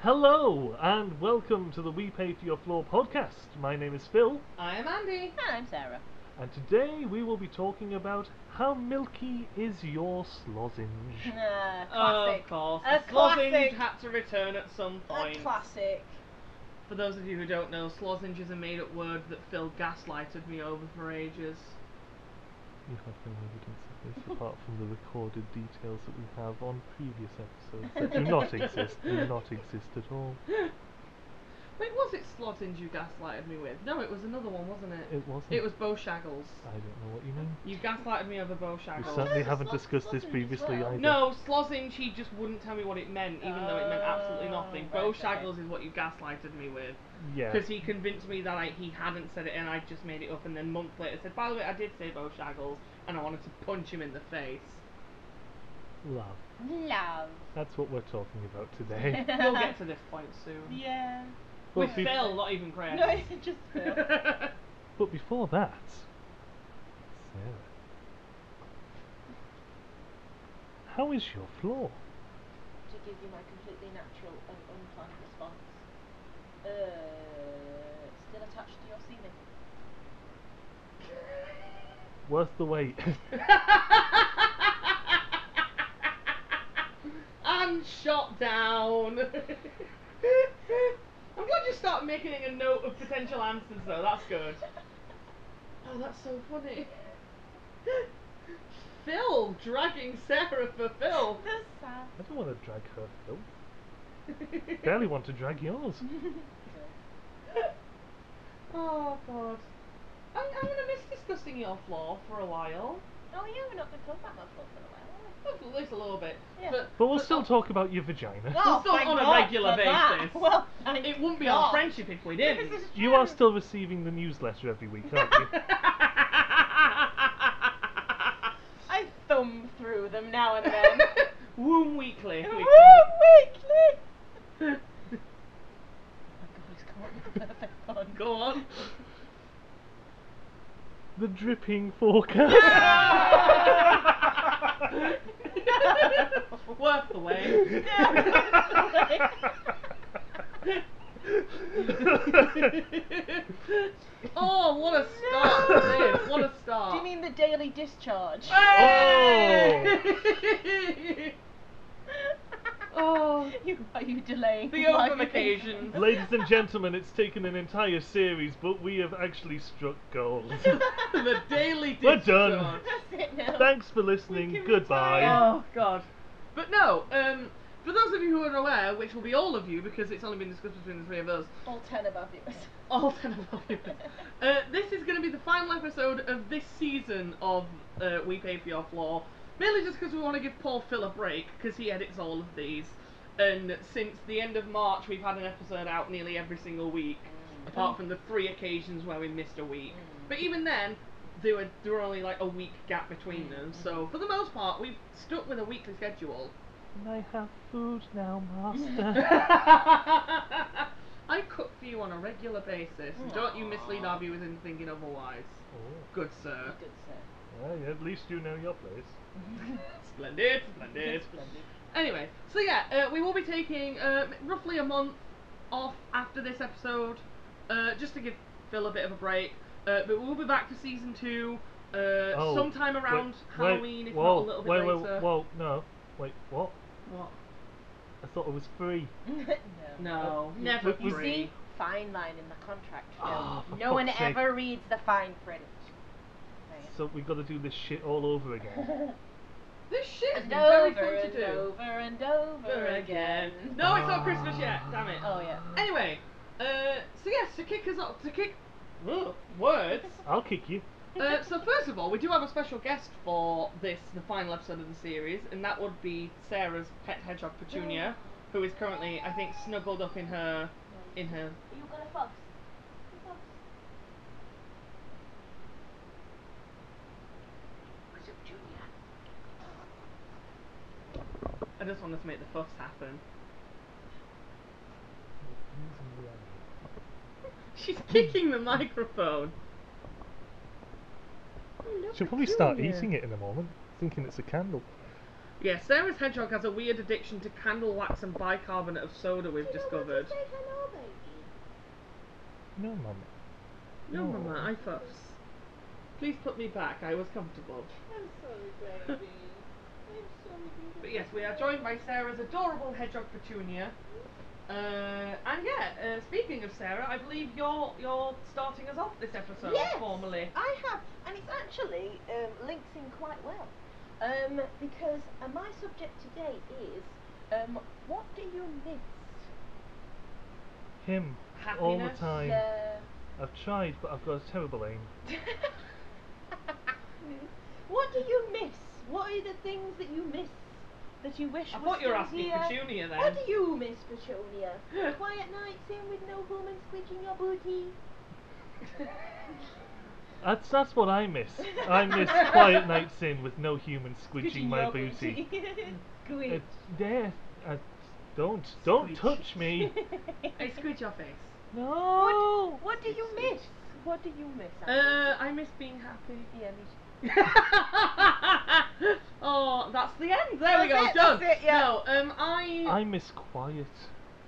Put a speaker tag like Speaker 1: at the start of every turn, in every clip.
Speaker 1: Hello and welcome to the We Pay for Your Floor podcast. My name is Phil,
Speaker 2: I am Andy.
Speaker 3: And I'm Sarah.
Speaker 1: and today we will be talking about how milky is your lozenge.
Speaker 3: Nah,
Speaker 2: Of
Speaker 3: Uh, classic.
Speaker 2: course.
Speaker 3: A
Speaker 2: the Slozenge
Speaker 3: classic.
Speaker 2: had to return at some
Speaker 3: a
Speaker 2: point.
Speaker 3: classic.
Speaker 2: For those of you who don't know, Slozenge is a made up word that Phil gaslighted me over for ages.
Speaker 1: You have no evidence of this apart from the recorded details that we have on previous episodes that do not exist, do not exist at all.
Speaker 2: Wait, was it Slozenge you gaslighted me with? No, it was another one, wasn't it?
Speaker 1: It wasn't.
Speaker 2: It was Bo Shaggles.
Speaker 1: I don't know what you mean.
Speaker 2: You gaslighted me over Bo
Speaker 1: We
Speaker 2: Shaggles.
Speaker 1: certainly
Speaker 3: it's
Speaker 1: haven't
Speaker 3: not
Speaker 1: discussed this
Speaker 3: sausage as
Speaker 1: previously
Speaker 3: well.
Speaker 1: either.
Speaker 2: No, Slozenge, he just wouldn't tell me what it meant, even though it meant absolutely
Speaker 3: Oh,
Speaker 2: nothing. Bo
Speaker 3: okay.
Speaker 2: Shaggles is what you gaslighted me with.
Speaker 1: Yeah.
Speaker 2: Because he convinced me that I, he hadn't said it and I just made it up, and then months later said, By the way, I did say Bo Shaggles, and I wanted to punch him in the face.
Speaker 1: Love.
Speaker 3: Love.
Speaker 1: That's what we're talking about today.
Speaker 2: We'll get to this point soon.
Speaker 3: Yeah.
Speaker 1: Well,
Speaker 2: With
Speaker 1: be-
Speaker 2: Phil, not even Chris.
Speaker 3: No, it's just Phil.
Speaker 1: But before that, Sarah, how is your floor?
Speaker 3: to give you my completely natural and unplanned response. Uh, still attached to your semen.
Speaker 1: Worth the wait.
Speaker 2: and shot down. I'm glad you start making a note of potential answers, though. That's good. Oh, that's so funny. Phil dragging Sarah for Phil.
Speaker 3: That's sad.
Speaker 1: I don't want to drag her though. Barely want to drag yours.
Speaker 2: oh God. I'm, I'm gonna miss discussing your floor for a while.
Speaker 3: oh yeah, we're not going to talk about my floor for a while. are
Speaker 2: At least a little bit.
Speaker 3: Yeah.
Speaker 2: But,
Speaker 1: But we'll
Speaker 2: but
Speaker 1: still
Speaker 2: on-
Speaker 1: talk about your vagina.
Speaker 3: we?
Speaker 2: still
Speaker 3: Oh, thank
Speaker 2: on a
Speaker 3: God
Speaker 2: regular
Speaker 3: for that.
Speaker 2: basis.
Speaker 3: Well, thank
Speaker 2: It wouldn't be
Speaker 3: God.
Speaker 2: our friendship if we didn't.
Speaker 3: This is
Speaker 1: You are
Speaker 3: true.
Speaker 1: still receiving the newsletter every week, aren't you?
Speaker 3: I thumb through them now and then.
Speaker 2: Womb weekly.
Speaker 3: Woo,
Speaker 2: we call
Speaker 3: weekly.
Speaker 2: it.
Speaker 3: Oh God, he's come up with a perfect pun.
Speaker 2: Go on.
Speaker 1: the dripping forecast.
Speaker 2: Worth the wait. oh, what a start!
Speaker 1: No.
Speaker 2: Liv, What a start!
Speaker 3: Do you mean the daily discharge?
Speaker 2: Hey! Oh.
Speaker 3: you, are you delaying?
Speaker 2: The
Speaker 3: my
Speaker 2: ovum occasions.
Speaker 1: Ladies and gentlemen, it's taken an entire series, but we have actually struck gold.
Speaker 2: the daily
Speaker 1: We're
Speaker 2: discharge.
Speaker 1: done.
Speaker 3: That's it now.
Speaker 1: Thanks for
Speaker 2: We
Speaker 1: listening.
Speaker 2: can
Speaker 1: Goodbye.
Speaker 2: retire. Oh God. But no. Um, for those of you who are aware, which will be all of you because it's only been discussed between the three of us,
Speaker 3: All ten of our viewers.
Speaker 2: all ten of you. Uh, this is going to be the final episode of this season of uh, We Pay for Your Floor, mainly just because we want to give Paul Phil a break because he edits all of these. And since the end of March, we've had an episode out nearly every single week, apart from the three occasions where we missed a week. But even then, there were there were only like a week gap between them. So for the most part, we've stuck with a weekly schedule.
Speaker 1: Can I have food now, Master?
Speaker 2: I cook for you on a regular basis. and Don't you mislead our viewers into thinking otherwise.
Speaker 1: oh,
Speaker 2: Good sir.
Speaker 3: Good sir.
Speaker 1: well, at least you know your place.
Speaker 2: Splendid, splendid.
Speaker 3: Splendid.
Speaker 2: Anyway, so yeah, uh, we will be taking uh, roughly a month off after this episode, uh, just to give Phil a bit of a break. Uh, but we'll be back for season two uh,
Speaker 1: Oh,
Speaker 2: sometime around
Speaker 1: wait,
Speaker 2: Halloween, if
Speaker 1: whoa,
Speaker 2: not a little bit
Speaker 1: wait, wait,
Speaker 2: later.
Speaker 1: Whoa, no. Wait, what?
Speaker 2: What?
Speaker 1: I thought it was free.
Speaker 3: no.
Speaker 2: No,
Speaker 1: Uh,
Speaker 2: never
Speaker 1: we-
Speaker 3: You
Speaker 1: Free.
Speaker 2: free.
Speaker 3: see, fine line in the contract. Phil.
Speaker 1: Oh, for
Speaker 3: no one
Speaker 1: fuck's sake.
Speaker 3: ever reads the fine print. There you
Speaker 1: So we got to do this shit all over again.
Speaker 3: go.
Speaker 2: This shit has
Speaker 3: and
Speaker 2: been very
Speaker 3: over
Speaker 2: fun to
Speaker 3: and
Speaker 2: do.
Speaker 3: over and over again.
Speaker 2: No, it's not Christmas yet. Damn it.
Speaker 3: Oh yeah.
Speaker 2: Anyway, uh, so yes, to kick us off, to kick Ugh, words.
Speaker 1: I'll kick you.
Speaker 2: uh, so first of all, we do have a special guest for this, the final episode of the series, and that would be Sarah's pet hedgehog Petunia, who is currently, I think, snuggled up in her, in her.
Speaker 3: You got a fox.
Speaker 2: I just wanted to make the fuss happen. She's kicking the microphone.
Speaker 1: She'll probably start eating it in a moment, thinking it's a candle.
Speaker 2: Yeah, Sarah's hedgehog has a weird addiction to candle wax and bicarbonate of soda we've
Speaker 3: Do you know what
Speaker 2: discovered.
Speaker 3: just made her know, baby?
Speaker 1: No, Mama.
Speaker 2: No,
Speaker 1: No.
Speaker 2: Mama, I fuss. Please put me back, I was comfortable.
Speaker 3: I'm sorry, baby. I'm sorry, baby.
Speaker 2: But yes, we are joined by Sarah's adorable hedgehog Petunia. Uh, and yeah, uh, speaking of Sarah, I believe you're you're starting us off this episode
Speaker 3: Yes,
Speaker 2: formally.
Speaker 3: I have, and it's actually um, links in quite well um, because uh, my subject today is um, what do you miss?
Speaker 1: Him. All the
Speaker 2: Happiness,
Speaker 1: time.
Speaker 3: Uh,
Speaker 1: I've tried, but I've got a terrible aim.
Speaker 3: what do you miss? What are the things that you miss that you wish?
Speaker 2: I
Speaker 3: were
Speaker 2: thought you were asking
Speaker 3: still here?
Speaker 2: Petunia then.
Speaker 3: What do you miss, Petunia? Quiet nights in with no woman squeezing your booty.
Speaker 1: That's that's what I miss. I miss quiet nights in with no human squidging
Speaker 3: Squeezing
Speaker 1: my
Speaker 3: your
Speaker 1: booty.
Speaker 3: Squeeze.
Speaker 1: It's there. I, don't don't
Speaker 2: Squeeze.
Speaker 1: touch me.
Speaker 2: I squidge your face.
Speaker 1: No.
Speaker 3: Oh, What do you miss? What do you miss? Andy?
Speaker 2: Uh, I miss being happy.
Speaker 3: yeah, me too.
Speaker 2: oh, that's the end. There we go.
Speaker 3: That's it,
Speaker 2: done.
Speaker 3: that's it, yeah.
Speaker 2: No, um, I.
Speaker 1: I miss quiet.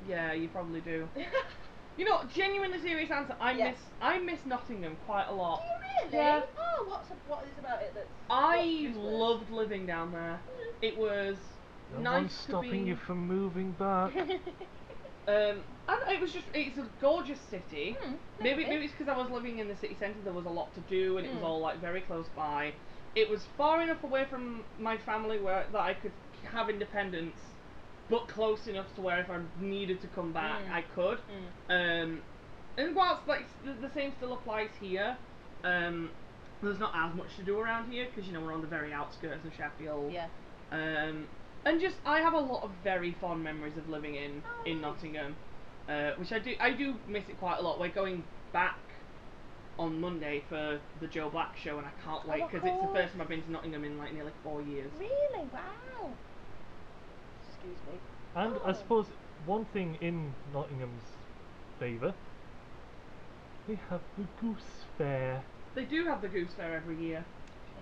Speaker 2: Yeah, you probably do. You know, genuinely serious answer. I
Speaker 3: Yeah.
Speaker 2: miss. I miss Nottingham quite a lot.
Speaker 3: Do you really?
Speaker 2: Yeah.
Speaker 3: Oh, what's what is about it that's?
Speaker 2: I
Speaker 3: what's useless?
Speaker 2: loved living down there. It was
Speaker 1: No
Speaker 2: nice
Speaker 1: one's
Speaker 2: to
Speaker 1: stopping
Speaker 2: be. Oh.
Speaker 1: you from moving back.
Speaker 3: Mm.
Speaker 2: Um, and it was just. It's a gorgeous city.
Speaker 3: Hmm,
Speaker 2: Maybe maybe it's because I was living in the city centre. There was a lot to do, and it was
Speaker 3: Mm.
Speaker 2: all like very close by. It was far enough away from my family where that I could have independence, but close enough to where if I needed to come back,
Speaker 3: Mm.
Speaker 2: I could.
Speaker 3: Mm.
Speaker 2: Um, and whilst like s- the, the same still applies here, um, there's not as much to do around here because you know we're on the very outskirts of Sheffield.
Speaker 3: Yeah.
Speaker 2: Um, and just I have a lot of very fond memories of living in
Speaker 3: Oh,
Speaker 2: in
Speaker 3: nice.
Speaker 2: Nottingham, uh, which I do I do miss it quite a lot. We're going back on Monday for the Joe Black show, and I can't
Speaker 3: Oh,
Speaker 2: wait
Speaker 3: of
Speaker 2: because it's the
Speaker 3: course.
Speaker 2: first time I've been to Nottingham in like nearly four years.
Speaker 3: Really? Wow. Excuse me.
Speaker 1: And
Speaker 3: Oh.
Speaker 1: I suppose one thing in Nottingham's favour, they have the goose fair.
Speaker 2: They do have the Goose Fair every year.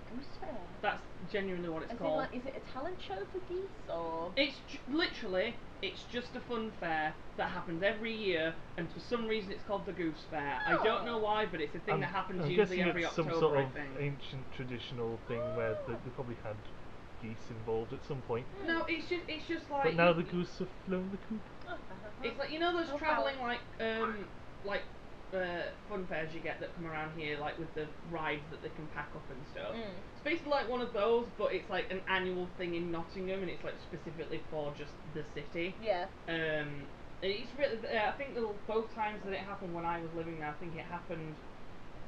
Speaker 3: A goose fair.
Speaker 2: That's genuinely what it's
Speaker 3: As in,
Speaker 2: called.
Speaker 3: like, is it a talent show for geese or?
Speaker 2: It's ju- literally, it's just a fun fair that happens every year, and for some reason it's called the Goose Fair. I don't know
Speaker 3: Oh.
Speaker 2: why, but it's a thing
Speaker 1: I'm,
Speaker 2: that happens
Speaker 1: I'm
Speaker 2: usually
Speaker 1: guessing
Speaker 2: every
Speaker 1: it's
Speaker 2: October.
Speaker 1: some sort
Speaker 2: I
Speaker 1: of
Speaker 2: think.
Speaker 1: ancient traditional thing where they, they probably had geese involved at some point.
Speaker 2: No, it's just, it's just like.
Speaker 1: But now
Speaker 2: you-
Speaker 1: the
Speaker 2: you-
Speaker 1: goose have flown the coop.
Speaker 2: It's like you know those
Speaker 3: Oh,
Speaker 2: traveling
Speaker 3: wow.
Speaker 2: like um like uh, fun fairs you get that come around here like with the rides that they can pack up and stuff.
Speaker 3: Mm.
Speaker 2: It's basically like one of those, but it's like an annual thing in Nottingham, and it's like specifically for just the city.
Speaker 3: Yeah.
Speaker 2: Um, it's really. Uh, I think the, both times that it happened when I was living there, I think it happened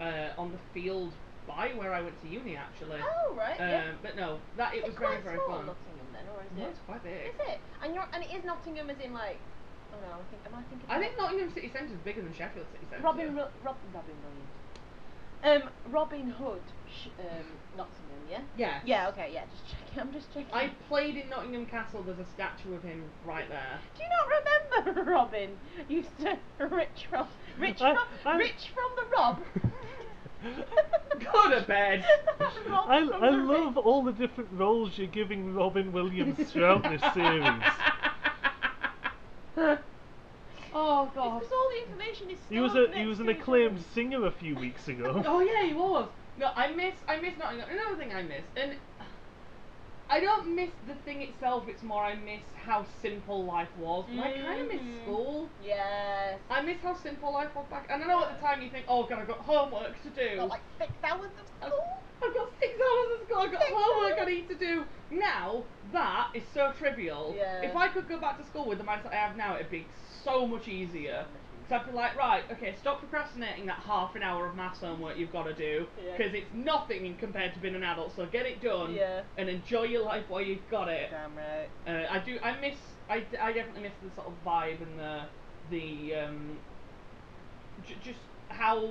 Speaker 2: uh, on the field by where I went to uni actually.
Speaker 3: Oh right. yeah.
Speaker 2: Um, but no, that it
Speaker 3: Is
Speaker 2: was very
Speaker 3: quite
Speaker 2: very
Speaker 3: small
Speaker 2: fun.
Speaker 3: Nottingham then, or is
Speaker 2: No,
Speaker 3: it?
Speaker 2: it's quite big.
Speaker 3: Is it? And you're and it is Nottingham as in like. Oh no, I think am I thinking?
Speaker 2: I
Speaker 3: of-
Speaker 2: think Nottingham City Centre is bigger than Sheffield City Centre.
Speaker 3: Robin Ru- Rob- Robin Williams. Um, Robin Hood, sh- um, Nottingham, yeah.
Speaker 2: Yes.
Speaker 3: Yeah. Okay. Yeah. Just checking. I'm just checking.
Speaker 2: I played in Nottingham Castle. There's a statue of him right there.
Speaker 3: Do you not remember Robin? Used to rich from rich
Speaker 1: I-
Speaker 3: from
Speaker 1: I-
Speaker 3: rich from the
Speaker 2: Oh.
Speaker 3: Rob.
Speaker 2: Go to bed.
Speaker 3: Rob
Speaker 1: I,
Speaker 3: from
Speaker 1: I
Speaker 3: the
Speaker 1: love
Speaker 3: rich.
Speaker 1: all the different roles you're giving Robin Williams throughout this series.
Speaker 2: oh
Speaker 3: It's
Speaker 2: god.
Speaker 3: 'cause all the information is.
Speaker 1: He was
Speaker 3: stored
Speaker 1: a he
Speaker 3: next
Speaker 1: was an
Speaker 3: to each
Speaker 1: acclaimed
Speaker 3: other.
Speaker 1: singer a few weeks ago.
Speaker 2: Oh yeah, he was. No, I miss. I miss Nottingham. Another thing I miss, and I don't miss the thing itself. It's more I miss how simple life was. And I kind of miss
Speaker 3: Mhm.
Speaker 2: school.
Speaker 3: Yes.
Speaker 2: I miss how simple life was back. And I know at the time you think, oh god, I've got homework to do.
Speaker 3: Got like six hours of school.
Speaker 2: I've got six hours of school, I've got
Speaker 3: Six
Speaker 2: homework I
Speaker 3: hours.
Speaker 2: need to do. Now, that is so trivial.
Speaker 3: Yeah.
Speaker 2: If I could go back to school with the mindset I have now, it'd be so much easier. Because I'd be like, right, okay, stop procrastinating that half an hour of maths homework you've got to do.
Speaker 3: Yeah.
Speaker 2: Because it's nothing in- compared to being an adult, so get it done
Speaker 3: Yeah.
Speaker 2: and enjoy your life while you've got it.
Speaker 3: Damn right.
Speaker 2: Uh, I do, I miss, I, d- I definitely miss the sort of vibe and the, the, um, j- just how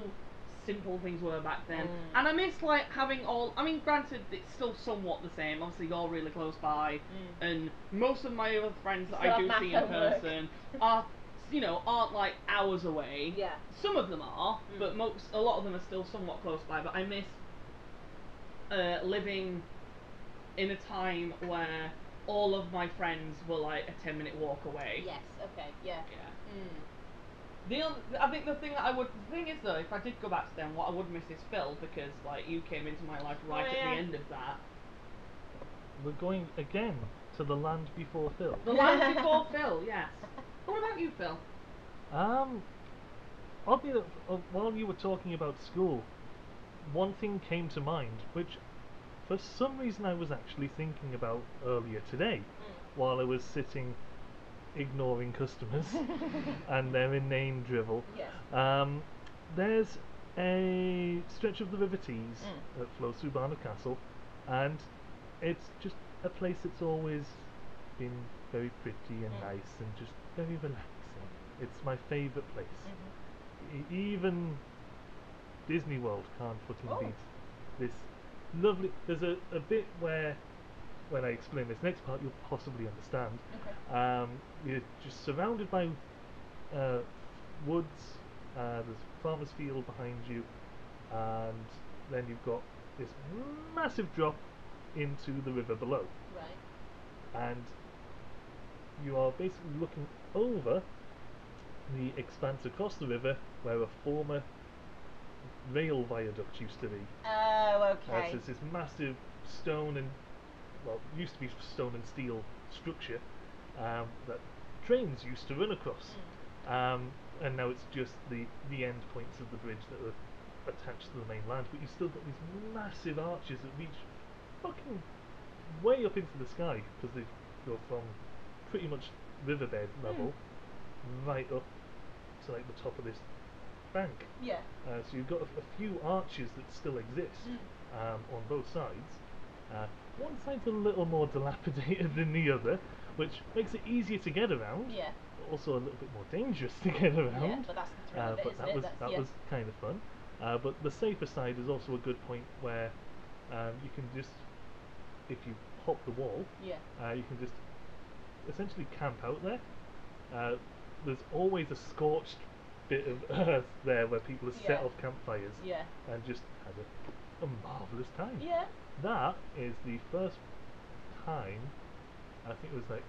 Speaker 2: simple things were back then.
Speaker 3: Mm.
Speaker 2: And I miss like having all. I mean, granted, it's still somewhat the same. Obviously, you're really close by,
Speaker 3: Mm.
Speaker 2: and most of my other friends that
Speaker 3: Still
Speaker 2: I
Speaker 3: have
Speaker 2: do
Speaker 3: math
Speaker 2: see in
Speaker 3: homework.
Speaker 2: person are, you know, aren't like hours away.
Speaker 3: Yeah.
Speaker 2: Some of them are,
Speaker 3: Mm.
Speaker 2: but most, a lot of them are still somewhat close by. But I miss uh, living in a time where
Speaker 4: all of my friends were like a 10 minute walk away.
Speaker 3: Yes. Okay. Yeah.
Speaker 4: Yeah.
Speaker 3: Mm.
Speaker 4: The on- I think the thing that I would the thing is though, if I did go back to them, what I would miss is Phil because like you came into my life right
Speaker 3: Oh,
Speaker 4: at
Speaker 3: yeah.
Speaker 4: the end of that.
Speaker 1: We're going again to the land before Phil.
Speaker 4: The life before Phil, yes. What about you, Phil?
Speaker 1: Um, oddly, enough, uh, while you were talking about school, one thing came to mind, which for some reason I was actually thinking about earlier today
Speaker 3: Mm.
Speaker 1: while I was sitting ignoring customers and their inane drivel.
Speaker 3: Yes.
Speaker 1: Um, there's a stretch of the River Tees
Speaker 3: Mm.
Speaker 1: that flows through Barnard Castle, and it's just a place that's always been very pretty and
Speaker 3: Mm.
Speaker 1: nice and just very relaxing. It's my favourite place.
Speaker 3: Mhm.
Speaker 1: E- even Disney World can't fucking
Speaker 3: Oh.
Speaker 1: beat this lovely. There's a, a bit where, when I explain this next part, you'll possibly understand.
Speaker 3: Okay.
Speaker 1: Um, you're just surrounded by uh, woods. Uh, there's a farmer's field behind you, and then you've got this massive drop into the river below,
Speaker 3: Right.
Speaker 1: and you are basically looking over the expanse across the river where a former rail viaduct used to be.
Speaker 3: Oh.
Speaker 1: Uh,
Speaker 3: Okay.
Speaker 1: so it's this massive stone and well, it used to be stone and steel structure um, that trains used to run
Speaker 3: Mm.
Speaker 1: across, um, and now it's just the the end points of the bridge that are attached to the mainland. But you've still got these massive arches that reach fucking way up into the sky because they go from pretty much riverbed level right up to like the top of this bank.
Speaker 3: yeah.
Speaker 1: Uh, so you've got a, a few arches that still exist
Speaker 3: Hmm.
Speaker 1: um, on both sides. Uh, one side's a little more dilapidated than the other, which makes it easier to get around.
Speaker 3: Yeah.
Speaker 1: but Also a little bit more dangerous to get around.
Speaker 3: Yeah, but that's the thrill
Speaker 1: Uh,
Speaker 3: of it,
Speaker 1: but
Speaker 3: isn't
Speaker 1: that
Speaker 3: it?
Speaker 1: was
Speaker 3: That's-
Speaker 1: that
Speaker 3: yeah.
Speaker 1: was kind of fun. Uh, but the safer side is also a good point where um, you can just, if you hop the wall,
Speaker 3: Yeah.
Speaker 1: uh, you can just essentially camp out there. Uh, there's always a scorched bit of earth there where people have set
Speaker 3: Yeah.
Speaker 1: off campfires
Speaker 3: Yeah.
Speaker 1: and just had a, a marvelous time.
Speaker 3: Yeah.
Speaker 1: That is the first time, I think it was like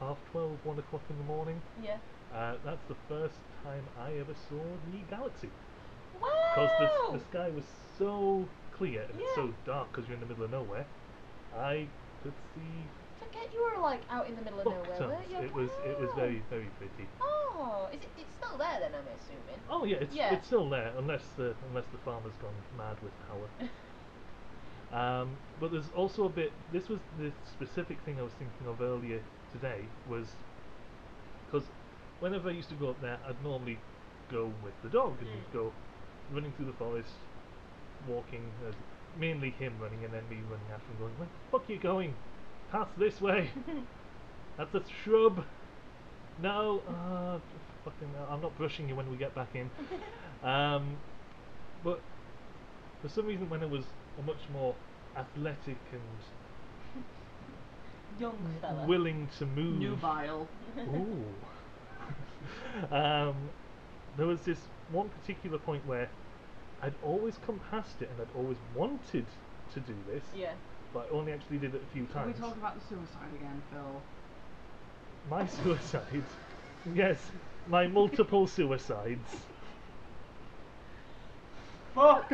Speaker 1: half 12, 1 o'clock in the morning.
Speaker 3: Yeah.
Speaker 1: Uh, that's the first time I ever saw the galaxy.
Speaker 3: Wow.
Speaker 1: Because the, s- the sky was so clear and it's
Speaker 3: Yeah.
Speaker 1: so dark because you're in the middle of nowhere. I could see
Speaker 3: Forget you were like out in the middle of
Speaker 1: fuck
Speaker 3: nowhere,
Speaker 1: tons.
Speaker 3: weren't you?
Speaker 1: It was, it was
Speaker 3: Wow.
Speaker 1: very, very pretty.
Speaker 3: Oh, is it? It's still there then. I'm assuming.
Speaker 1: Oh yeah, it's
Speaker 3: Yeah.
Speaker 1: it's still there unless the unless the farmer's gone mad with power. um, but there's also a bit. This was the specific thing I was thinking of earlier today was because whenever I used to go up there, I'd normally go with the dog and
Speaker 3: Mm.
Speaker 1: go running through the forest, walking. Uh, mainly him running and then me running after him, going, "Where the fuck are you going? Pass this way. That's a shrub." No, uh, fucking, hell, I'm not brushing you when we get back in. Um, but for some reason, when I was a much more athletic and
Speaker 3: Young fella.
Speaker 1: willing to move,
Speaker 4: Nubile.
Speaker 1: Ooh. um, there was this one particular point where I'd always come past it and I'd always wanted to do this,
Speaker 3: yeah.
Speaker 1: but I only actually did it a few
Speaker 4: Can we
Speaker 1: times.
Speaker 4: talk about the suicide again, Phil?
Speaker 1: My suicide. yes, my multiple suicides.
Speaker 3: Fuck.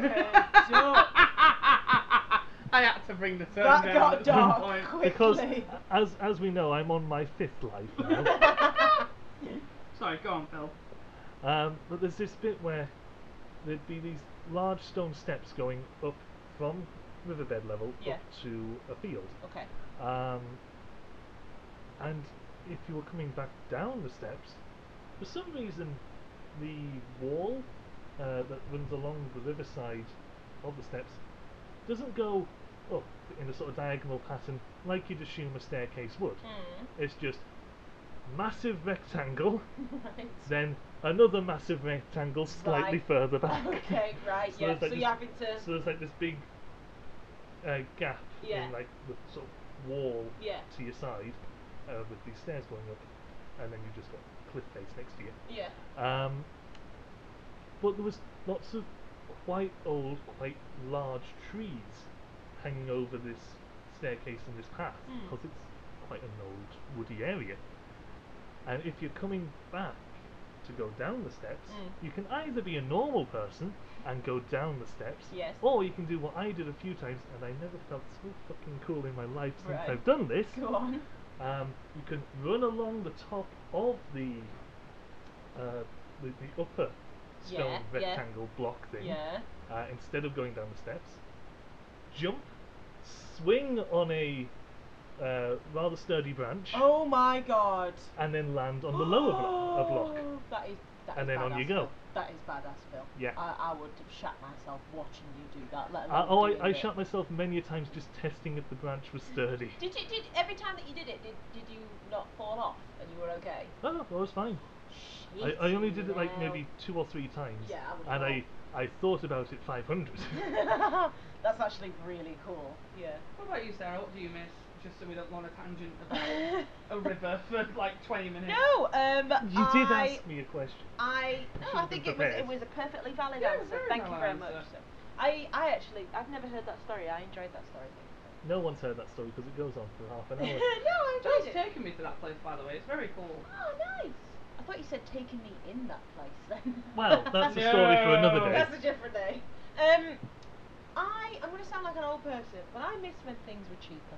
Speaker 4: I had to bring the term
Speaker 3: That
Speaker 4: down
Speaker 3: got
Speaker 4: at some
Speaker 3: dark
Speaker 4: point.
Speaker 3: quick.
Speaker 1: Because
Speaker 3: Quickly.
Speaker 1: as as we know, I'm on my fifth life now.
Speaker 4: Sorry, go on, Phil.
Speaker 1: Um, but there's this bit where there'd be these large stone steps going up from riverbed level
Speaker 3: Yeah.
Speaker 1: up to a field.
Speaker 3: okay.
Speaker 1: Um, and if you were coming back down the steps, for some reason, the wall uh, that runs along the riverside of the steps doesn't go up in a sort of diagonal pattern like you'd assume a staircase would.
Speaker 3: Mm.
Speaker 1: It's just massive rectangle
Speaker 3: right.
Speaker 1: then another massive rectangle slightly
Speaker 3: Right.
Speaker 1: further back.
Speaker 3: Okay, right, yeah,
Speaker 1: there's
Speaker 3: so
Speaker 1: this-
Speaker 3: you're having to-
Speaker 1: So there's like this big uh, gap
Speaker 3: Yeah.
Speaker 1: in like the sort of wall
Speaker 3: Yeah.
Speaker 1: to your side uh, with these stairs going up, and then you've just got cliff face next to you.
Speaker 3: Yeah.
Speaker 1: Um, but there was lots of quite old, quite large trees hanging over this staircase and this path
Speaker 3: Mm.
Speaker 1: because it's quite an old woody area. And if you're coming back to go down the steps,
Speaker 3: Mm.
Speaker 1: you can either be a normal person and go down the steps,
Speaker 3: Yes.
Speaker 1: or you can do what I did a few times, and I never felt so fucking cool in my life since
Speaker 3: Right.
Speaker 1: I've done this.
Speaker 3: Go on.
Speaker 1: Um, you can run along the top of the uh, the, the upper stone
Speaker 3: Yeah, yeah.
Speaker 1: rectangle block thing
Speaker 3: Yeah.
Speaker 1: uh, instead of going down the steps. Jump, swing on a uh, rather sturdy branch,
Speaker 3: Oh my god.
Speaker 1: and then land on the lower blo- a block.
Speaker 3: That is. that
Speaker 1: And
Speaker 3: is
Speaker 1: then on
Speaker 3: badass,
Speaker 1: you go.
Speaker 3: Phil. That is badass, Phil.
Speaker 1: Yeah.
Speaker 3: I, I would have shat myself watching you do that. Let
Speaker 1: Uh,
Speaker 3: alone
Speaker 1: oh,
Speaker 3: doing
Speaker 1: I, I
Speaker 3: it.
Speaker 1: shot myself many a times just testing if the branch was sturdy.
Speaker 3: Did you? Did every time that you did it, did, did you not fall off and you were okay?
Speaker 1: Oh, I was fine. I,
Speaker 3: Shit,
Speaker 1: I only did it like
Speaker 3: no.
Speaker 1: maybe two or three times.
Speaker 3: Yeah, I would've
Speaker 1: and I, I
Speaker 3: thought.
Speaker 1: thought about it 500.
Speaker 3: That's actually really cool. Yeah.
Speaker 4: What about you, Sarah? What do you miss? Just so we don't go on a tangent about a river for like 20 minutes.
Speaker 3: No, um,
Speaker 1: you did
Speaker 3: I,
Speaker 1: ask me a question.
Speaker 3: I
Speaker 1: Should
Speaker 3: no, I
Speaker 1: have
Speaker 3: think
Speaker 1: been
Speaker 3: it was it
Speaker 1: prepared.
Speaker 3: was a perfectly valid
Speaker 4: Yeah, it was
Speaker 3: answer.
Speaker 4: very
Speaker 3: Thank you
Speaker 4: valid
Speaker 3: very
Speaker 4: answer.
Speaker 3: much. So, I I actually I've never heard that story. I enjoyed that story.
Speaker 1: No one's heard that story because it goes on for half an hour.
Speaker 3: I
Speaker 4: Joe's taken me to that place, by the way. It's very cool.
Speaker 3: Oh, nice. I thought you said taking me in that place then.
Speaker 1: well, that's a story for another
Speaker 4: No.
Speaker 1: day.
Speaker 3: That's a different day. Um, I I'm gonna sound like an old person, but I miss when things were cheaper.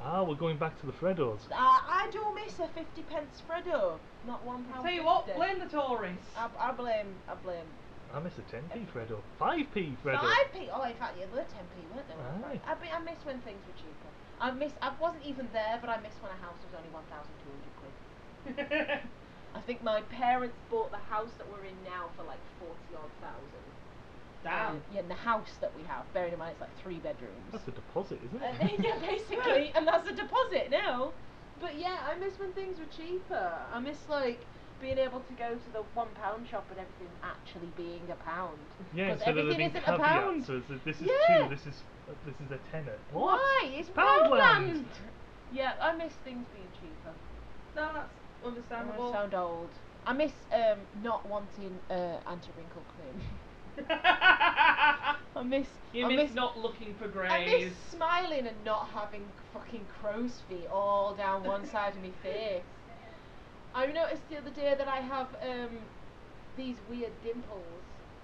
Speaker 1: Ah, we're going back to the Freddos.
Speaker 3: Uh, I, I do miss a fifty pence Freddo, not one pound.
Speaker 4: Tell you what,
Speaker 3: 50.
Speaker 4: blame the Tories.
Speaker 3: I, I blame I blame
Speaker 1: I miss a 10p Freddo. 5p Freddo.
Speaker 3: Five p. Oh, in fact, yeah, they were ten p, weren't they? when I
Speaker 1: Aye.
Speaker 3: was back? I, be- I miss when things were cheaper. I miss. I wasn't even there, but I miss when a house was only one thousand two hundred quid. I think my parents bought the house that we're in now for like forty odd thousand.
Speaker 4: Damn.
Speaker 3: Um, yeah, and the house that we have. Bearing in mind, it's like three bedrooms.
Speaker 1: That's a deposit, isn't
Speaker 3: Uh,
Speaker 1: it?
Speaker 3: yeah, basically, and that's a deposit now. But yeah, I miss when things were cheaper. I miss like being able to go to the one pound shop and everything actually being a pound.
Speaker 1: yeah,
Speaker 3: 'Cause
Speaker 1: instead of there
Speaker 3: everything
Speaker 1: being
Speaker 3: isn't a pound.
Speaker 1: caveats, so it's a- this is
Speaker 3: Yeah.
Speaker 1: two, this is uh, this is a tenner. What?
Speaker 3: Why? It's
Speaker 1: Poundland.
Speaker 3: Poundland. Yeah, I miss things being cheaper.
Speaker 4: No, that's
Speaker 3: I don't
Speaker 4: understandable.
Speaker 3: wanna sound old. I miss um, not wanting uh, anti-wrinkle cream. I miss.
Speaker 4: you
Speaker 3: I
Speaker 4: miss,
Speaker 3: miss,
Speaker 4: not looking for
Speaker 3: I miss
Speaker 4: greys.
Speaker 3: smiling and not having fucking crow's feet all down one side of my face. I noticed the other day that I have um, these weird dimples,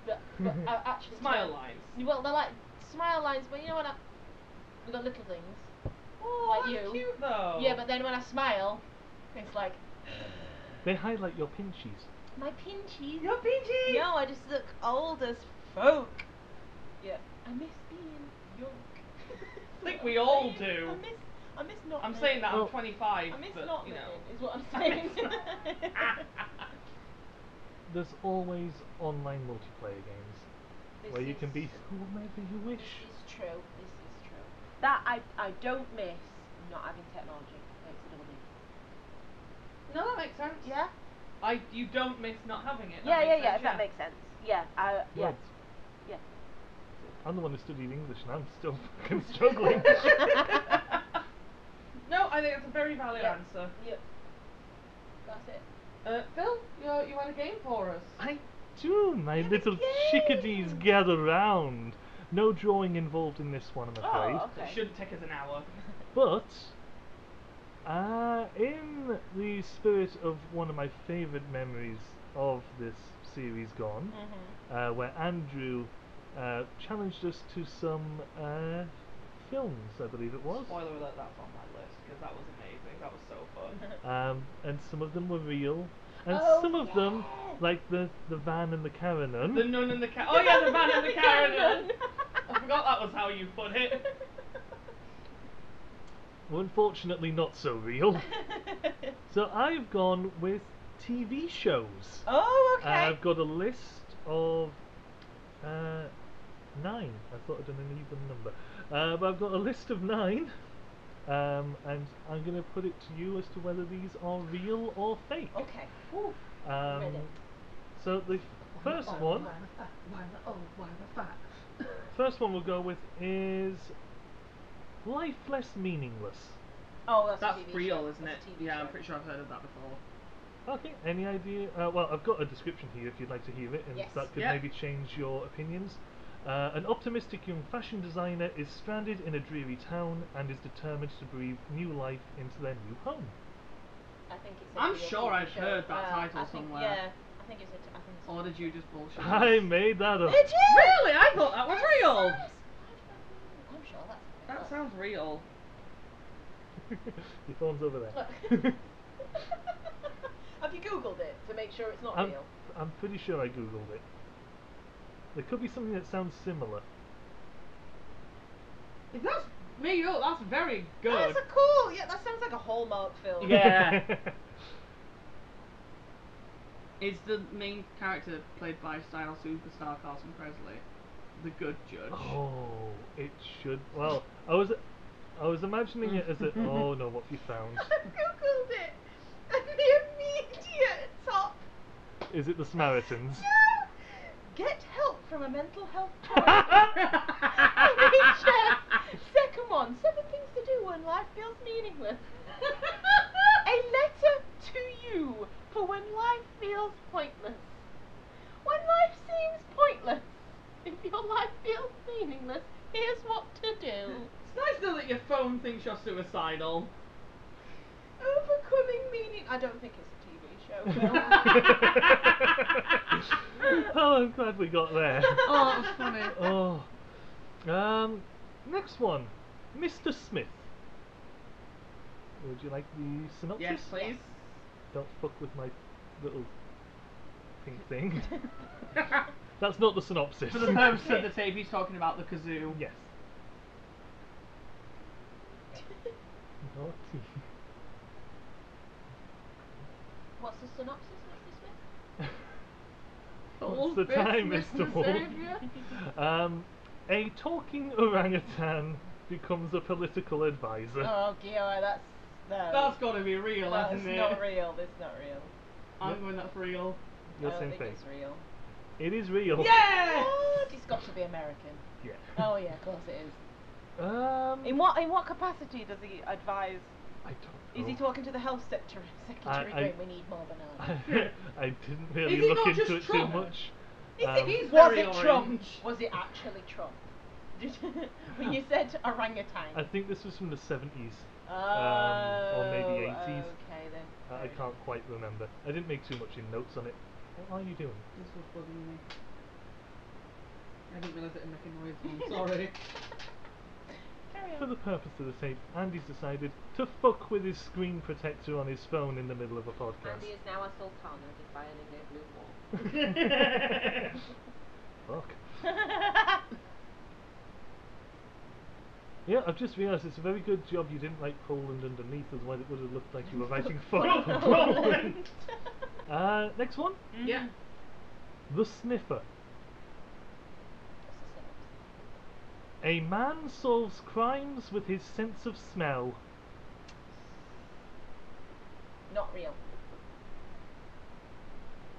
Speaker 3: but, but I actually
Speaker 4: Smile lines.
Speaker 3: Well, they're like smile lines, but you know when I the little things.
Speaker 4: Oh,
Speaker 3: like
Speaker 4: that's
Speaker 3: you.
Speaker 4: cute though.
Speaker 3: Yeah, but then when I smile, it's like
Speaker 1: They highlight your pinchies.
Speaker 3: my pinchies.
Speaker 4: You're peachy.
Speaker 3: No, I just look old as folk. Yeah. I miss being young.
Speaker 4: I think we all do.
Speaker 3: I miss, I miss not.
Speaker 4: I'm
Speaker 3: living.
Speaker 4: saying that
Speaker 1: Well-
Speaker 4: I'm 25,
Speaker 3: I miss
Speaker 4: but
Speaker 3: not
Speaker 4: you
Speaker 3: living,
Speaker 4: know.
Speaker 3: is what I'm
Speaker 4: I
Speaker 3: saying.
Speaker 4: miss not-
Speaker 1: There's always online multiplayer games
Speaker 3: This
Speaker 1: where you can
Speaker 3: is-
Speaker 1: be whomever you
Speaker 3: This
Speaker 1: wish.
Speaker 3: is true. This is true. That I I don't miss not having technology. Makes a double D.
Speaker 4: no, that makes sense.
Speaker 3: Yeah.
Speaker 4: I, you don't miss not having it.
Speaker 3: Yeah,
Speaker 4: that
Speaker 3: yeah,
Speaker 4: makes
Speaker 3: yeah. If
Speaker 4: sense,
Speaker 3: that makes sense. Yeah. I, yeah.
Speaker 1: Right.
Speaker 3: Yeah.
Speaker 1: I'm the one who studied English and I'm still fucking struggling.
Speaker 4: no, I think that's a very valid
Speaker 3: Yeah.
Speaker 4: answer.
Speaker 3: Yep. That's it.
Speaker 4: Uh, Phil, you you had a game for us.
Speaker 1: I do, my
Speaker 3: Have a
Speaker 1: little chickadees
Speaker 3: game.
Speaker 1: gather round. No drawing involved in this one, I'm afraid.
Speaker 3: Oh, okay.
Speaker 4: It shouldn't take us an hour.
Speaker 1: But uh, in the spirit of one of my favourite memories of this series gone,
Speaker 3: Mm-hmm.
Speaker 1: uh, where Andrew uh, challenged us to some uh, films, I believe it was,
Speaker 4: Spoiler alert, that's on my list because that was amazing. That was so fun.
Speaker 1: um, and some of them were real, and
Speaker 3: Oh,
Speaker 1: some of them,
Speaker 3: yeah.
Speaker 1: like the the van and the Caranon,
Speaker 4: the nun and the cat. Oh yeah, the man and the caravan. I forgot that was how you put it.
Speaker 1: were unfortunately not so
Speaker 3: Mm-hmm.
Speaker 1: real. so I've gone with TV shows.
Speaker 3: oh, okay.
Speaker 1: Uh, I've got a list of uh, nine. I thought I'd done an even number. Uh, but I've got a list of nine, um, and I'm going to put it to you as to whether these are real or fake.
Speaker 3: Okay. Whew.
Speaker 1: Um,
Speaker 3: ready. uh,
Speaker 1: so the first one,
Speaker 4: oh, why the fat?
Speaker 1: first one we'll go with is life less meaningless.
Speaker 3: Oh, that's, a
Speaker 4: That's
Speaker 3: TV
Speaker 4: real,
Speaker 3: show.
Speaker 4: isn't it?
Speaker 3: That's a TV
Speaker 4: Yeah, I'm
Speaker 3: show.
Speaker 4: pretty sure I've heard of that before.
Speaker 1: Okay. Any idea? Uh, well, I've got a description here if you'd like to hear it, and
Speaker 3: Yes.
Speaker 1: that could
Speaker 4: Yeah.
Speaker 1: maybe change your opinions. Uh, an optimistic young fashion designer is stranded in a dreary town and is determined to breathe new life into their new home.
Speaker 3: I think it's.
Speaker 4: I'm
Speaker 3: a real
Speaker 4: sure
Speaker 3: TV
Speaker 4: I've
Speaker 3: show
Speaker 4: heard
Speaker 3: as
Speaker 4: that
Speaker 3: well.
Speaker 4: title
Speaker 3: I think,
Speaker 4: somewhere.
Speaker 3: Yeah, I think it's. A t- I think it's
Speaker 4: Or did you just bullshit?
Speaker 1: I
Speaker 4: us?
Speaker 1: made that up.
Speaker 3: Did you?
Speaker 4: Really? I thought that was
Speaker 3: That
Speaker 4: real.
Speaker 3: sounds- I'm sure that's.
Speaker 4: That sounds real.
Speaker 1: Your phone's over there.
Speaker 3: Look. Have you googled it to make sure it's not
Speaker 1: I'm,
Speaker 3: real?
Speaker 1: I'm pretty sure I googled it. There could be something that sounds similar.
Speaker 4: If that's made up, that's very good.
Speaker 3: That's a cool. Yeah, that sounds like a Hallmark film.
Speaker 4: Yeah. Is the main character played by style superstar Carson Presley the good judge?
Speaker 1: oh, it should. Well, I was, I was imagining it as a. Oh no, what have you found?
Speaker 3: I googled it, and the immediate top.
Speaker 1: Is it the Samaritans?
Speaker 3: No. Get help from a mental health charity. NHS. Second one, seven things to do when life feels meaningless. a letter to you for when life feels pointless. When life seems pointless, if your life feels meaningless, here's what to do.
Speaker 4: It's nice though that your phone thinks you're suicidal.
Speaker 3: Overcoming meaning. I don't think it's a TV show.
Speaker 1: oh, I'm glad we got there.
Speaker 4: Oh, that was funny.
Speaker 1: Oh. Um, next one, Mr. Smith. Would you like the synopsis?
Speaker 4: Yes, please.
Speaker 1: Don't fuck with my little pink thing. That's not the synopsis.
Speaker 4: For the purpose of the tape, he's talking about the kazoo.
Speaker 1: yes. Naughty.
Speaker 3: What's the synopsis, Mr. Smith?
Speaker 1: What's the time, Mr. Wolf? Um, a talking orangutan becomes a political advisor.
Speaker 3: Oh, Gio, that's no.
Speaker 4: That's got to be real,
Speaker 3: That's
Speaker 4: hasn't it?
Speaker 3: not real. That's not real.
Speaker 4: I'm going that's real.
Speaker 1: Your
Speaker 3: I don't
Speaker 1: same
Speaker 3: think
Speaker 1: thing.
Speaker 3: it's real.
Speaker 1: It is real.
Speaker 4: Yeah.
Speaker 3: What? It's got to be American.
Speaker 1: Yeah.
Speaker 3: Oh yeah, of course it is.
Speaker 1: Um,
Speaker 3: In what in what capacity does he advise?
Speaker 1: I don't know.
Speaker 3: Is he talking to the health secretary? Secretary,
Speaker 1: Oh. I-
Speaker 3: going, we need more
Speaker 1: I,
Speaker 3: bananas.
Speaker 1: I didn't really
Speaker 4: he
Speaker 1: look
Speaker 4: not
Speaker 1: into
Speaker 4: just
Speaker 1: it
Speaker 4: Trump?
Speaker 1: too much.
Speaker 4: Is
Speaker 1: Um,
Speaker 4: he, he's
Speaker 3: Was
Speaker 4: very
Speaker 3: it Trump?
Speaker 4: orange.
Speaker 3: Was it actually Trump? Did when you said orangutan.
Speaker 1: I think this was from the 70s.
Speaker 3: oh,
Speaker 1: or maybe 80s.
Speaker 3: Okay then.
Speaker 1: I- I
Speaker 3: Fair
Speaker 1: can't quite remember. I didn't make too much in notes on it. What are you doing?
Speaker 4: This was bugging me. I didn't realise it was making noise.
Speaker 3: enough.
Speaker 4: I'm sorry.
Speaker 3: Carry
Speaker 1: For
Speaker 3: on.
Speaker 1: the purpose of the tape, Andy's decided to fuck with his screen protector on his phone in the middle of a podcast.
Speaker 5: Andy is now a sultana defying a blue wall.
Speaker 1: Fuck. Yeah, I've just realised it's a very good job you didn't write Poland underneath, otherwise it would have looked like you were writing fuck for Poland. uh, next one,
Speaker 3: Mm. Mm-hmm.
Speaker 4: Yeah.
Speaker 1: the sniffer. A man solves crimes with his sense of smell.
Speaker 3: Not real.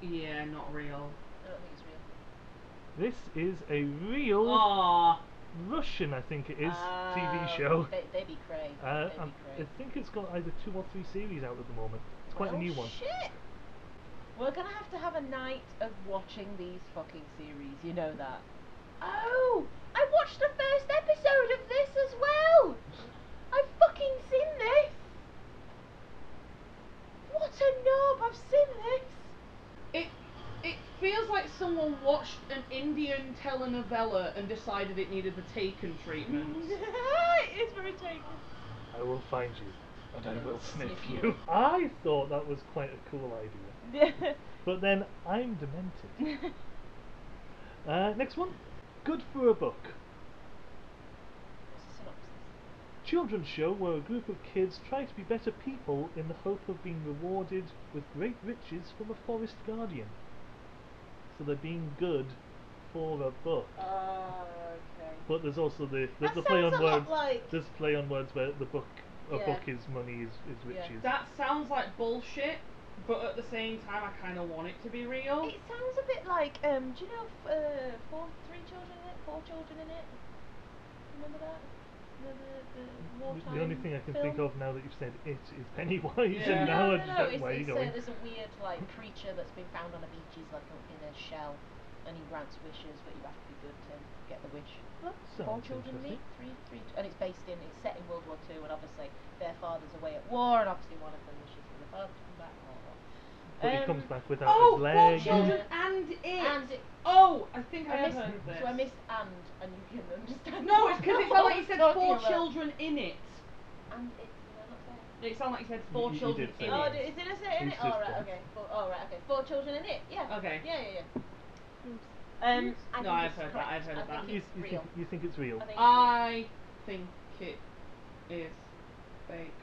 Speaker 4: Yeah, not real.
Speaker 3: I don't think it's real.
Speaker 1: This is a real
Speaker 2: Oh.
Speaker 4: Aww.
Speaker 1: Russian, I think it is,
Speaker 3: Oh,
Speaker 1: TV show.
Speaker 3: They, they be crazy.
Speaker 1: Uh,
Speaker 3: they
Speaker 1: um,
Speaker 3: be
Speaker 1: I
Speaker 3: crazy.
Speaker 1: think it's got either two or three series out at the moment. It's quite
Speaker 3: Well,
Speaker 1: a new one.
Speaker 3: Oh, Shit. We're gonna have to have a night of watching these fucking series. You know that. Oh, I watched the first episode of this as well. I've fucking seen this. What a knob! I've seen this.
Speaker 4: It it feels like someone watched an Indian telenovela and decided it needed the Taken treatment.
Speaker 3: it is very taken.
Speaker 1: I will find you, and I will sniff you. I thought that was quite a cool idea, but then I'm demented.
Speaker 3: What's
Speaker 1: Uh, next one, good for a book.
Speaker 3: the synopsis?
Speaker 1: Children's show where a group of kids try to be better people in the hope of being rewarded with great riches from a forest guardian. So they're being good for a book.
Speaker 3: Oh, Uh, okay.
Speaker 1: But there's also the there's
Speaker 3: That
Speaker 1: the play on
Speaker 3: sounds a lot
Speaker 1: words.
Speaker 3: like-
Speaker 1: There's play on words where the book a
Speaker 3: Yeah.
Speaker 1: book is money is, is
Speaker 3: Yeah.
Speaker 1: riches.
Speaker 4: That sounds like bullshit, but at the same time, I kind of want it to be real.
Speaker 3: It sounds a bit like um. Do you know f- uh, four, three children in it, four children in it? Remember that? The, the, the, wartime
Speaker 1: the only thing I can think
Speaker 3: film?
Speaker 1: of now that you've said it is Pennywise,
Speaker 4: Yeah.
Speaker 1: and now
Speaker 3: No,
Speaker 1: I'm
Speaker 3: no, no,
Speaker 1: just
Speaker 3: no,
Speaker 1: like,
Speaker 3: It's,
Speaker 1: where are you
Speaker 3: it's, uh,
Speaker 1: going?
Speaker 3: there's a weird like creature that's been found on a beach. He's like a, in a shell, and he grants wishes, but you have to be good to get the wish.
Speaker 1: That
Speaker 3: Four
Speaker 1: sounds
Speaker 3: children
Speaker 1: interesting.
Speaker 3: meet, three, three, and it's based in, it's set in World War Two, and obviously their father's away at war, and obviously one of them wishes for the father to come back. Blah, blah, blah.
Speaker 1: But he
Speaker 3: Um,
Speaker 1: comes back without
Speaker 2: Oh, four
Speaker 1: his leg.
Speaker 3: children.
Speaker 2: children and it.
Speaker 3: And it,
Speaker 2: oh, I think I,
Speaker 3: I
Speaker 2: have
Speaker 3: missed,
Speaker 2: heard of this.
Speaker 3: so I missed and, and you can understand.
Speaker 2: No,
Speaker 3: what
Speaker 2: it's because it
Speaker 3: I'm
Speaker 2: sounded like you said
Speaker 3: talking
Speaker 2: four
Speaker 3: about.
Speaker 2: children in it.
Speaker 3: And it's, did I not say it?
Speaker 2: It sounded like you said four
Speaker 1: You- you
Speaker 2: children
Speaker 1: did say
Speaker 2: in
Speaker 1: that.
Speaker 3: Oh,
Speaker 2: it.
Speaker 3: d- is it a set in
Speaker 1: Who's
Speaker 3: it? All
Speaker 1: this
Speaker 3: right,
Speaker 1: one?
Speaker 3: okay. Four, all right, okay. Four children in it. Yeah.
Speaker 2: Okay.
Speaker 3: Yeah, yeah, yeah.
Speaker 2: Um,
Speaker 3: I
Speaker 2: no,
Speaker 3: think
Speaker 2: I've
Speaker 3: it's
Speaker 2: heard
Speaker 3: correct.
Speaker 2: that. I've heard
Speaker 3: I
Speaker 2: of that.
Speaker 3: think
Speaker 1: You,
Speaker 3: it's
Speaker 1: you, think,
Speaker 3: real.
Speaker 1: you think it's real?
Speaker 3: I think
Speaker 2: I think it is fake.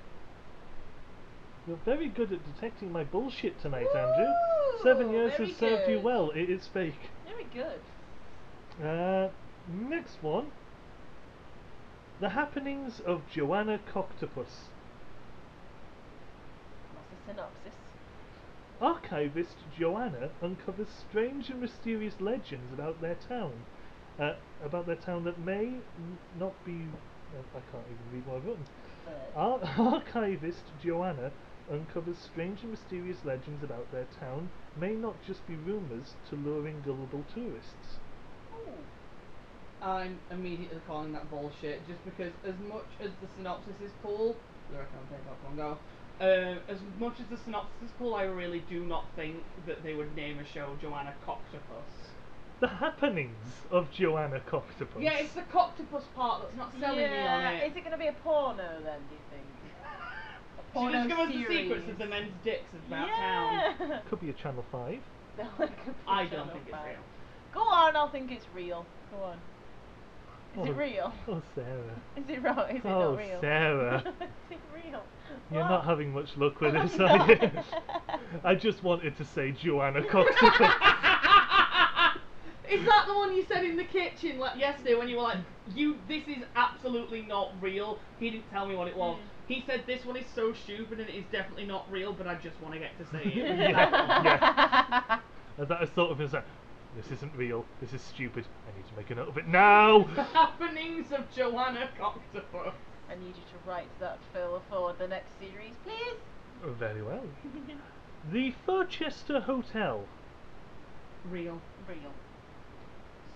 Speaker 1: You're very good at detecting my bullshit tonight, Andrew. Seven
Speaker 3: Ooh,
Speaker 1: years
Speaker 3: very
Speaker 1: has served you
Speaker 3: good.
Speaker 1: well. It is fake.
Speaker 3: Very good.
Speaker 1: Uh, next one. The happenings of Joanna Coctopus.
Speaker 3: What's the synopsis?
Speaker 1: Archivist Joanna uncovers strange and mysterious legends about their town, uh, about their town that may n- not be. uh, I can't even read what I've written.
Speaker 3: Bird.
Speaker 1: Ar- archivist Joanna uncovers strange and mysterious legends about their town may not just be rumours to luring gullible tourists.
Speaker 3: Ooh.
Speaker 2: I'm immediately calling that bullshit just because, as much as the synopsis is cool, I reckon I'll take off one go. Um, as much as the synopsis is cool, I really do not think that they would name a show Joanna Coctopus.
Speaker 1: The happenings of Joanna Coctopus.
Speaker 2: Yeah, it's the Coctopus part that's not selling me on
Speaker 3: yeah.
Speaker 2: it.
Speaker 3: Is it going to be a porno then? Do you think? A
Speaker 2: She
Speaker 3: porno
Speaker 2: discovers
Speaker 3: series.
Speaker 2: the secrets of the men's dicks of that
Speaker 3: yeah.
Speaker 2: town.
Speaker 1: Could be a Channel 5.
Speaker 2: I don't think it's real.
Speaker 3: Go on, I'll think it's real. Go on. Is
Speaker 1: Oh,
Speaker 3: it real?
Speaker 1: Oh, Sarah.
Speaker 3: Is it real? Is it
Speaker 1: Oh,
Speaker 3: not real?
Speaker 1: Sarah.
Speaker 3: is it real?
Speaker 1: You're
Speaker 3: What?
Speaker 1: not having much luck with
Speaker 3: Oh,
Speaker 1: this,
Speaker 3: no.
Speaker 1: are you? I just wanted to say Joanna Coctopus.
Speaker 2: Is that the one you said in the kitchen like yesterday when you were like, "You, this is absolutely not real." He didn't tell me what it was.
Speaker 3: Mm.
Speaker 2: He said this one is so stupid and it is definitely not real, but I just want to get to say it.
Speaker 1: Yeah, yeah. and that I thought of as like, this isn't real, this is stupid, I need to make a note of it now!
Speaker 2: The happenings of Joanna Coctopus.
Speaker 3: I need you to write that, Phil, for the next series, please.
Speaker 1: Oh, Very well. The Furchester Hotel.
Speaker 2: Real
Speaker 3: Real.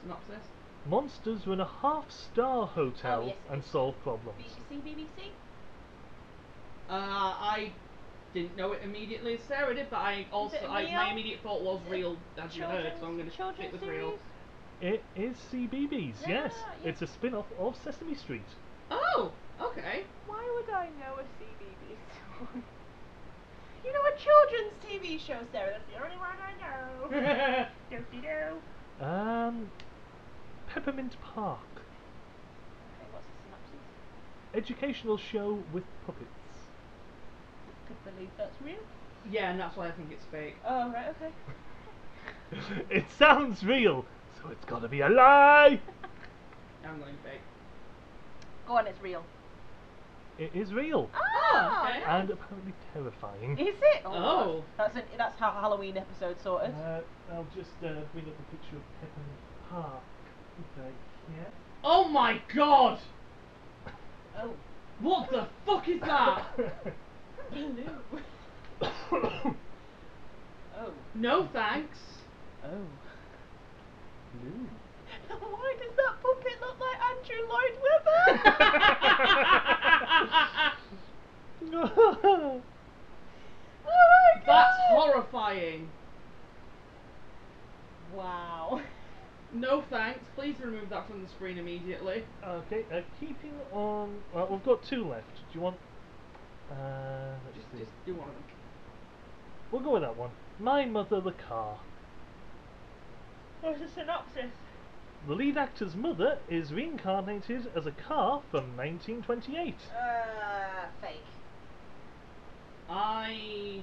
Speaker 2: synopsis.
Speaker 1: Monsters run a half star hotel
Speaker 3: Oh, yes,
Speaker 1: and
Speaker 3: yes.
Speaker 1: solve problems.
Speaker 3: BBC, BBC.
Speaker 2: Uh, I didn't know it immediately. as Sarah did, but I also
Speaker 3: it
Speaker 2: I, my
Speaker 3: real?
Speaker 2: immediate thought was
Speaker 3: Is it
Speaker 2: real, as you heard, so I'm going
Speaker 3: Children's-
Speaker 2: to stick
Speaker 3: children's
Speaker 2: with real.
Speaker 3: series?
Speaker 1: It is CBBS, yes.
Speaker 3: Yeah, yeah.
Speaker 1: It's a spin off of Sesame Street.
Speaker 2: Oh, okay.
Speaker 3: Why would I know a CBB song? You know a children's TV show, Sarah. That's the only one I know. Dopey do. Okay,
Speaker 1: Um, Peppermint Park.
Speaker 3: what's the synopsis?
Speaker 1: Educational show with puppets.
Speaker 3: I could believe that's real.
Speaker 2: yeah, and that's why I think it's fake.
Speaker 3: Oh, right, okay.
Speaker 1: it sounds real, so it's gotta be a lie!
Speaker 2: I'm going fake.
Speaker 3: Go on, it's real. Ah!
Speaker 1: It is real.
Speaker 2: Oh, okay.
Speaker 1: And apparently terrifying.
Speaker 3: Is it?
Speaker 2: Oh.
Speaker 3: That's, an, that's how Halloween episode sorted.
Speaker 1: Uh, I'll just uh, bring up a picture of Peppermint Park. Okay. Yeah.
Speaker 2: Oh my god!
Speaker 3: oh.
Speaker 2: What the fuck is that?
Speaker 3: Blue.
Speaker 1: Blue.
Speaker 3: Oh.
Speaker 2: no thanks.
Speaker 3: Oh. Why does that puppet look like Andrew Lloyd Webber? oh my god!
Speaker 2: That's horrifying.
Speaker 3: Wow.
Speaker 2: No thanks. Please remove that from the screen immediately.
Speaker 1: okay, uh, keeping on. Well, we've got two left. Do you want. Uh, let's
Speaker 2: Just,
Speaker 1: see.
Speaker 2: just do one of them.
Speaker 1: We'll go with that one. My Mother the Car.
Speaker 3: What's the synopsis?
Speaker 1: The lead actor's mother is reincarnated as a car from 1928.
Speaker 3: Uh, fake.
Speaker 2: I.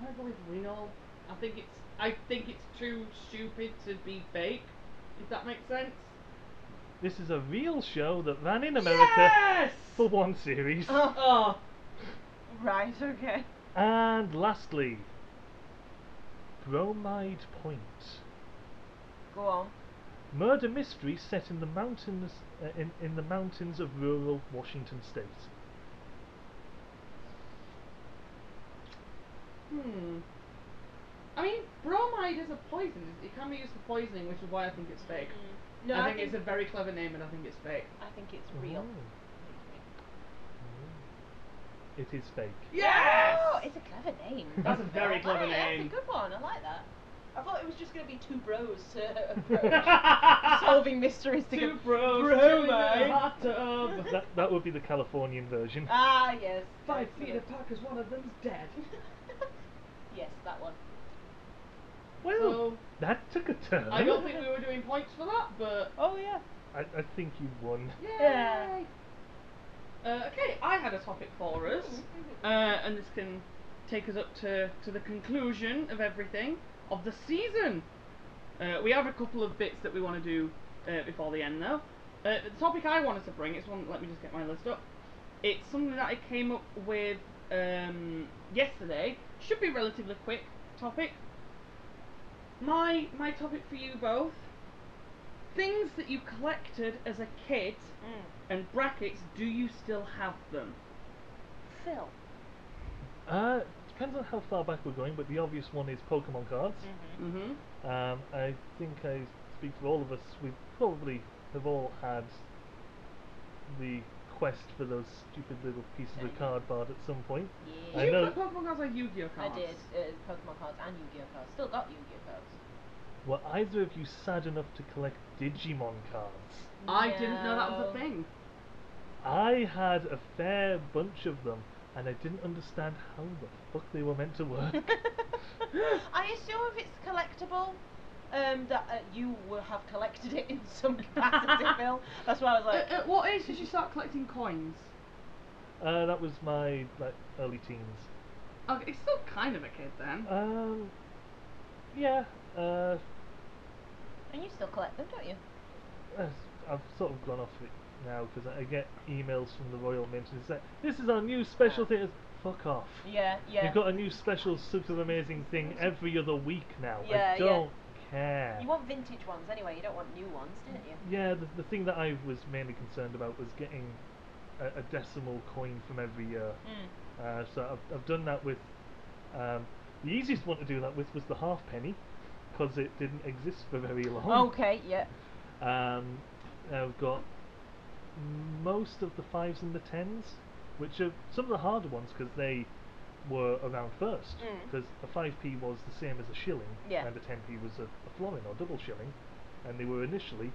Speaker 2: I don't believe real. I think it's. I think it's too stupid to be fake. If that makes sense.
Speaker 1: This is a real show that ran in America
Speaker 2: Yes.
Speaker 1: for one series.
Speaker 2: Oh.
Speaker 3: Right, okay.
Speaker 1: And lastly, Bromide Point.
Speaker 3: Go on.
Speaker 1: Murder mystery set in the mountains uh, in, in the mountains of rural Washington state.
Speaker 2: Hmm. I mean, Bromide is a poison. is- It can be used for poisoning, which is why I think it's fake.
Speaker 3: No,
Speaker 2: I, think, it's a very clever name, and I think it's fake.
Speaker 3: I think it's real.
Speaker 1: Oh. Oh. It is fake.
Speaker 2: Yes!
Speaker 3: Oh, it's a clever name.
Speaker 1: That's a
Speaker 2: very
Speaker 3: I
Speaker 2: clever
Speaker 3: like it,
Speaker 2: name.
Speaker 3: That's a good one. I like that. I thought it was just going to be two bros uh, approach solving mysteries together.
Speaker 2: Two bros, two in
Speaker 3: Bromide.
Speaker 2: a hot tub.
Speaker 1: that, that would be the Californian version.
Speaker 2: Uh,
Speaker 3: Ah, yes.
Speaker 2: Five feet
Speaker 3: Excellent.
Speaker 2: apart, because one of them's dead.
Speaker 3: yes, that one.
Speaker 1: well,
Speaker 2: So,
Speaker 1: that took a turn.
Speaker 2: I don't think we were doing points for that, but
Speaker 3: Oh yeah.
Speaker 1: I, I think you won.
Speaker 2: yay!
Speaker 3: Yeah.
Speaker 2: Uh, okay, I had a topic for us, uh, and this can take us up to, to the conclusion of everything of the season. Uh, we have a couple of bits that we want to do uh, before the end, though. Uh, the topic I wanted to bring is one. Let me just get my list up. It's something that I came up with um, yesterday. Should be relatively quick topic. My my topic for you both. Things that you collected as a kid,
Speaker 3: Mm.
Speaker 2: and brackets. Do you still have them?
Speaker 3: Phil.
Speaker 1: Uh, depends on how far back we're going, but the obvious one is Pokemon cards.
Speaker 2: Mm-hmm.
Speaker 1: Um, I think I speak for all of us. We probably have all had the quest for those stupid little pieces
Speaker 3: Yeah.
Speaker 1: of cardboard at some point.
Speaker 3: Yeah.
Speaker 1: I
Speaker 2: you
Speaker 1: know-
Speaker 2: put Pokemon cards or Yu-Gi-Oh
Speaker 3: I
Speaker 2: cards?
Speaker 3: did uh, Pokemon cards and Yu-Gi-Oh cards. Still got Yu-Gi-Oh cards.
Speaker 1: Were either of you sad enough to collect Digimon cards?
Speaker 2: I didn't know that was a
Speaker 3: No.
Speaker 2: thing.
Speaker 1: I had a fair bunch of them, and I didn't understand how the fuck they were meant to work.
Speaker 3: I assume if it's collectible, um, that uh, you will have collected it in some capacity, Phil. That's why I was like,
Speaker 2: at, at Uh, what age did you start collecting coins?
Speaker 1: uh, that was my like early teens.
Speaker 2: Okay, Uh, it's still kind of a kid then.
Speaker 1: Um, yeah, uh,
Speaker 3: and you still collect them, don't you?
Speaker 1: that's- I've sort of gone off it now because I I get emails from the Royal Mint and it's like, this is our new special thing. It's, fuck off.
Speaker 3: Yeah, yeah.
Speaker 1: You've got a new special super amazing thing every other week now.
Speaker 3: Yeah,
Speaker 1: I
Speaker 3: yeah.
Speaker 1: don't care.
Speaker 3: You want vintage ones anyway. You don't want new ones, don't you?
Speaker 2: Mm.
Speaker 1: Yeah, the, the thing that I was mainly concerned about was getting a, a decimal coin from every year.
Speaker 3: Mm.
Speaker 1: Uh, so I've, I've done that with. Um, the easiest one to do that with was the halfpenny, because it didn't exist for very long.
Speaker 3: Okay, yeah.
Speaker 1: Um, I've got most of the fives and the tens, which are some of the harder ones because they were around first.
Speaker 3: Mm.
Speaker 1: Because a five p was the same as a shilling,
Speaker 3: Yeah.
Speaker 1: and a ten p was a, a florin or double shilling, and they were initially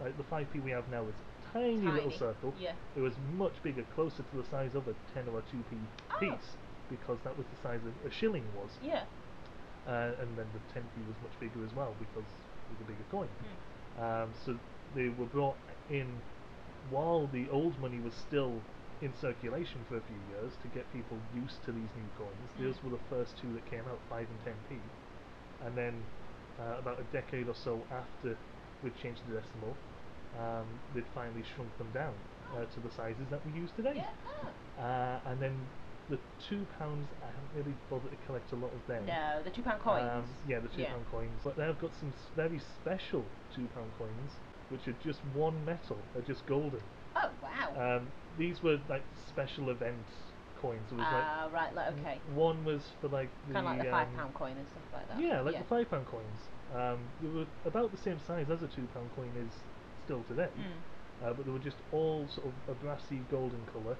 Speaker 1: like the five p we have now is a tiny, little
Speaker 3: Tiny,
Speaker 1: circle.
Speaker 3: yeah.
Speaker 1: It was much bigger, closer to the size of a ten or a two p
Speaker 3: Oh.
Speaker 1: piece, because that was the size of a shilling was.
Speaker 3: Yeah.
Speaker 1: Uh, and then the 10p was much bigger as well because it was a bigger coin.
Speaker 3: Mm.
Speaker 1: Um, so they were brought in while the old money was still in circulation for a few years to get people used to these new coins. Those
Speaker 3: Mm.
Speaker 1: were the first two that came out, 5 and 10p. And then uh, about a decade or so after we'd changed the decimal, um, they'd finally shrunk them down uh, to the sizes that we use today.
Speaker 3: Yeah. ah.
Speaker 1: Uh, and then the £2, I haven't really bothered to collect a lot of them.
Speaker 3: No, the two pound coins.
Speaker 1: Um, yeah, the two pound coins. Like they've got some s- very special two pound coins, which are just one metal. They're just golden.
Speaker 3: Oh wow.
Speaker 1: Um, these were like special event coins. It was
Speaker 3: Ah, right. Like,
Speaker 1: like
Speaker 3: okay.
Speaker 1: one was for like the
Speaker 3: Kind of like the five
Speaker 1: um,
Speaker 3: pound coin and stuff like that.
Speaker 1: Yeah, like the five pound coins. Um, they were about the same size as a two pound coin is still today,
Speaker 3: Mm,
Speaker 1: uh, but they were just all sort of a brassy golden colour.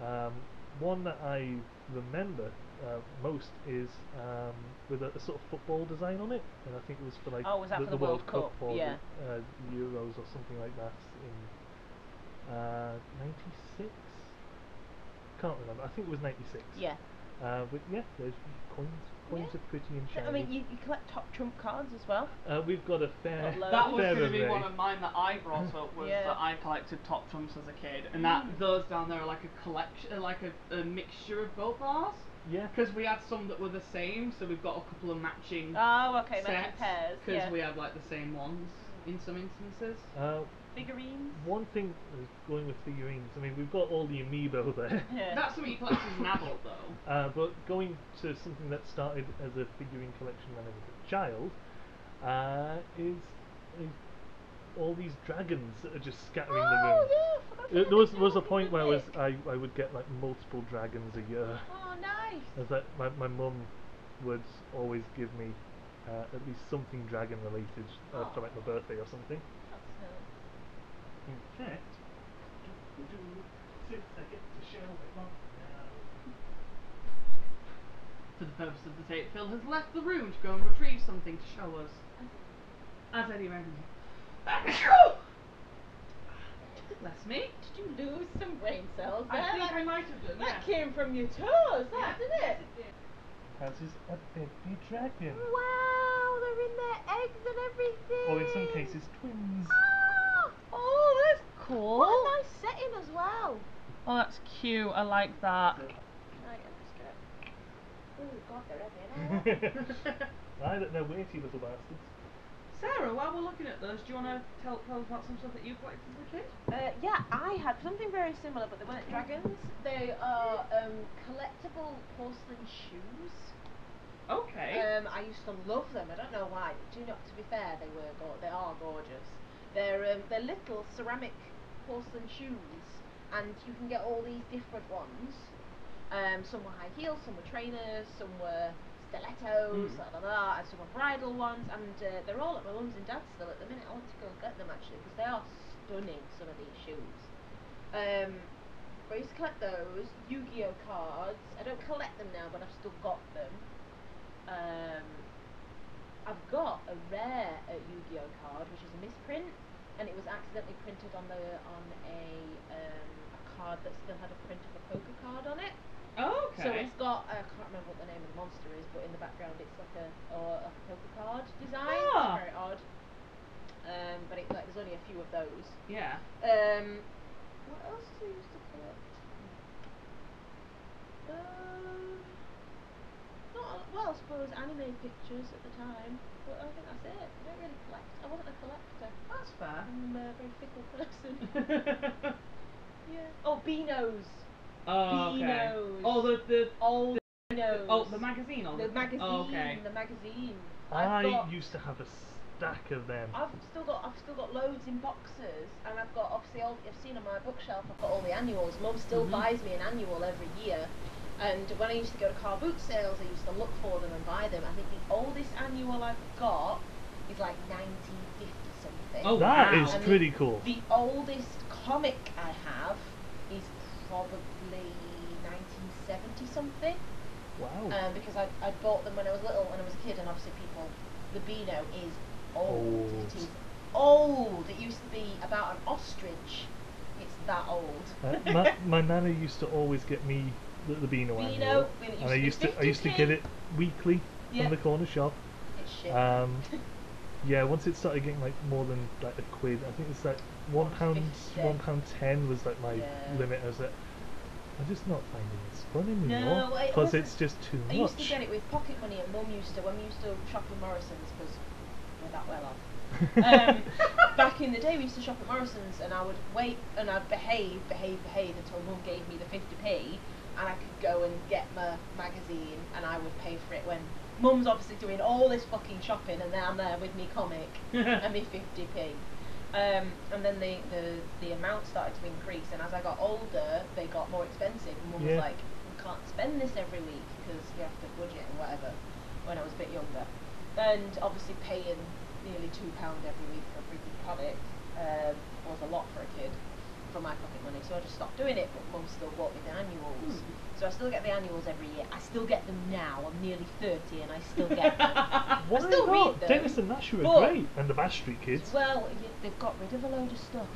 Speaker 3: mm.
Speaker 1: Um, one that I remember uh, most is um, with a, a sort of football design on it, and I think it was for like
Speaker 3: Oh, was that
Speaker 1: the,
Speaker 3: for
Speaker 1: the
Speaker 3: the World
Speaker 1: Cup,
Speaker 3: Cup?
Speaker 1: or
Speaker 3: Yeah.
Speaker 1: the, uh, Euros or something like that in uh, '96. Can't remember. I think it was '96.
Speaker 3: Yeah.
Speaker 1: Uh, but yeah, there's coins. Coins
Speaker 3: Yeah.
Speaker 1: are pretty and shiny.
Speaker 3: I mean, you, you collect top trump cards as well.
Speaker 1: uh, we've got a fair.
Speaker 3: Got loads.
Speaker 2: That was
Speaker 1: fair
Speaker 2: going to be
Speaker 1: array.
Speaker 2: one of mine that I brought up was
Speaker 3: Yeah. Mm.
Speaker 2: that I collected top trumps as a kid, and that those down there are like a collection, uh, like a, a mixture of both ours.
Speaker 1: Yeah.
Speaker 2: Because we had some that were the same, so we've got a couple of matching
Speaker 3: Oh, okay. Matching
Speaker 2: sets
Speaker 3: pairs.
Speaker 2: because
Speaker 3: Yeah.
Speaker 2: we had like the same ones in some instances.
Speaker 1: Uh,
Speaker 3: Figurines.
Speaker 1: one thing uh, going with figurines. I mean, we've got all the amiibo there.
Speaker 3: Yeah.
Speaker 2: That's something you collect as an adult though.
Speaker 1: Uh, but going to something that started as a figurine collection when I was a child uh, is, is all these dragons that are just scattering
Speaker 3: Oh
Speaker 1: the room.
Speaker 3: yeah. I forgot
Speaker 1: Uh,
Speaker 3: about
Speaker 1: There was,
Speaker 3: that.
Speaker 1: there was a
Speaker 3: Yeah,
Speaker 1: point where I, was, uh,
Speaker 3: isn't it?
Speaker 1: I, I would get like multiple dragons a year.
Speaker 3: Oh nice.
Speaker 1: As that my my mum would always give me uh, at least something dragon related uh, for like my birthday or something.
Speaker 3: That's
Speaker 1: In
Speaker 3: nice.
Speaker 1: fact, since I get to show it off now.
Speaker 4: For the purpose of the tape, Phil has left the room to go and retrieve something to show us. As any revenue. Bless me.
Speaker 3: Did you lose some brain cells
Speaker 4: I
Speaker 3: there?
Speaker 4: think
Speaker 3: that,
Speaker 4: I might have done
Speaker 3: that
Speaker 4: yeah.
Speaker 3: came from your toes, that
Speaker 4: Yeah.
Speaker 3: did it?
Speaker 1: As is a baby dragon.
Speaker 3: Wow, they're in their eggs and everything.
Speaker 1: Or in some cases, twins.
Speaker 3: Ah, oh, that's cool. What a nice setting as well.
Speaker 4: Oh, that's cute. I like that.
Speaker 3: Right, I'm just gonna. Oh God, they're heavy. aren't they?
Speaker 1: I don't know, weighty little bastards.
Speaker 4: Sarah, while we're looking at those, do you want to tell, tell us about some stuff that you collected as a kid?
Speaker 5: Uh, yeah, I had something very similar, but they weren't dragons. They are um, collectible porcelain shoes.
Speaker 4: Okay.
Speaker 3: Um, I used to love them. I don't know why. Do you not? To be fair, they were go- they are gorgeous. They're um, they're little ceramic porcelain shoes, and you can get all these different ones. Um, some were high heels, some were trainers, some were
Speaker 4: Mm.
Speaker 3: stilettos, la la la, and some were bridal ones, and uh, they're all at my mum's and dad's still at the minute. I want to go and get them actually because they are stunning. Some of these shoes. Um, I used to collect those Yu-Gi-Oh cards. I don't collect them now, but I've still got them. Um, I've got a rare uh, Yu-Gi-Oh card, which is a misprint, and it was accidentally printed on the on a um, a card that still had a print of a poker card on it.
Speaker 4: okay.
Speaker 3: Uh, So it's got I can't remember what the name of the monster is, but in the background it's like a or like a poker card design.
Speaker 4: Ah.
Speaker 3: It's very odd. Um, but it, like, there's only a few of those.
Speaker 4: yeah.
Speaker 3: Um, what else do I used to collect? Um, not a- well, I suppose anime pictures at the time, but I think that's it. I don't really collect. I wasn't a collector.
Speaker 4: That's
Speaker 3: I'm a very fickle person.
Speaker 4: fair.
Speaker 3: yeah. Oh, Beanos.
Speaker 4: oh, okay.
Speaker 3: Beanos.
Speaker 4: Oh, the, the,
Speaker 3: Oh,
Speaker 4: the,
Speaker 3: Beanos.
Speaker 4: oh, the magazine. All
Speaker 3: The magazine.
Speaker 4: Oh, okay. Ah,
Speaker 3: The magazine. I've
Speaker 1: I
Speaker 3: got-
Speaker 1: used to have a stack of them.
Speaker 3: I've still got I've still got loads in boxes, and I've got obviously all, I've seen on my bookshelf. I've got all the annuals. Mum still
Speaker 4: Mhm.
Speaker 3: buys me an annual every year, and when I used to go to car boot sales, I used to look for them and buy them. I think the oldest annual I've got is like 1950 something.
Speaker 4: Oh,
Speaker 1: That
Speaker 4: wow.
Speaker 1: is
Speaker 3: And
Speaker 1: pretty cool.
Speaker 3: The oldest comic I have is probably 1970 something
Speaker 1: Wow.
Speaker 3: um, because I, I bought them when I was little, when I was a kid, and obviously people, the Beano is old.
Speaker 1: Old.
Speaker 3: It is old. It used to be about an ostrich. It's that old.
Speaker 1: Uh, my, my nana used to always get me the, the Beano
Speaker 3: Beano,
Speaker 1: annual,
Speaker 3: when it
Speaker 1: and I used
Speaker 3: used to be
Speaker 1: to I used to get
Speaker 3: 50p.
Speaker 1: it weekly
Speaker 3: Yeah.
Speaker 1: from the corner shop.
Speaker 3: It's shit.
Speaker 1: Um, yeah, once it started getting like more than like a quid, I think it's like one pound, one pound ten was like my
Speaker 3: Yeah.
Speaker 1: limit. I was like, I'm just not finding this fun anymore
Speaker 3: No, it
Speaker 1: because
Speaker 3: wasn't-
Speaker 1: it's just too
Speaker 3: I
Speaker 1: much.
Speaker 3: used to get it with pocket money, and Mum used to when we used to shop at Morrison's because we're that well off. um, back in the day, we used to shop at Morrison's, and I would wait and I'd behave, behave, behave until Mum gave me the 50p, and I could go and get my magazine, and I would pay for it when Mum's obviously doing all this fucking shopping, and then I'm there with me comic and me 50p. Um, and then the, the, the amount started to increase, and as I got older, they got more expensive. And Mum
Speaker 1: Yeah.
Speaker 3: was like, we can't spend this every week because we have to budget and whatever, when I was a bit younger. And obviously, paying nearly £2 every week for a freaking comic um, was a lot for a kid for my pocket money, so I just stopped doing it, but Mum still bought me the annuals. So I still get the annuals every year. I still get them now. I'm nearly 30 and I still get them.
Speaker 1: Why
Speaker 3: still read
Speaker 1: not?
Speaker 3: them,
Speaker 1: Dennis and Nash were
Speaker 3: but-
Speaker 1: great, and the Bash Street Kids.
Speaker 3: Well, y- they've got rid of a load of stuff.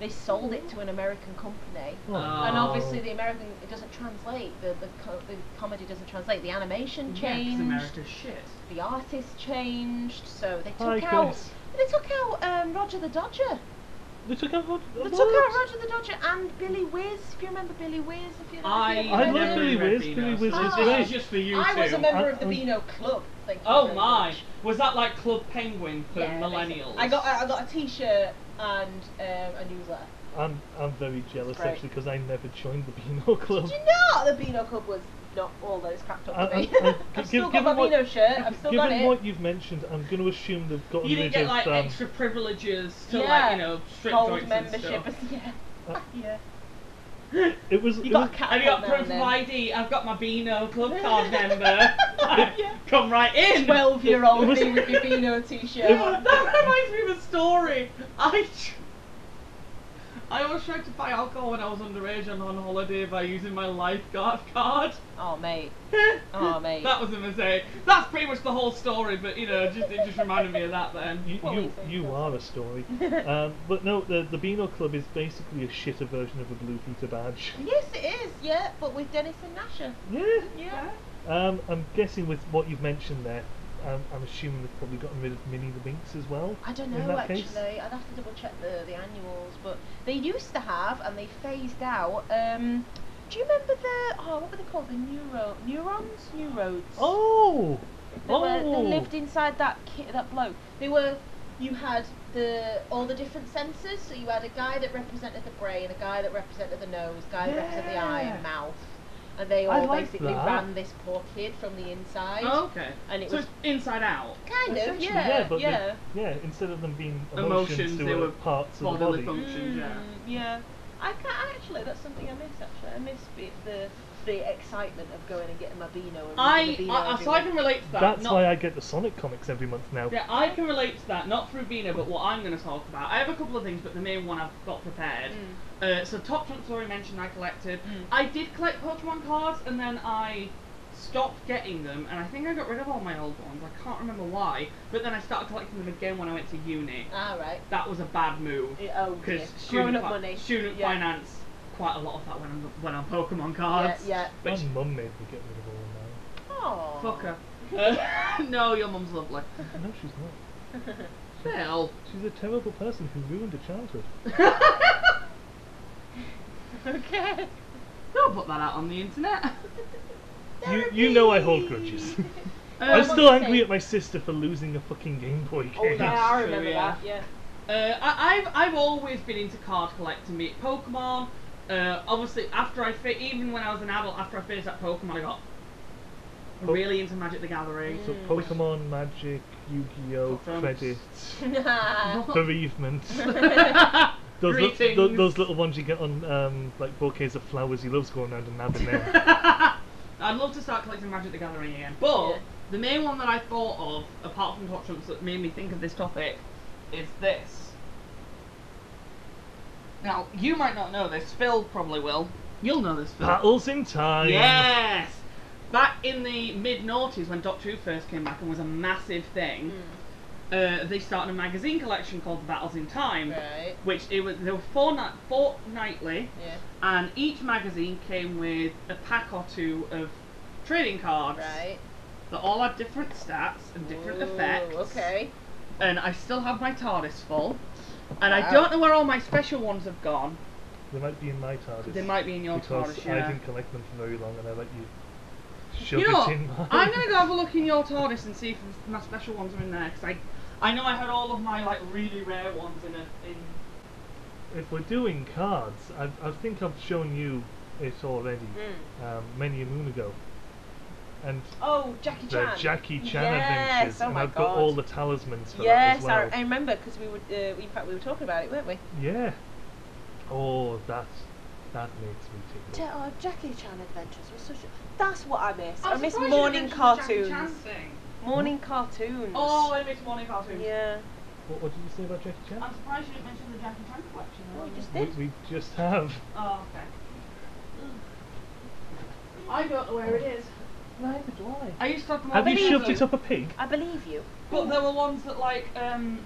Speaker 3: They sold it to an American company,
Speaker 1: Oh.
Speaker 3: and
Speaker 4: Oh.
Speaker 3: obviously the American it doesn't translate. The the, co- the comedy doesn't translate. The animation
Speaker 4: Yeah, 'cause
Speaker 3: changed.
Speaker 4: America's shit.
Speaker 3: the artist changed, so they
Speaker 1: Hi,
Speaker 3: took out
Speaker 1: Chris.
Speaker 3: they took out um, Roger the Dodger.
Speaker 1: They took out Rod-
Speaker 3: They took
Speaker 1: what?
Speaker 3: out Roger the Dodger and Billy Wiz. If you remember Billy Wiz, if you
Speaker 4: I,
Speaker 3: if you
Speaker 1: I
Speaker 3: remember
Speaker 1: love
Speaker 4: never
Speaker 1: Billy
Speaker 4: read
Speaker 1: Wiz.
Speaker 4: Beanos.
Speaker 1: Billy Wiz
Speaker 3: is
Speaker 4: This
Speaker 3: great.
Speaker 4: is just for you
Speaker 3: I
Speaker 4: two.
Speaker 3: was a member
Speaker 1: I-
Speaker 3: of the
Speaker 1: I-
Speaker 3: Beano Club. Thank you
Speaker 4: Oh
Speaker 3: very
Speaker 4: my!
Speaker 3: much.
Speaker 4: Was that like Club Penguin for
Speaker 3: Yeah, basically.
Speaker 4: millennials?
Speaker 3: I got uh, I got a T-shirt and um, a newsletter.
Speaker 1: I'm I'm very jealous
Speaker 3: Great.
Speaker 1: actually because I never joined the Beano Club.
Speaker 3: Did you know the Beano Club was not all that it's cracked
Speaker 1: I-
Speaker 3: up to be?
Speaker 1: I- I- gi-
Speaker 3: I've still
Speaker 1: given
Speaker 3: got my
Speaker 1: what-
Speaker 3: Beano shirt, I've still
Speaker 1: Given
Speaker 3: got it.
Speaker 1: what you've mentioned, I'm going to assume they've gotten
Speaker 4: You didn't
Speaker 1: rid
Speaker 4: get
Speaker 1: of
Speaker 4: like
Speaker 1: um,
Speaker 4: extra privileges to
Speaker 3: Yeah,
Speaker 4: like you know strip
Speaker 3: Gold
Speaker 4: joints
Speaker 3: membership,
Speaker 4: and stuff.
Speaker 3: yeah.
Speaker 1: Uh,
Speaker 3: yeah.
Speaker 1: It was.
Speaker 3: You
Speaker 1: it
Speaker 3: got
Speaker 1: was-
Speaker 3: a cat
Speaker 2: Have you got
Speaker 3: out now
Speaker 2: proof
Speaker 3: and
Speaker 2: of
Speaker 3: then.
Speaker 2: ID? I've got my Beano Club card member.
Speaker 3: Yeah.
Speaker 2: Come right in.
Speaker 3: Twelve-year-old
Speaker 1: was-
Speaker 3: thing with your Beano t-shirt.
Speaker 2: that reminds me of a story. I tr- I always tried to buy alcohol when I was underage and on holiday by using my lifeguard card.
Speaker 3: oh mate. Oh mate.
Speaker 2: That was a mistake. That's pretty much the whole story, but you know, just it just reminded me of that then.
Speaker 1: You,
Speaker 3: Well,
Speaker 1: you,
Speaker 3: we think
Speaker 1: you
Speaker 3: so.
Speaker 1: are a story. um, but no, the, the Beano Club is basically a shitter version of a Blue Peter badge.
Speaker 3: Yes, it is. Yeah, but with Dennis and Nasher.
Speaker 1: Yeah.
Speaker 3: Yeah.
Speaker 1: Um, I'm guessing with what you've mentioned there, um, I'm assuming they've probably gotten rid of Minnie the Minx as well.
Speaker 3: I don't
Speaker 1: in
Speaker 3: know
Speaker 1: that
Speaker 3: actually.
Speaker 1: case.
Speaker 3: I'd have to double check the the annuals, but they used to have and they phased out. Um, do you remember the oh what were they called the neuro neurons neurodes?
Speaker 1: Oh!
Speaker 3: They,
Speaker 1: oh!
Speaker 3: were, they lived inside that ki- that bloke. They were. You had the all the different senses. So you had a guy that represented the brain, a guy that represented the nose, guy that represented the eye and
Speaker 2: Yeah.
Speaker 3: mouth, and they
Speaker 1: I
Speaker 3: all
Speaker 1: liked
Speaker 3: basically
Speaker 1: that.
Speaker 3: ran this poor kid from the inside.
Speaker 6: Oh, okay.
Speaker 3: And it
Speaker 6: so
Speaker 3: was-
Speaker 6: it's inside out.
Speaker 3: Kind of,
Speaker 1: Essentially,
Speaker 3: yeah,
Speaker 1: yeah, but they-
Speaker 3: yeah.
Speaker 1: Yeah, instead of them being emotions,
Speaker 6: Emotions,
Speaker 1: they,
Speaker 6: they
Speaker 1: were
Speaker 6: were
Speaker 1: parts of the
Speaker 6: bodily
Speaker 1: body.
Speaker 6: fun-
Speaker 2: Mm,
Speaker 6: functions, yeah.
Speaker 3: Mm, yeah. I can't actually. That's something I miss. Actually, I miss be- the the excitement of going and getting my beano. And reading
Speaker 2: I,
Speaker 3: the beano
Speaker 2: I, I so I can relate to that.
Speaker 1: That's
Speaker 2: not,
Speaker 1: why I get the Sonic comics every month now.
Speaker 2: Yeah, I can relate to that, not through Beano, but what I'm going to talk about. I have a couple of things, but the main one I've got prepared. Uh, so Top Trumps already mentioned I collected.
Speaker 3: Mm.
Speaker 2: I did collect Pokemon cards, and then I stopped getting them, and I think I got rid of all my old ones. I can't remember why, but then I started collecting them again when I went to uni.
Speaker 3: All right.
Speaker 2: That was a bad move
Speaker 3: It, oh,
Speaker 2: because
Speaker 3: dear.
Speaker 2: student,
Speaker 3: grown up
Speaker 2: fi-
Speaker 3: money.
Speaker 2: student
Speaker 3: yeah.
Speaker 2: finance quite a lot of that when I'm when I'm Pokemon
Speaker 3: Yeah,
Speaker 2: cards.
Speaker 3: yeah.
Speaker 1: My
Speaker 2: But
Speaker 1: mum made me get rid of all of
Speaker 3: Oh.
Speaker 2: fuck her. Uh, no, your mum's lovely.
Speaker 1: mine. No, she's not.
Speaker 2: Well,
Speaker 1: She's a terrible person who ruined a childhood.
Speaker 3: okay.
Speaker 2: don't put that out on the internet.
Speaker 1: You, you know I hold grudges. I'm
Speaker 2: Um,
Speaker 1: still
Speaker 3: what you
Speaker 1: angry
Speaker 3: say.
Speaker 1: at my sister for losing a fucking Game Boy game.
Speaker 3: Oh yeah,
Speaker 2: That's
Speaker 3: I
Speaker 2: true,
Speaker 3: remember
Speaker 2: yeah.
Speaker 3: that.
Speaker 2: Uh,
Speaker 3: Yeah.
Speaker 2: I, I've I've always been into card collecting, be it Pokemon. Uh, obviously, after I fi- even when I was an adult, after I finished that Pokemon, I got
Speaker 1: Po-
Speaker 2: really into Magic the Gathering.
Speaker 1: So Pokemon, Magic, Yu-Gi-Oh,
Speaker 2: Pokemon.
Speaker 1: credits,
Speaker 3: Nah.
Speaker 1: bereavement. Those, li-
Speaker 2: Oh. Greetings.
Speaker 1: tho- those little ones you get on um, like bouquets of flowers. He loves going around and nabbing them.
Speaker 2: I'd love to start collecting Magic the Gathering again, but
Speaker 3: Yeah.
Speaker 2: the main one that I thought of, apart from Top Trumps, that made me think of this topic, is this. Now, you might not know this. Phil probably will. You'll know this, Phil.
Speaker 1: Battles in time.
Speaker 2: Yes! Back in the mid noughties when Doctor Who first came back and was a massive thing, uh, they started a magazine collection called The Battles in Time,
Speaker 3: Right.
Speaker 2: which it was they were fortnight, fortnightly,
Speaker 3: Yeah.
Speaker 2: and each magazine came with a pack or two of trading cards
Speaker 3: Right.
Speaker 2: that all had different stats and different
Speaker 3: Ooh,
Speaker 2: effects.
Speaker 3: Okay.
Speaker 2: And I still have my TARDIS full, and I
Speaker 3: Wow.
Speaker 2: don't know where all my special ones have gone.
Speaker 1: They might be in my TARDIS.
Speaker 2: They might be in your
Speaker 1: because
Speaker 2: TARDIS.
Speaker 1: I
Speaker 2: yeah.
Speaker 1: didn't collect them for very long, and I let you shove
Speaker 2: You know,
Speaker 1: it in mine.
Speaker 2: I'm gonna go have a look in your TARDIS and see if my special ones are in there. Cause I, I know I had all of my like really rare ones in a in.
Speaker 1: If we're doing cards, I, I think I've shown you it already
Speaker 2: Mm.
Speaker 1: um, many a moon ago, and
Speaker 3: Oh, Jackie
Speaker 1: the
Speaker 3: Chan.
Speaker 1: Jackie Chan
Speaker 3: yes,
Speaker 1: adventures,
Speaker 3: Oh
Speaker 1: and
Speaker 3: my
Speaker 1: I've
Speaker 3: God.
Speaker 1: got all the talismans for that
Speaker 3: Yes,
Speaker 1: as well.
Speaker 3: I, I remember because we would. Uh, in fact, we were talking about it, weren't we?
Speaker 1: Yeah. Oh, that that makes me tingle.
Speaker 3: oh, Jackie Chan Adventures was such. A, that's what I miss.
Speaker 2: I'm
Speaker 3: I miss
Speaker 2: surprised you
Speaker 3: morning
Speaker 2: didn't mention the Jackie
Speaker 3: cartoons.
Speaker 2: Chan thing.
Speaker 3: Morning cartoons.
Speaker 2: Oh, I miss morning cartoons.
Speaker 3: yeah.
Speaker 1: What, what did you say about Jackie Chan?
Speaker 2: I'm surprised you didn't mention the Jackie Chan collection.
Speaker 3: Oh, you
Speaker 2: earlier.
Speaker 3: just
Speaker 1: We,
Speaker 3: did.
Speaker 1: we just have.
Speaker 2: Oh, okay. I don't know where it is.
Speaker 1: Neither do
Speaker 2: I used to have them all
Speaker 1: Have you
Speaker 2: together,
Speaker 1: shoved it up a pig?
Speaker 3: I believe you.
Speaker 2: But there were ones that like um.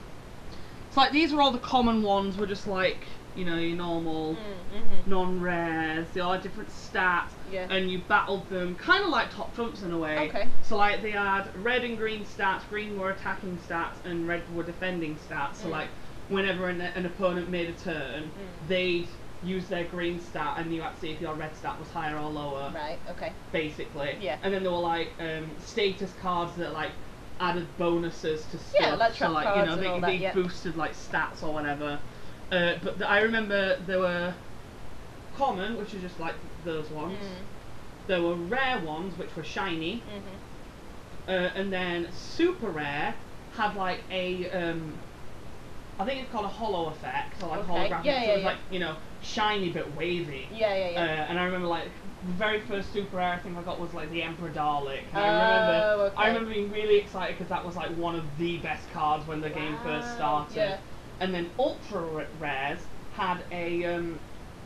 Speaker 2: It's like these were all the common ones. Were just like you know your normal.
Speaker 3: Mm-hmm.
Speaker 2: non-rares. They all had different stats,
Speaker 3: Yeah.
Speaker 2: and you battled them kind of like top trumps in a way.
Speaker 3: Okay.
Speaker 2: So like they had red and green stats. Green were attacking stats, and red were defending stats. So
Speaker 3: Mm.
Speaker 2: like whenever an, an opponent made a turn,
Speaker 3: Mm.
Speaker 2: they'd use their green stat, and you had to see if your red stat was higher or lower,
Speaker 3: Right. Okay.
Speaker 2: basically.
Speaker 3: Yeah.
Speaker 2: And then there were like um, status cards that like added bonuses to stuff.
Speaker 3: Yeah, like
Speaker 2: so
Speaker 3: trap
Speaker 2: like you
Speaker 3: cards
Speaker 2: know
Speaker 3: and
Speaker 2: they,
Speaker 3: all that,
Speaker 2: they
Speaker 3: yeah.
Speaker 2: boosted like stats or whatever. Uh, but th- I remember there were common, which are just like those ones.
Speaker 3: Mm.
Speaker 5: Mm,
Speaker 2: There were rare ones, which were shiny,
Speaker 3: Mm-hmm.
Speaker 2: uh, and then super rare had like a um, I think it's called a hollow effect or like
Speaker 5: Okay.
Speaker 2: holographic.
Speaker 5: Yeah,
Speaker 2: so
Speaker 5: yeah,
Speaker 2: it's
Speaker 5: yeah.
Speaker 2: like you know shiny but wavy.
Speaker 5: Yeah, yeah,
Speaker 2: Uh,
Speaker 5: yeah.
Speaker 2: and I remember like the very first super rare thing I got was like the Emperor Dalek. And I
Speaker 5: Oh,
Speaker 2: remember I
Speaker 5: okay.
Speaker 2: remember being really excited because that was like one of the best cards when the game first
Speaker 5: Wow,
Speaker 2: started.
Speaker 5: yeah.
Speaker 2: And then ultra r- rares had a um,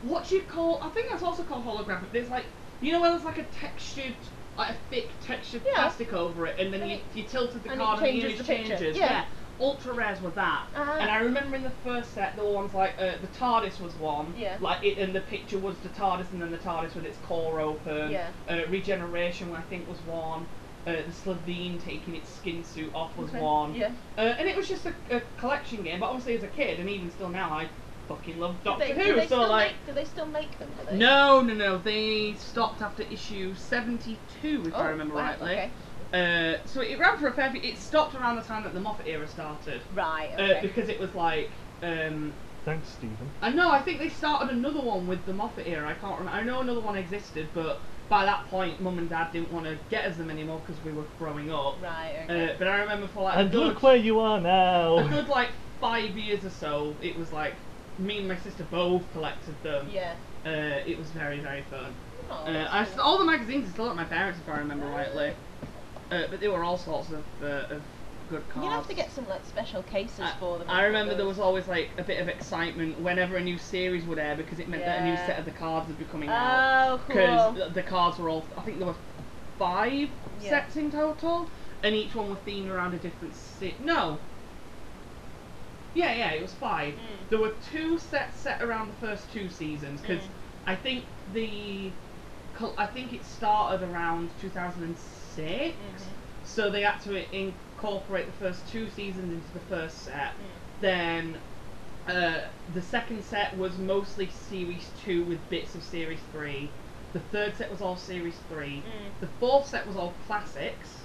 Speaker 2: what do you call? I think that's also called holographic. There's like you know where there's like a textured. Like a thick textured
Speaker 5: Yeah.
Speaker 2: plastic over it, and then
Speaker 5: And
Speaker 2: you,
Speaker 5: it-
Speaker 2: you tilted the
Speaker 5: and it
Speaker 2: card and the
Speaker 5: changes
Speaker 2: image
Speaker 5: the picture.
Speaker 2: changes.
Speaker 5: Yeah.
Speaker 2: ultra rares were that.
Speaker 5: Uh-huh.
Speaker 2: And I remember in the first set, there were ones like uh, the TARDIS was one.
Speaker 5: Yeah.
Speaker 2: Like it, and the picture was the TARDIS, and then the TARDIS with its core open.
Speaker 5: Yeah.
Speaker 2: Uh, Regeneration, I think, was one. Uh, the Slovene taking its skin suit off was
Speaker 5: Okay.
Speaker 2: one.
Speaker 5: Yeah.
Speaker 2: Uh, and it was just a, a collection game. But obviously, as a kid, and even still now, I fucking love Doctor
Speaker 5: They- do
Speaker 2: Who.
Speaker 5: they
Speaker 2: so
Speaker 5: still
Speaker 2: like.
Speaker 5: make, do they still make them? Do they?
Speaker 2: No, no, no. They stopped after issue 72, if
Speaker 5: Oh,
Speaker 2: I remember
Speaker 5: wow,
Speaker 2: rightly.
Speaker 5: Okay.
Speaker 2: Uh, so it ran for a fair few. It stopped around the time that the Moffat era started.
Speaker 5: Right.
Speaker 2: Uh,
Speaker 5: Okay.
Speaker 2: because it was like um,
Speaker 1: Thanks, Stephen.
Speaker 2: I know I think they started another one with the Moffat era. I can't remember. I know another one existed, but by that point, Mum and Dad didn't want to get us them anymore because we were growing up.
Speaker 5: right.
Speaker 2: Uh,
Speaker 5: Okay.
Speaker 2: but I remember for like a
Speaker 1: And
Speaker 2: good,
Speaker 1: look where you are
Speaker 2: a
Speaker 1: now.
Speaker 2: good like five years or so, it was like me and my sister both collected them.
Speaker 5: yeah.
Speaker 2: Uh, it was very very fun.
Speaker 5: Oh,
Speaker 2: Uh,
Speaker 5: that's
Speaker 2: I,
Speaker 5: cool.
Speaker 2: all the magazines are still at my parents, if I remember rightly. Uh, but they were all sorts of, uh, of good cards.
Speaker 5: You'd have to get some like special cases
Speaker 2: I-
Speaker 5: for them.
Speaker 2: I remember there
Speaker 5: those.
Speaker 2: was always like a bit of excitement whenever a new series would air because it meant that a new
Speaker 5: Yeah.
Speaker 2: set of the cards would be coming out.
Speaker 5: Oh,
Speaker 2: Because
Speaker 5: cool.
Speaker 2: the cards were all, I think there were five
Speaker 5: Yeah.
Speaker 2: sets in total, and each one was themed around a different city. No. Yeah, yeah, it was five.
Speaker 5: Mm.
Speaker 2: There were two sets set around the first two seasons because
Speaker 5: Mm.
Speaker 2: I think the, col- I think it started around 2006.
Speaker 5: Mm-hmm.
Speaker 2: So they had to incorporate the first two seasons into the first set. Then uh, the second set was mostly series two with bits of series three. The third set was all series three.
Speaker 5: Mm.
Speaker 2: The fourth set was all classics.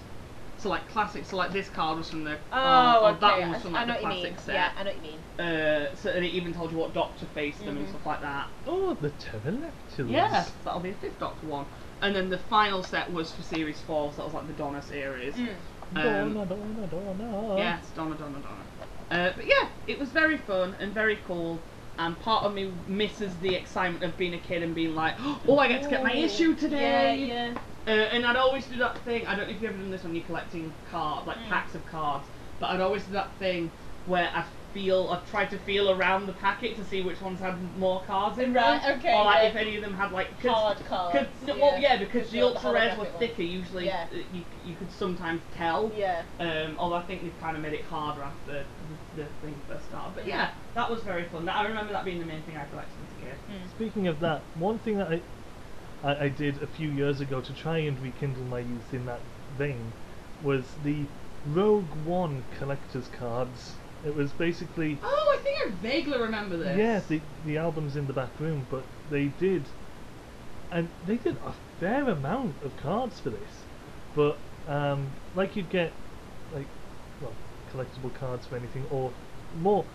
Speaker 2: So like classics, so like this card was from the
Speaker 5: Oh,
Speaker 2: uh, or
Speaker 5: okay.
Speaker 2: that one was from
Speaker 5: I,
Speaker 2: like
Speaker 5: I know
Speaker 2: the
Speaker 5: what you
Speaker 2: classic
Speaker 5: mean.
Speaker 2: set.
Speaker 5: Yeah, I know what you mean.
Speaker 2: Uh, so and it even told you what doctor faced them and
Speaker 5: Mhm.
Speaker 2: stuff like that.
Speaker 1: oh, the pterodactyls.
Speaker 2: Yes, that'll be the fifth doctor one. And then the final set was for series four, so that was like the Donna series.
Speaker 5: Mm.
Speaker 2: Um,
Speaker 1: Donna, Donna, Donna.
Speaker 2: Yes, Donna, Donna, Donna. Uh, but yeah, it was very fun and very cool. And part of me misses the excitement of being a kid and being like, oh, I get to get my issue today.
Speaker 5: Yeah, yeah.
Speaker 2: Uh, and I'd always do that thing. I don't know if you've ever done this when you're collecting cards, like
Speaker 5: Mm.
Speaker 2: packs of cards. But I'd always do that thing where I feel, I tried to feel around the packet to see which ones had more cards in
Speaker 5: Right,
Speaker 2: them,
Speaker 5: okay,
Speaker 2: Or like
Speaker 5: yeah.
Speaker 2: if any of them had like 'cause-
Speaker 5: Hard
Speaker 2: Cause,
Speaker 5: cards.
Speaker 2: no, well, yeah, because the
Speaker 5: you're the
Speaker 2: ultra rares were
Speaker 5: holographic one.
Speaker 2: thicker. Usually,
Speaker 5: Yeah.
Speaker 2: uh, you, you could sometimes tell.
Speaker 5: Yeah.
Speaker 2: Um, although I think they've kind of made it harder after the, the thing first started. But
Speaker 5: Yeah.
Speaker 2: yeah, that was very fun. That, I remember that being the main thing I collected as a kid.
Speaker 1: Speaking of that, one thing that I, I I did a few years ago to try and rekindle my youth in that vein was the Rogue One collector's cards. It was basically
Speaker 2: Oh, I think I vaguely remember this.
Speaker 1: yeah, the the album's in the back room, but they did, and they did a fair amount of cards for this, but um, like you'd get like well collectible cards for anything or more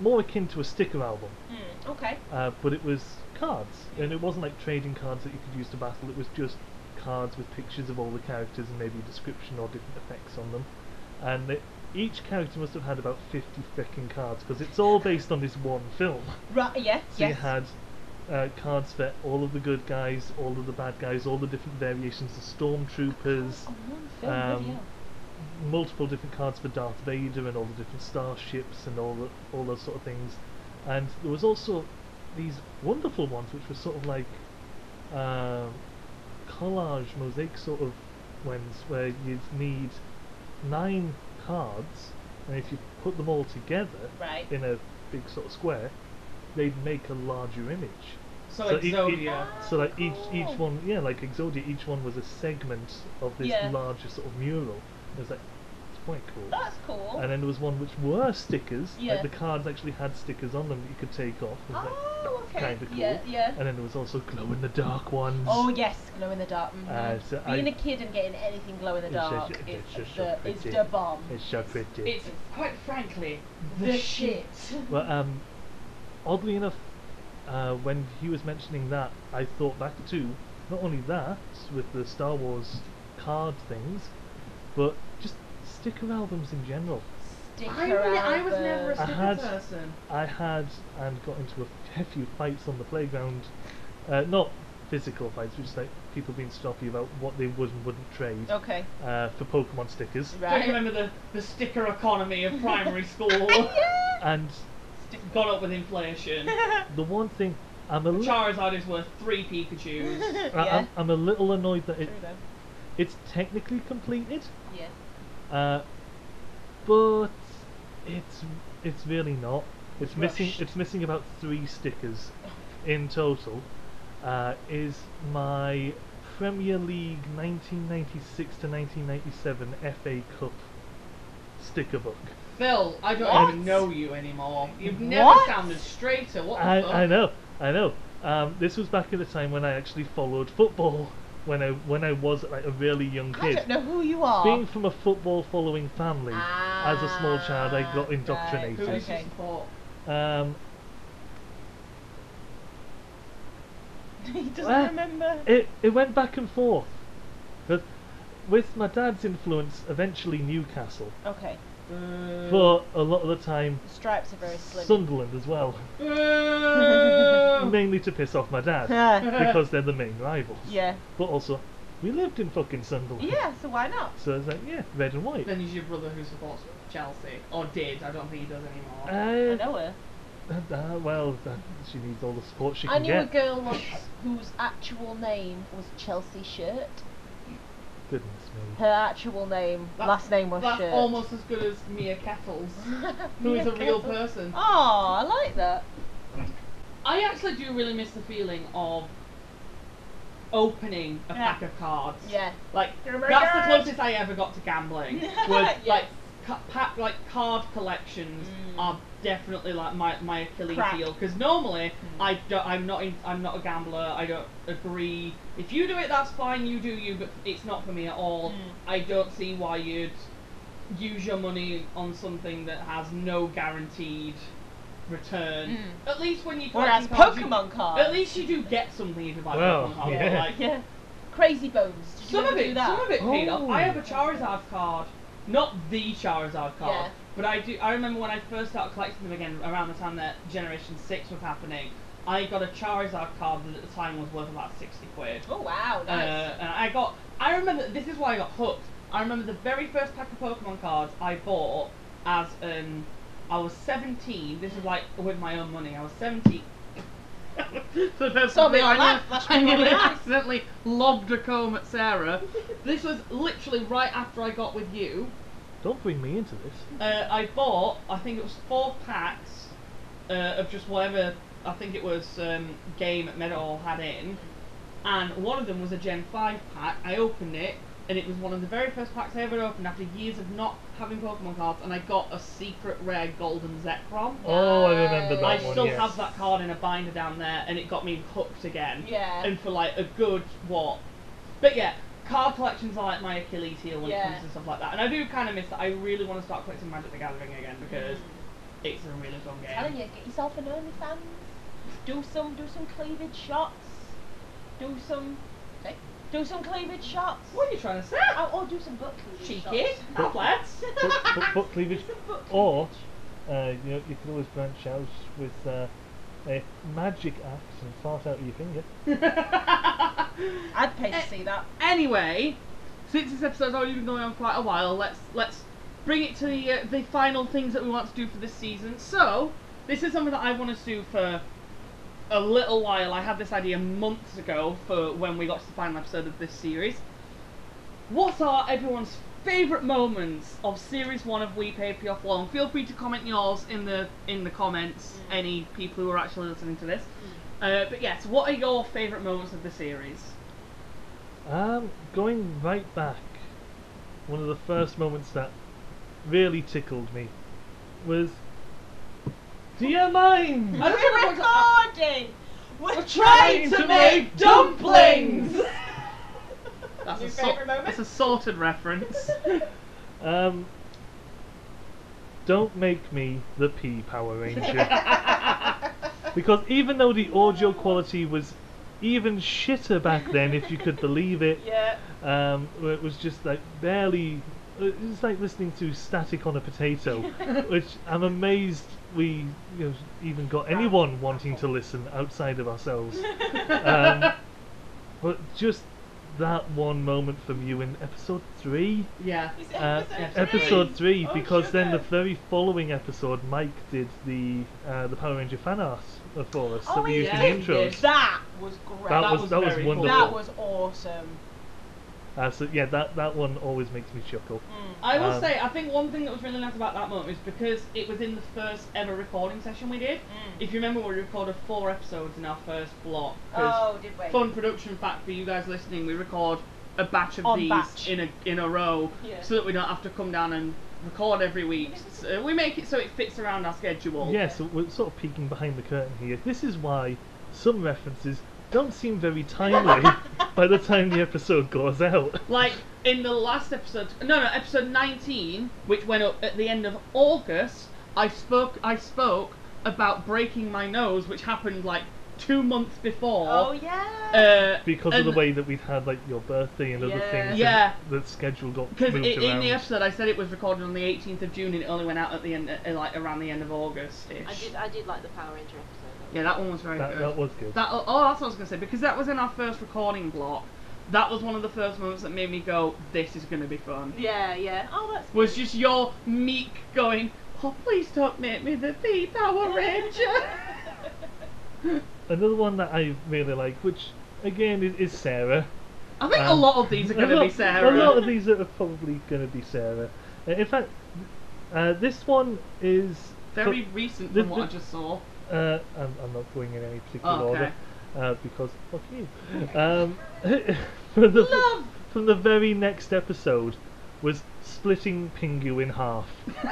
Speaker 1: more akin to a sticker album
Speaker 5: Mm, okay.
Speaker 1: uh, but it was cards, and it wasn't like trading cards that you could use to battle. It was just cards with pictures of all the characters and maybe a description or different effects on them. And it, each character must have had about fifty freaking cards because it's all based on this one film.
Speaker 5: Right. Yeah.
Speaker 1: So you
Speaker 5: yes.
Speaker 1: had uh, cards for all of the good guys, all of the bad guys, all the different variations of stormtroopers
Speaker 5: Oh, one film, bloody
Speaker 1: um,
Speaker 5: hell.
Speaker 1: multiple different cards for Darth Vader and all the different starships and all the, all those sort of things. And there was also these wonderful ones which were sort of like um, collage mosaic sort of ones where you'd need nine cards, and if you put them all together
Speaker 5: Right.
Speaker 1: in a big sort of square, they'd make a larger image.
Speaker 2: So,
Speaker 1: So
Speaker 2: it's
Speaker 1: it- it-
Speaker 2: Exodia.
Speaker 1: uh, So that each
Speaker 5: Cool.
Speaker 1: each one, yeah, like Exodia, each one was a segment of this
Speaker 5: Yeah.
Speaker 1: larger sort of mural. It was like, it's quite cool.
Speaker 5: That's cool.
Speaker 1: And then there was one which were stickers.
Speaker 5: Yeah.
Speaker 1: Like the cards actually had stickers on them that you could take off. It was like,
Speaker 5: Oh,
Speaker 1: that's
Speaker 5: okay.
Speaker 1: kind of cool.
Speaker 5: Yeah, yeah.
Speaker 1: And then there was also glow in the dark ones.
Speaker 5: Oh yes, glow in the dark. mhm.
Speaker 1: Uh, so
Speaker 5: Being
Speaker 1: I-
Speaker 5: a kid and getting anything glow in the
Speaker 1: It's just-
Speaker 5: dark
Speaker 1: it's
Speaker 5: is
Speaker 1: just so
Speaker 5: the, is
Speaker 1: pretty.
Speaker 5: the bomb.
Speaker 1: It's so pretty.
Speaker 2: It's quite frankly
Speaker 5: the,
Speaker 2: the,
Speaker 5: shit.
Speaker 1: But um, oddly enough, uh, when he was mentioning that, I thought back to not only that with the Star Wars card things, but just sticker albums in general.
Speaker 5: dick
Speaker 2: I,
Speaker 5: her
Speaker 2: ne-
Speaker 5: out.
Speaker 2: I was
Speaker 5: but-
Speaker 2: never a
Speaker 1: I
Speaker 2: stupid
Speaker 1: had-
Speaker 2: person.
Speaker 1: I had and got into a fair few fights on the playground. Uh, not physical fights, which is like people being snobby about what they would and wouldn't trade
Speaker 5: Okay.
Speaker 1: uh, for Pokemon stickers.
Speaker 5: Right.
Speaker 2: Don't you remember the, the sticker economy of primary school?
Speaker 5: yeah.
Speaker 1: And
Speaker 2: Gone up with inflation.
Speaker 1: the one thing I'm a li-
Speaker 2: Charizard is worth three Pikachu's.
Speaker 1: I- I'm-
Speaker 5: yeah.
Speaker 1: I'm a little annoyed that it,
Speaker 5: True though.
Speaker 1: it's technically completed,
Speaker 5: Yeah.
Speaker 1: uh, but it's it's really not. It's missing
Speaker 2: Rushed.
Speaker 1: it's missing about three stickers in total. Uh, is my Premier League 1996 to 1997 FA Cup sticker book.
Speaker 2: Phil, I don't
Speaker 5: What?
Speaker 2: even know you anymore. You've
Speaker 5: What?
Speaker 2: never sounded straighter. What the
Speaker 1: I,
Speaker 2: fuck?
Speaker 1: I know, I know. Um, this was back at the time when I actually followed football when I when I was like a really young
Speaker 5: I
Speaker 1: kid.
Speaker 5: don't know who you are.
Speaker 1: Being from a football following family, as a small child, I
Speaker 5: Ah,
Speaker 1: got
Speaker 5: right,
Speaker 1: indoctrinated.
Speaker 2: Who did you
Speaker 5: Okay.
Speaker 2: support?
Speaker 1: Um,
Speaker 5: he doesn't
Speaker 1: Well,
Speaker 5: remember.
Speaker 1: it it went back and forth, but with my dad's influence, eventually Newcastle,
Speaker 5: okay.
Speaker 2: uh,
Speaker 1: but a lot of the time
Speaker 5: The stripes are Mm. very slim. Oh.
Speaker 1: Sunderland as well,
Speaker 2: Boo!
Speaker 1: mainly to piss off my dad
Speaker 5: Ah,
Speaker 1: because they're the main rivals.
Speaker 5: yeah.
Speaker 1: But also, we lived in fucking Sunderland.
Speaker 5: Yeah. So why not?
Speaker 1: So it's like yeah, red and white.
Speaker 2: Then is your brother who supports Chelsea. Or did, I don't think he does anymore.
Speaker 5: I
Speaker 1: Uh,
Speaker 5: know her.
Speaker 1: uh, well, that, she needs all the support she
Speaker 5: I
Speaker 1: can
Speaker 5: knew a
Speaker 1: get.
Speaker 5: girl once whose actual name was Chelsea Shirt.
Speaker 1: Goodness me.
Speaker 5: Her actual name,
Speaker 2: That-
Speaker 5: last name was
Speaker 2: That's
Speaker 5: Shirt.
Speaker 2: almost as good as Mia Kettles, who is a real person.
Speaker 5: Oh, I like that.
Speaker 2: I actually do really miss the feeling of opening a
Speaker 5: Yeah.
Speaker 2: pack of cards.
Speaker 5: Yeah.
Speaker 2: Like
Speaker 5: Oh my
Speaker 2: that's
Speaker 5: God.
Speaker 2: the closest I ever got to gambling. was
Speaker 5: Yes.
Speaker 2: like ca- pack like card collections
Speaker 5: Mm.
Speaker 2: are definitely like my, my Achilles
Speaker 5: Crap. Mm.
Speaker 2: heel because normally I don't I'm not in, I'm not a gambler. I don't agree. If you do it, that's fine. You do you, but it's not for me at all.
Speaker 5: Mm.
Speaker 2: I don't see why you'd use your money on something that has no guaranteed return.
Speaker 5: Mm.
Speaker 2: At least when you
Speaker 5: Whereas
Speaker 2: collect your
Speaker 5: Pokemon cards.
Speaker 2: at least you do get something if you buy
Speaker 1: Well,
Speaker 2: Pokemon cards.
Speaker 1: yeah.
Speaker 2: Like,
Speaker 5: Yeah. Crazy Bones. Did you
Speaker 2: Some
Speaker 5: ever
Speaker 2: of
Speaker 5: do
Speaker 2: it,
Speaker 5: that?
Speaker 2: some of it paid off. I have a
Speaker 1: Oh.
Speaker 2: Charizard card, not the Charizard card,
Speaker 5: Yeah.
Speaker 2: but I do. I remember when I first started collecting them again around the time that Generation Six was happening. I got a Charizard card that at the time was worth about sixty quid.
Speaker 5: Oh wow,
Speaker 2: Uh,
Speaker 5: nice.
Speaker 2: and I got. I remember this is why I got hooked. I remember the very first pack of Pokemon cards I bought as um, I was seventeen. This is like with my own money. I was seventeen.
Speaker 4: So the first
Speaker 5: Sorry,
Speaker 4: thing
Speaker 5: I
Speaker 4: I
Speaker 5: laughed.
Speaker 4: knew,
Speaker 5: That's
Speaker 4: I
Speaker 5: why
Speaker 4: nearly
Speaker 5: I laughed.
Speaker 4: accidentally lobbed a comb at Sarah.
Speaker 2: This was literally right after I got with you.
Speaker 1: Don't bring me into this.
Speaker 2: uh, I bought, I think it was four packs uh, of just whatever, I think it was um, game at Meadowhall had in, and one of them was a Gen 5 pack. I opened it, and it was one of the very first packs I ever opened after years of not having Pokemon cards, and I got a secret rare Golden Zekrom.
Speaker 1: Oh, I remember that
Speaker 2: I
Speaker 1: one.
Speaker 2: still
Speaker 1: yes.
Speaker 2: have that card in a binder down there, and it got me hooked again.
Speaker 5: Yeah.
Speaker 2: And for like a good what? But yeah, card collections are like my Achilles heel when
Speaker 5: Yeah.
Speaker 2: it comes to stuff like that, and I do kind of miss that. I really want to start collecting Magic the Gathering again because it's a really fun game.
Speaker 5: Mm. telling you, get yourself an OnlyFans. Do some, do some cleavage shots. Do some, eh?
Speaker 2: Hey.
Speaker 5: do some cleavage shots.
Speaker 2: What are you trying to say?
Speaker 5: Oh, or do some butt cleavage
Speaker 2: Cheeky,
Speaker 5: shots.
Speaker 2: Ah, lads.
Speaker 1: Book, book, book cleavage.
Speaker 5: Do some butt
Speaker 1: Or- Uh,
Speaker 5: cleavage.
Speaker 1: you know, you can always branch out with uh, a magic axe and fart out your finger.
Speaker 5: I'd pay
Speaker 4: Eh.
Speaker 5: to see that.
Speaker 4: Anyway, since this episode's already been going on quite a while, let's let's bring it to the uh, the final things that we want to do for this season. So
Speaker 2: this is something that I wanted to do for a little while. I had this idea months ago for when we got to the final episode of this series. What are everyone's favourite moments of series one of We Pay Payoff Long? Feel free to comment yours in the in the comments.
Speaker 5: Mm.
Speaker 2: Any people who are actually listening to this. Uh, but yes, what are your favourite moments of the series?
Speaker 1: Um, going right back, one of the first moments that really tickled me was. Do you mind?
Speaker 2: I don't
Speaker 5: We're
Speaker 2: know what-
Speaker 5: recording. uh, We're,
Speaker 2: trying to make dumplings!
Speaker 4: that's
Speaker 5: Your
Speaker 4: a
Speaker 5: favourite moment?
Speaker 4: that's a sorted reference.
Speaker 1: Um, don't make me the P Power Ranger. because even though the audio quality was even shitter back then, if you could believe it,
Speaker 5: yeah.
Speaker 1: um, where it was just like barely Uh, It's like listening to static on a potato, which I'm amazed we you know, even got anyone wanting to listen outside of ourselves. Um, but just that one moment from you in episode three,
Speaker 2: Yeah.
Speaker 3: Is it
Speaker 1: uh,
Speaker 3: three?
Speaker 1: episode three,
Speaker 3: Oh,
Speaker 1: because then the
Speaker 3: sugar.
Speaker 1: very following episode, Mike did the uh, the Power Ranger fan art for us
Speaker 3: Oh,
Speaker 1: that we
Speaker 3: he
Speaker 1: used
Speaker 2: did.
Speaker 1: in the intros.
Speaker 3: That was great.
Speaker 1: That,
Speaker 2: That
Speaker 1: was,
Speaker 2: was
Speaker 1: that was
Speaker 2: very cool.
Speaker 1: wonderful.
Speaker 3: That was awesome.
Speaker 1: Uh, so yeah, that that one always makes me chuckle.
Speaker 2: I will
Speaker 1: Um,
Speaker 2: say, I think one thing that was really nice about that moment is because it was in the first ever recording session we did. If you remember, we recorded four episodes in our first block. 'cause
Speaker 3: Mm. Oh, did we?
Speaker 2: Fun production fact for you guys listening: we record a batch of
Speaker 3: On
Speaker 2: these
Speaker 3: batch.
Speaker 2: in a in a row,
Speaker 3: Yeah.
Speaker 2: so that we don't have to come down and record every week. So we make it so it fits around our schedule.
Speaker 1: Yeah, so we're sort of peeking behind the curtain here. This is why some references don't seem very timely by the time the episode goes out.
Speaker 2: Like in the last episode, no, no, episode 19, which went up at the end of August, I spoke, I spoke about breaking my nose, which happened like two months before.
Speaker 3: Oh yeah.
Speaker 2: Uh,
Speaker 1: Because of
Speaker 2: And-
Speaker 1: the way that we'd had like your birthday and other
Speaker 3: Yeah.
Speaker 1: things, and
Speaker 2: Yeah.
Speaker 1: the schedule got
Speaker 2: because
Speaker 1: moved
Speaker 2: in
Speaker 1: around.
Speaker 2: the episode, I said it was recorded on the 18th of June, and it only went out at the end, uh, like around the end of August ish.
Speaker 7: I did, I did like the Power Ranger episode.
Speaker 2: Yeah, that one was very
Speaker 1: that,
Speaker 2: good.
Speaker 1: that was good.
Speaker 2: That oh, that's what I was gonna say because that was in our first recording block. That was one of the first moments that made me go, "This is gonna be fun."
Speaker 7: Yeah, yeah. Oh, that's
Speaker 2: was just your meek going, oh, please don't make me the V Power Ranger.
Speaker 1: Another one that I really like, which again is, is Sarah.
Speaker 2: I think a
Speaker 1: Um,
Speaker 2: lot of these are going
Speaker 1: a
Speaker 2: to
Speaker 1: lot,
Speaker 2: be Sarah.
Speaker 1: A lot of these are probably going to be Sarah. Uh, in fact, uh, this one is
Speaker 2: Very recent
Speaker 1: the-
Speaker 2: from what I
Speaker 1: the-
Speaker 2: just saw.
Speaker 1: Uh, I'm, I'm not going in any particular
Speaker 2: Oh, okay.
Speaker 1: order uh, because fuck you. Um, from, the, from the very next episode was splitting Pingu in half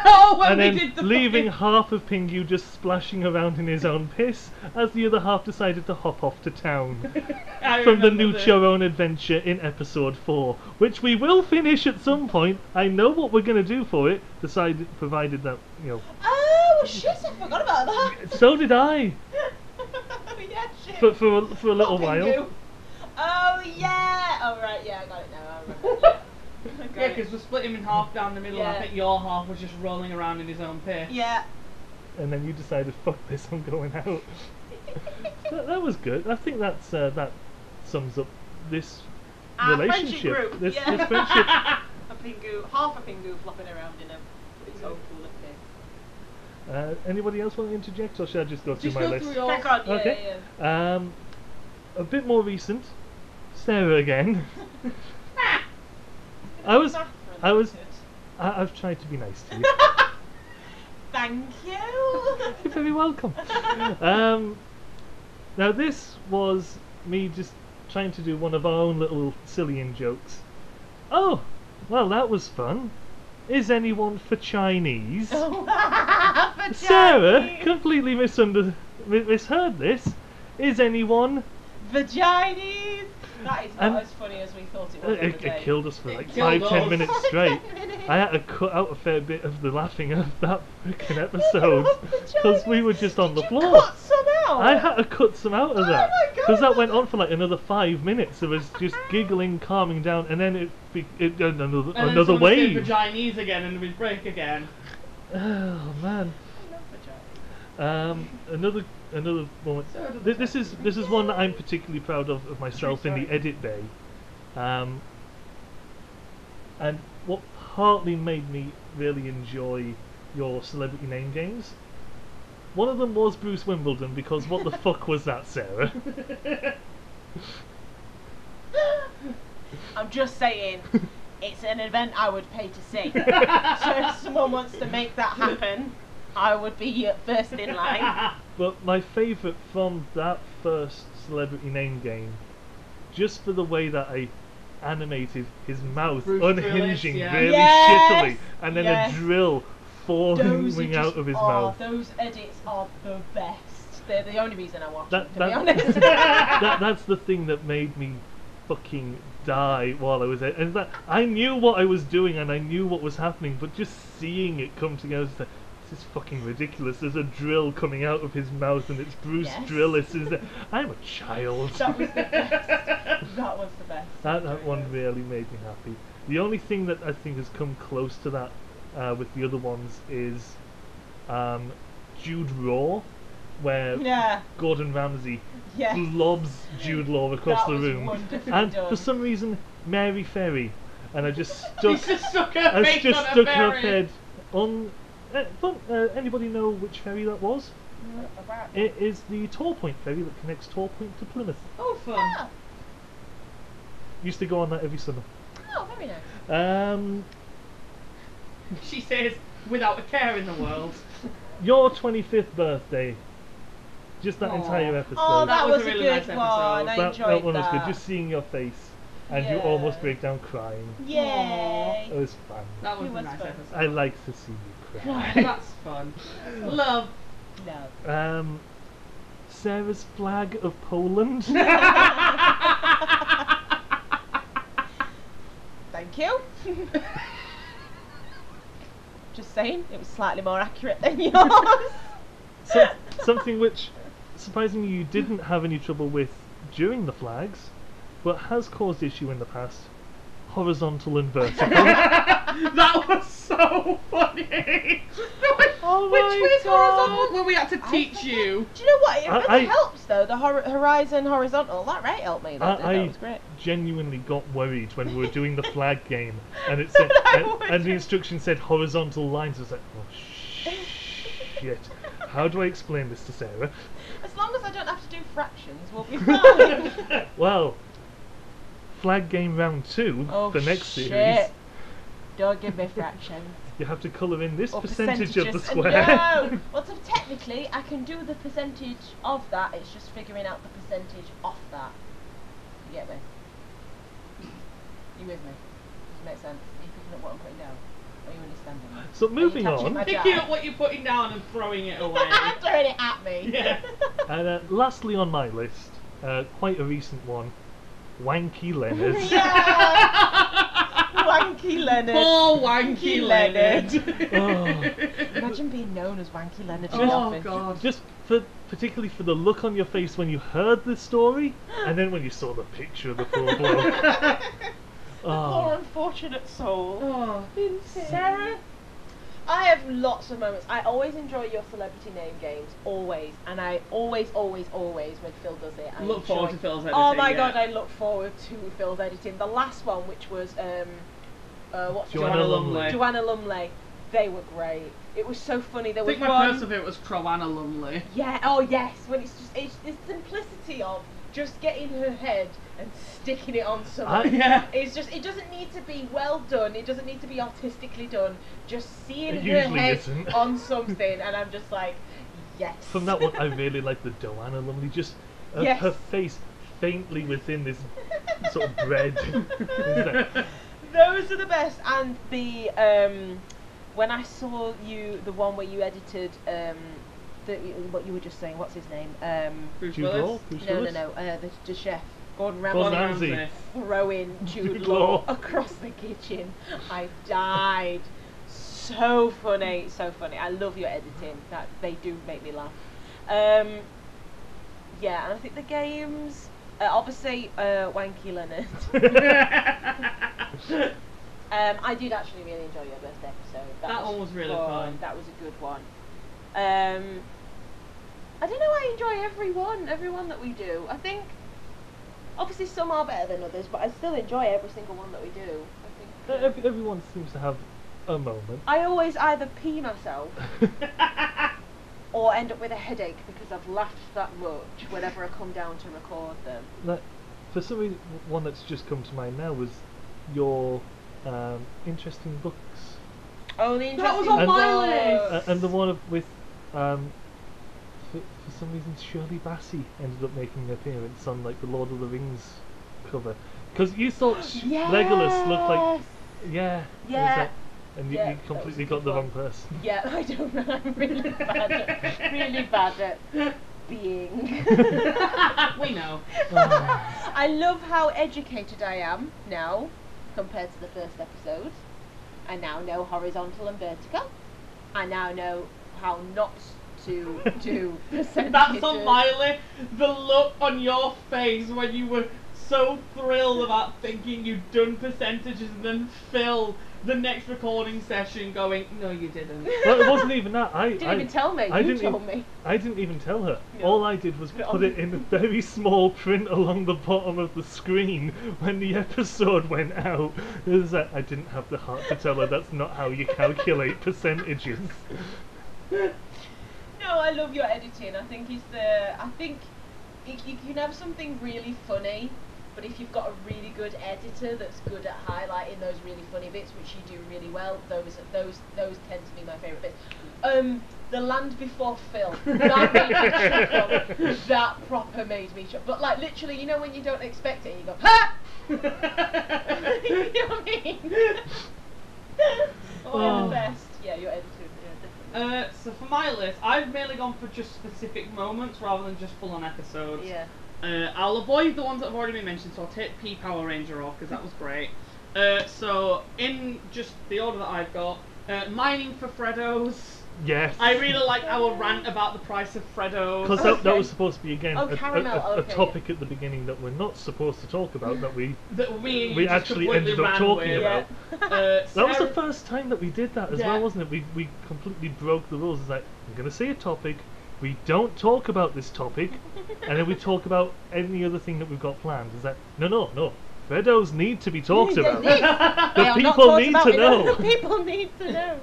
Speaker 2: oh, when
Speaker 1: and
Speaker 2: we
Speaker 1: then
Speaker 2: did the
Speaker 1: leaving
Speaker 2: fucking-
Speaker 1: half of Pingu just splashing around in his own piss as the other half decided to hop off to town
Speaker 2: I
Speaker 1: from the
Speaker 2: remember
Speaker 1: new Choron adventure in episode 4 which we will finish at some point I know what we're going to do for it decided, provided that you know
Speaker 3: Oh shit! I forgot about that.
Speaker 1: so did I
Speaker 3: yeah, shit.
Speaker 1: but for a, for a little
Speaker 3: Fucking
Speaker 1: while
Speaker 3: you. Oh yeah. Oh right, yeah, I got it now. I remember. Yeah.
Speaker 2: Yeah, because we split him in half down the middle. and I
Speaker 3: Yeah.
Speaker 2: think your half was just rolling around in his own piss.
Speaker 3: yeah.
Speaker 1: and then you decided, fuck this, I'm going out. that, that was good. I think that's uh, that sums up this
Speaker 3: Our friendship
Speaker 1: relationship.
Speaker 3: group,
Speaker 1: This,
Speaker 3: yeah.
Speaker 1: this friendship.
Speaker 3: A pingu, half a pingu flopping around in a its own pool of piss.
Speaker 1: Uh, anybody else want to interject, or should I just go through
Speaker 2: Just
Speaker 1: my
Speaker 2: go
Speaker 1: list?
Speaker 2: through yours.
Speaker 3: Crack on, yeah,
Speaker 1: Okay.
Speaker 3: yeah,
Speaker 1: Um, a bit more recent, Sarah again. I was, I was, I, I've tried to be nice to you.
Speaker 3: Thank you.
Speaker 1: You're very welcome. Um, now this was me just trying to do one of our own little silly jokes. Oh, well that was fun. Is anyone for Chinese?
Speaker 3: Oh, For
Speaker 1: Sarah
Speaker 3: Chinese.
Speaker 1: completely misunder- mi- misheard this. Is anyone?
Speaker 3: Vaginas! That is not
Speaker 1: And-
Speaker 3: as funny as we thought it
Speaker 1: Uh,
Speaker 3: was. on the
Speaker 1: It,
Speaker 3: day.
Speaker 1: it killed us for like
Speaker 2: killed
Speaker 1: five, ten
Speaker 2: us.
Speaker 1: minutes straight. I had to cut out a fair bit of the laughing of that freaking episode because we were just on the
Speaker 3: Did you
Speaker 1: floor.
Speaker 3: cut some out?
Speaker 1: I had to cut some out of
Speaker 3: Oh
Speaker 1: that
Speaker 3: my God.
Speaker 1: because that went on for like another five minutes. It was just giggling, calming down, and then it, be- it and
Speaker 2: And
Speaker 1: another another
Speaker 2: then someone did
Speaker 1: wave.
Speaker 2: Vaginas again, and we break again.
Speaker 1: Oh man,
Speaker 3: I love vaginas.
Speaker 1: um, another another moment. Th- this is this is one that I'm particularly proud of of myself in the edit bay, um, and what partly made me really enjoy your celebrity name games. One of them was Bruce Wimbledon because what the fuck was that, Sarah?
Speaker 3: I'm just saying, it's an event I would pay to see. so if someone wants to make that happen, I would be uh, first in line.
Speaker 1: But my favourite from that first celebrity name game, just for the way that I animated his mouth
Speaker 2: Bruce
Speaker 1: unhinging
Speaker 2: Willis, yeah.
Speaker 1: really
Speaker 3: Yes!
Speaker 1: shittily, and then
Speaker 3: Yes.
Speaker 1: a drill
Speaker 3: Those are
Speaker 1: falling
Speaker 3: just,
Speaker 1: out of his
Speaker 3: oh,
Speaker 1: mouth.
Speaker 3: Those edits are the best. They're the only reason I watch
Speaker 1: That-
Speaker 3: them, to
Speaker 1: that-
Speaker 3: be honest.
Speaker 1: that, that's the thing that made me fucking die while I was there. And that I knew what I was doing and I knew what was happening, but just seeing it come together, it's like, this is fucking ridiculous. There's a drill coming out of his mouth, and it's Bruce
Speaker 3: Yes.
Speaker 1: Drillis. Is there? I'm a child.
Speaker 3: that was the best. That was the best.
Speaker 1: That, that one really made me happy. The only thing that I think has come close to that uh, with the other ones is um, Jude Law, where
Speaker 3: Yeah,
Speaker 1: Gordon Ramsay
Speaker 3: yeah.
Speaker 1: lobs Jude Law across
Speaker 8: that
Speaker 1: the
Speaker 8: was
Speaker 1: room,
Speaker 8: wonderfully
Speaker 1: and
Speaker 8: done.
Speaker 1: for some reason Mary Ferry, and I just
Speaker 2: He's
Speaker 1: stuck,
Speaker 2: just stuck her
Speaker 1: I
Speaker 2: face
Speaker 1: just
Speaker 2: on
Speaker 1: stuck
Speaker 2: a
Speaker 1: her
Speaker 2: berry.
Speaker 1: head on. Uh, fun- uh, anybody know which ferry that was? It is the Tor Point ferry that connects Tor Point to Plymouth.
Speaker 2: Oh, fun.
Speaker 3: Ah,
Speaker 1: Used to go on that every summer.
Speaker 3: oh, very nice.
Speaker 1: Um,
Speaker 2: She says, without a care in the world.
Speaker 1: your 25th birthday. Just that
Speaker 2: Aw.
Speaker 1: entire episode.
Speaker 3: Oh, that,
Speaker 2: that
Speaker 3: was,
Speaker 2: was a really
Speaker 3: good
Speaker 2: nice episode.
Speaker 3: one. I
Speaker 1: that,
Speaker 3: enjoyed
Speaker 1: that one was
Speaker 3: that.
Speaker 1: good. Just seeing your face and you
Speaker 3: Yeah.
Speaker 1: almost break down crying.
Speaker 3: Yay.
Speaker 1: It was fun.
Speaker 2: That was,
Speaker 3: It
Speaker 2: a
Speaker 3: was
Speaker 2: nice
Speaker 3: fun.
Speaker 2: episode.
Speaker 1: I like to see you cry.
Speaker 2: That's fun. Love.
Speaker 3: No.
Speaker 1: um, Sarah's flag of Poland.
Speaker 3: Thank you. Just saying, it was slightly more accurate than yours.
Speaker 1: Some, something which, surprisingly, you didn't have any trouble with during the flags, but has caused issue in the past. Horizontal and vertical.
Speaker 2: that was so funny.
Speaker 3: Oh
Speaker 2: Which
Speaker 3: my
Speaker 2: was
Speaker 3: God.
Speaker 2: horizontal when we had to
Speaker 3: I
Speaker 2: teach
Speaker 3: forget.
Speaker 2: you.
Speaker 3: Do you know what? It
Speaker 1: I-
Speaker 3: really
Speaker 1: I-
Speaker 3: helps though. The hor- horizon horizontal. That right helped me. That, did,
Speaker 1: I-
Speaker 3: that was great.
Speaker 1: Genuinely got worried when we were doing the flag game, and it said,
Speaker 3: I
Speaker 1: and,
Speaker 3: was
Speaker 1: and the
Speaker 3: right.
Speaker 1: instruction said horizontal lines. I was like, oh shit. How do I explain this to Sarah?
Speaker 3: As long as I don't have to do fractions, we'll be fine.
Speaker 1: Well, flag game round two,
Speaker 3: oh
Speaker 1: the next
Speaker 3: shit.
Speaker 1: series,
Speaker 3: Don't give me fractions.
Speaker 1: you have to colour in this
Speaker 3: or
Speaker 1: percentage of the
Speaker 3: percentages.
Speaker 1: square.
Speaker 3: No. Well, so technically, I can do the percentage of that. It's just figuring out the percentage off that. You get me? You with me? Does it make sense? Are you picking up what I'm putting down? Are you understanding? me?
Speaker 1: So moving
Speaker 3: touching
Speaker 1: on,
Speaker 3: my-
Speaker 2: Picking up what you're putting down and throwing it away.
Speaker 3: Throwing it at me.
Speaker 2: Yeah.
Speaker 1: and uh, lastly on my list, uh, quite a recent one, Wanky Leonard.
Speaker 3: yeah. Wanky Leonard.
Speaker 2: Poor wanky Leonard.
Speaker 3: Imagine being known as Wanky Leonard in the
Speaker 2: oh
Speaker 3: office.
Speaker 2: god.
Speaker 1: Just for particularly for the look on your face when you heard the story, and then when you saw the picture of the poor
Speaker 3: Oh.
Speaker 1: Ah. bloke.
Speaker 3: Poor
Speaker 1: Oh,
Speaker 3: unfortunate soul.
Speaker 2: Oh.
Speaker 3: Sarah, I have lots of moments. I always enjoy your celebrity name games, always, and I always, always, always when Phil does it. I
Speaker 2: Look forward
Speaker 3: enjoy-
Speaker 2: to Phil's editing.
Speaker 3: Oh my
Speaker 2: yeah.
Speaker 3: god, I look forward to Phil's editing. The last one, which was um, uh, what's
Speaker 1: Joanna
Speaker 2: Joanna
Speaker 1: Lumley.
Speaker 2: Lumley.
Speaker 3: Joanna Lumley, they were great. It was so funny. There
Speaker 2: I
Speaker 3: was
Speaker 2: think my
Speaker 3: one.
Speaker 2: first of it was Crowana Lumley.
Speaker 3: Yeah. Oh yes. When it's just it's the simplicity of just getting her head and sticking it on someone.
Speaker 2: Yeah.
Speaker 3: It's just it doesn't need to be well done. It doesn't need to be artistically done. Just seeing
Speaker 1: It
Speaker 3: her
Speaker 1: usually
Speaker 3: head
Speaker 1: isn't.
Speaker 3: on something, and I'm just like, yes.
Speaker 1: From that one, I really like the Doanna Lumley. Just uh,
Speaker 3: Yes.
Speaker 1: her face faintly within this sort of bread. It's like,
Speaker 3: Those are the best. And the um, when I saw you, the one where you edited um, the, what you were just saying. What's his name? Um,
Speaker 2: Bruce
Speaker 1: Jude
Speaker 2: Willis.
Speaker 1: Law, Bruce
Speaker 3: no, no,
Speaker 1: Willis?
Speaker 3: no. Uh, the, the chef, Gordon Ramsay.
Speaker 1: Gordon Ramsay.
Speaker 3: throwing Jude
Speaker 1: Jude
Speaker 3: Law
Speaker 1: Law.
Speaker 3: across the kitchen. I died. So funny, so funny. I love your editing. That they do make me laugh. Um, yeah, and I think the games. Uh, obviously, uh, Wanky Leonard.
Speaker 2: Ramsay.
Speaker 3: Um, I did actually really enjoy your birthday episode.
Speaker 2: That one was really fun.
Speaker 3: That was a good one. Um, I don't know. I enjoy every one, every one that we do. I think obviously some are better than others, but I still enjoy every single one that we do. I think.
Speaker 1: E-, Every- Everyone seems to have a moment.
Speaker 3: I always either pee myself or end up with a headache because I've laughed that much whenever I come down to record them.
Speaker 1: Like, for some reason, w- one that's just come to mind now was your um, interesting books,
Speaker 3: Only
Speaker 2: That was
Speaker 3: interesting
Speaker 2: on my
Speaker 3: ones.
Speaker 2: list.
Speaker 1: uh, and the one of, with, um, for, for some reason, Shirley Bassey ended up making an appearance on like the Lord of the Rings cover because you thought sh- Legolas looked like yeah, and it's
Speaker 3: Yeah.
Speaker 1: like- and you,
Speaker 3: Yeah,
Speaker 1: you
Speaker 3: that was
Speaker 1: completely
Speaker 3: a
Speaker 1: got
Speaker 3: good
Speaker 1: the
Speaker 3: one.
Speaker 1: wrong person.
Speaker 3: Yeah, I don't know. I'm really bad at really bad at being.
Speaker 2: we know.
Speaker 3: I love how educated I am now compared to the first episode. I now know horizontal and vertical. I now know how not to do percentages.
Speaker 2: That's on my list. The look on your face when you were so thrilled about thinking you'd done percentages and then Phil, the next recording session, going, no, you didn't.
Speaker 1: Well, it wasn't even that. I
Speaker 5: didn't
Speaker 1: I,
Speaker 5: even tell me.
Speaker 1: I
Speaker 5: you
Speaker 1: didn't e-
Speaker 5: told
Speaker 1: even-
Speaker 5: me.
Speaker 1: I didn't even tell her.
Speaker 5: No.
Speaker 1: All I did was
Speaker 5: Put it
Speaker 1: put
Speaker 5: on.
Speaker 1: it in very small print along the bottom of the screen when the episode went out. It was like, I didn't have the heart to tell her that's not how you calculate percentages.
Speaker 3: No, I love your editing. I think it's the. I think you, you can have something really funny, but if you've got a really good editor that's good at highlighting those really funny bits, which you do really well, those those those tend to be my favourite bits. Um, the land before Phil. That made me chuckle. That proper made me chuckle. But like literally, you know when you don't expect it, and you go ha. you know what I mean? oh, you're
Speaker 2: Oh.
Speaker 3: the best. Yeah, your editor. Yeah, definitely.
Speaker 2: Uh, so for my list, I've mainly gone for just specific moments rather than just full-on episodes.
Speaker 7: Yeah.
Speaker 2: Uh, I'll avoid the ones that have already been mentioned, so I'll take P Power Ranger off because that was great. Uh, so in just the order that I've got, uh, mining for Freddos.
Speaker 1: Yes.
Speaker 2: I really like our rant about the price of uh, Freddos.
Speaker 1: Because that, that
Speaker 5: Okay.
Speaker 1: was supposed to be again a-
Speaker 5: Oh,
Speaker 1: a,
Speaker 5: caramel,
Speaker 1: a- a
Speaker 5: okay, yeah.
Speaker 1: topic at the beginning that we're not supposed to talk about that we
Speaker 2: that we
Speaker 1: we
Speaker 2: just
Speaker 1: actually
Speaker 2: completely
Speaker 1: ended up
Speaker 2: ran
Speaker 1: talking
Speaker 2: with.
Speaker 1: about.
Speaker 2: Uh,
Speaker 1: That was the
Speaker 2: Sarah-
Speaker 1: first time that we did that as
Speaker 2: Yeah.
Speaker 1: well, wasn't it? We we completely broke the rules. It's like I'm gonna say a topic, we don't talk about this topic, and then we talk about any other thing that we've got planned. Is that no no no. Freddos need to be talked
Speaker 5: They
Speaker 1: about.
Speaker 5: need-
Speaker 1: The
Speaker 5: they are not
Speaker 1: people
Speaker 5: talked
Speaker 1: need
Speaker 5: about
Speaker 1: to
Speaker 5: enough.
Speaker 1: know.
Speaker 5: The people need to know.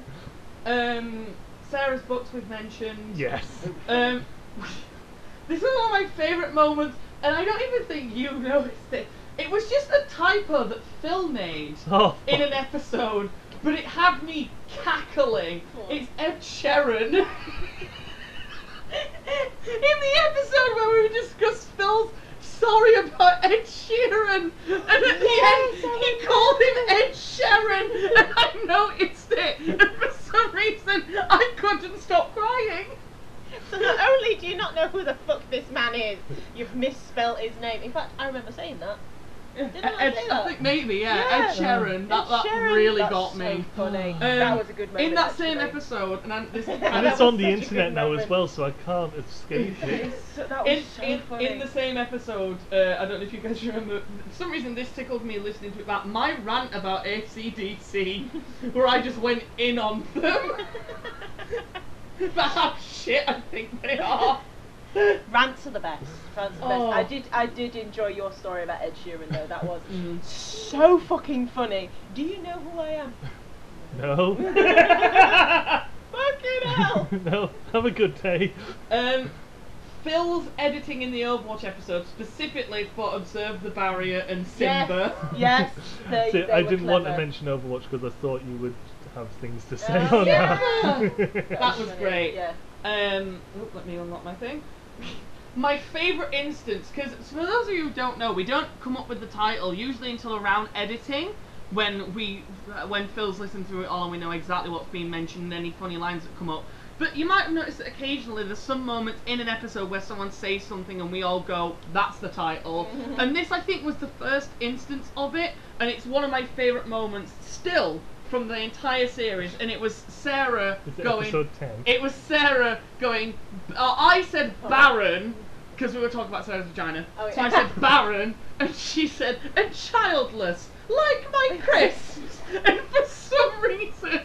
Speaker 2: um, Sarah's books we've mentioned.
Speaker 1: Yes.
Speaker 2: Um, this is one of my favourite moments, and I don't even think you noticed it. It was just a typo that Phil made
Speaker 1: Oh.
Speaker 2: in an episode, but it had me cackling.
Speaker 7: What?
Speaker 2: It's Ed Sheeran. in the episode where we discussed Phil's sorry about Ed Sheeran, and at the end he called him Ed Sheeran, and I noticed it, and for some reason I couldn't stop crying.
Speaker 5: So not only do you not know who the fuck this man is, you've misspelled his name. In fact, I remember saying that. Didn't I
Speaker 2: Ed,
Speaker 5: say
Speaker 2: I
Speaker 5: that?
Speaker 2: think maybe, yeah.
Speaker 5: Yeah.
Speaker 2: Ed Sheeran. That,
Speaker 5: Ed
Speaker 2: that
Speaker 5: Sheeran,
Speaker 2: really
Speaker 5: that's
Speaker 2: got
Speaker 5: so
Speaker 2: me.
Speaker 5: funny.
Speaker 2: Um,
Speaker 5: that was a good moment.
Speaker 2: In that same
Speaker 5: actually.
Speaker 2: episode, and i this,
Speaker 5: And
Speaker 1: and
Speaker 5: that
Speaker 1: it's
Speaker 5: was
Speaker 1: on the
Speaker 5: such a good
Speaker 1: internet now as
Speaker 5: moment.
Speaker 1: well, so I can't escape it.
Speaker 5: So that was
Speaker 2: in,
Speaker 5: so
Speaker 2: in,
Speaker 5: funny.
Speaker 2: in the same episode, uh, I don't know if you guys remember, for some reason this tickled me listening to it about my rant about ACDC, where I just went in on them. about how shit I think they are.
Speaker 5: Rants are the best. Rants are the best.
Speaker 2: Oh.
Speaker 5: I did I did enjoy your story about Ed Sheeran though. That was so fucking funny. Do you know who I am?
Speaker 1: No.
Speaker 5: Fucking hell.
Speaker 1: no. Have a good day.
Speaker 2: Um, Phil's editing in the Overwatch episode specifically for Observe the Barrier and Simba.
Speaker 5: Yes. They,
Speaker 1: See,
Speaker 5: they
Speaker 1: I
Speaker 5: were
Speaker 1: didn't want to
Speaker 5: clever.
Speaker 1: mention Overwatch because I thought you would have things to say
Speaker 5: Oh,
Speaker 1: on
Speaker 5: yeah.
Speaker 1: that.
Speaker 2: That was
Speaker 5: funny,
Speaker 2: great.
Speaker 5: Yeah.
Speaker 2: Um, oop, let me unlock my thing. My favourite instance, because for those of you who don't know, we don't come up with the title usually until around editing, when we, when Phil's listened through it all and we know exactly what's been mentioned and any funny lines that come up. But you might have noticed that occasionally there's some moments in an episode where someone says something and we all go, "That's the title." and this, I think, was the first instance of it, and it's one of my favourite moments still from the entire series. And it was Sarah
Speaker 1: Is it
Speaker 2: going.
Speaker 1: episode 10?
Speaker 2: It was Sarah going. Uh, I said Baron because we were talking about Sarah's vagina.
Speaker 5: Oh, yeah.
Speaker 2: So I said Baron, and she said and childless, like my crisps. and for some reason,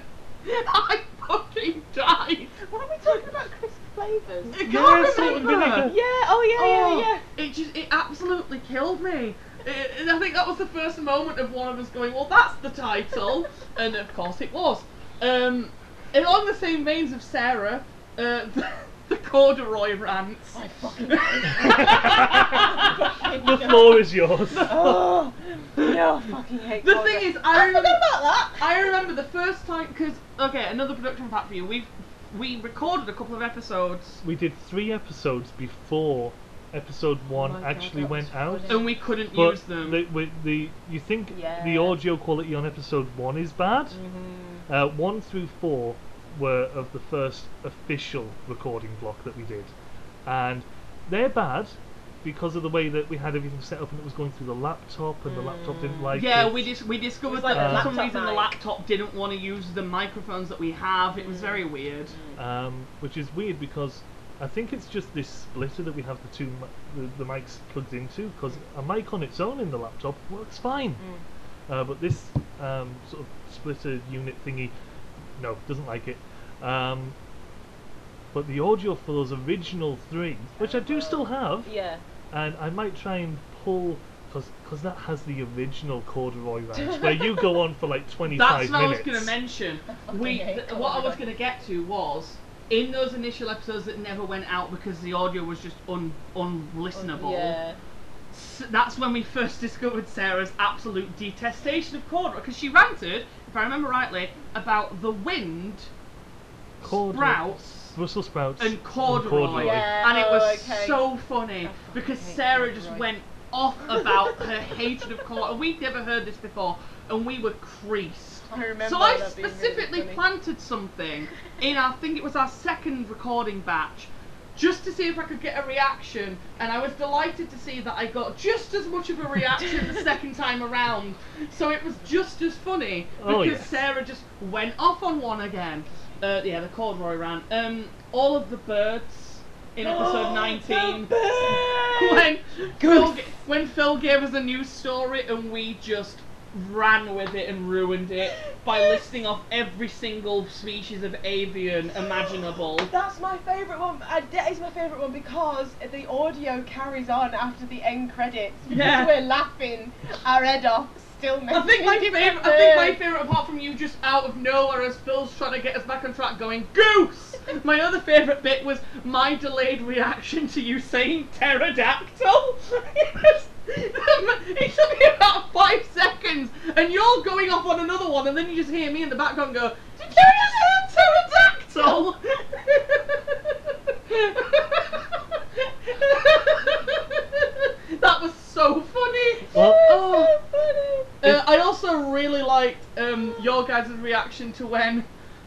Speaker 2: I fucking died.
Speaker 5: What are we talking about crisp flavours?
Speaker 2: I can't
Speaker 1: Yeah, salt and
Speaker 2: remember.
Speaker 1: vinegar.
Speaker 5: Yeah, oh yeah, yeah, yeah.
Speaker 2: Oh, It just it absolutely killed me. It, and I think that was the first moment of one of us going, well, that's the title, and of course it was. Um, and along the same veins of Sarah, uh, the, corduroy rants.
Speaker 5: Oh,
Speaker 3: I fucking
Speaker 1: the floor is yours.
Speaker 5: Oh, no, I fucking hate
Speaker 2: The
Speaker 5: Gordon.
Speaker 2: thing is, I remember
Speaker 5: about that.
Speaker 2: I remember the first time because okay, another production fact for you. We we recorded a couple of episodes
Speaker 1: we did three episodes before episode one
Speaker 5: Oh my God,
Speaker 1: actually
Speaker 5: that
Speaker 1: went
Speaker 5: was
Speaker 1: out.
Speaker 5: brilliant.
Speaker 2: and we couldn't
Speaker 1: But
Speaker 2: use them.
Speaker 1: The, with the, you think the
Speaker 5: Yeah.
Speaker 1: audio quality on episode one is bad?
Speaker 2: Mm-hmm.
Speaker 1: Uh, one through four were of the first official recording block that we did. And they're bad because of the way that we had everything set up and it was going through the laptop and the laptop didn't like
Speaker 2: Mm. yeah,
Speaker 1: it.
Speaker 2: we dis- we discovered
Speaker 5: like
Speaker 2: that
Speaker 1: a
Speaker 2: for some
Speaker 5: laptop
Speaker 2: reason the
Speaker 5: mic.
Speaker 2: laptop didn't want to use the microphones that we have. It was very weird.
Speaker 1: um, which is weird because I think it's just this splitter that we have the two mi- the, the mics plugged into because a mic on its own in the laptop works fine,
Speaker 2: Mm.
Speaker 1: uh, but this um, sort of splitter unit thingy, no, doesn't like it. Um, but the audio for those original three, which I do still have,
Speaker 5: Yeah.
Speaker 1: and I might try and pull because that has the original corduroy ranch where you go on for like 25
Speaker 2: That's what I was
Speaker 1: minutes.
Speaker 2: going to mention. We,
Speaker 3: Okay,
Speaker 2: th-
Speaker 3: come
Speaker 2: what I
Speaker 3: on.
Speaker 2: was going to get to was in those initial episodes that never went out because the audio was just un
Speaker 3: Oh,
Speaker 2: unlistenable.
Speaker 5: Yeah.
Speaker 2: S- that's when we first discovered Sarah's absolute detestation of corduroy because she ranted, if I remember rightly, about the wind,
Speaker 1: Cordu-
Speaker 2: sprouts,
Speaker 1: Brussels sprouts,
Speaker 2: and corduroy.
Speaker 1: corduroy.
Speaker 3: Yeah,
Speaker 2: and it was
Speaker 3: oh, okay.
Speaker 2: so funny because
Speaker 3: hate
Speaker 2: Sarah
Speaker 3: corduroy.
Speaker 2: just went off about her hatred of corduroy. We'd never heard this before, and we were creased.
Speaker 3: I remember
Speaker 2: So I
Speaker 3: that being really
Speaker 2: specifically
Speaker 3: funny.
Speaker 2: planted something in I think it was our second recording batch just to see if I could get a reaction and I was delighted to see that I got just as much of a reaction the second time around. So it was just as funny because
Speaker 1: Oh, yes.
Speaker 2: Sarah just went off on one again. Uh, yeah, the corduroy ran. Um, all of the birds in
Speaker 3: Oh,
Speaker 2: episode 19 when Phil, g- when Phil gave us a new story and we just ran with it and ruined it by listing off every single species of avian imaginable.
Speaker 3: That's my favourite one. Uh, that is my favourite one because the audio carries on after the end credits. because
Speaker 2: Yeah.
Speaker 3: We're laughing our head off, still
Speaker 2: I
Speaker 3: making
Speaker 2: think my favorite, I think my favorite, apart from you, just out of nowhere, as Phil's trying to get us back on track, going goose. My other favorite bit was my delayed reaction to you saying pterodactyl. it took me about five seconds, and you're going off on another one, and then you just hear me in the background go, "Did you just say pterodactyl?" that was so funny.
Speaker 1: Well-
Speaker 2: Oh. Uh, I also really liked um, your guys' reaction to when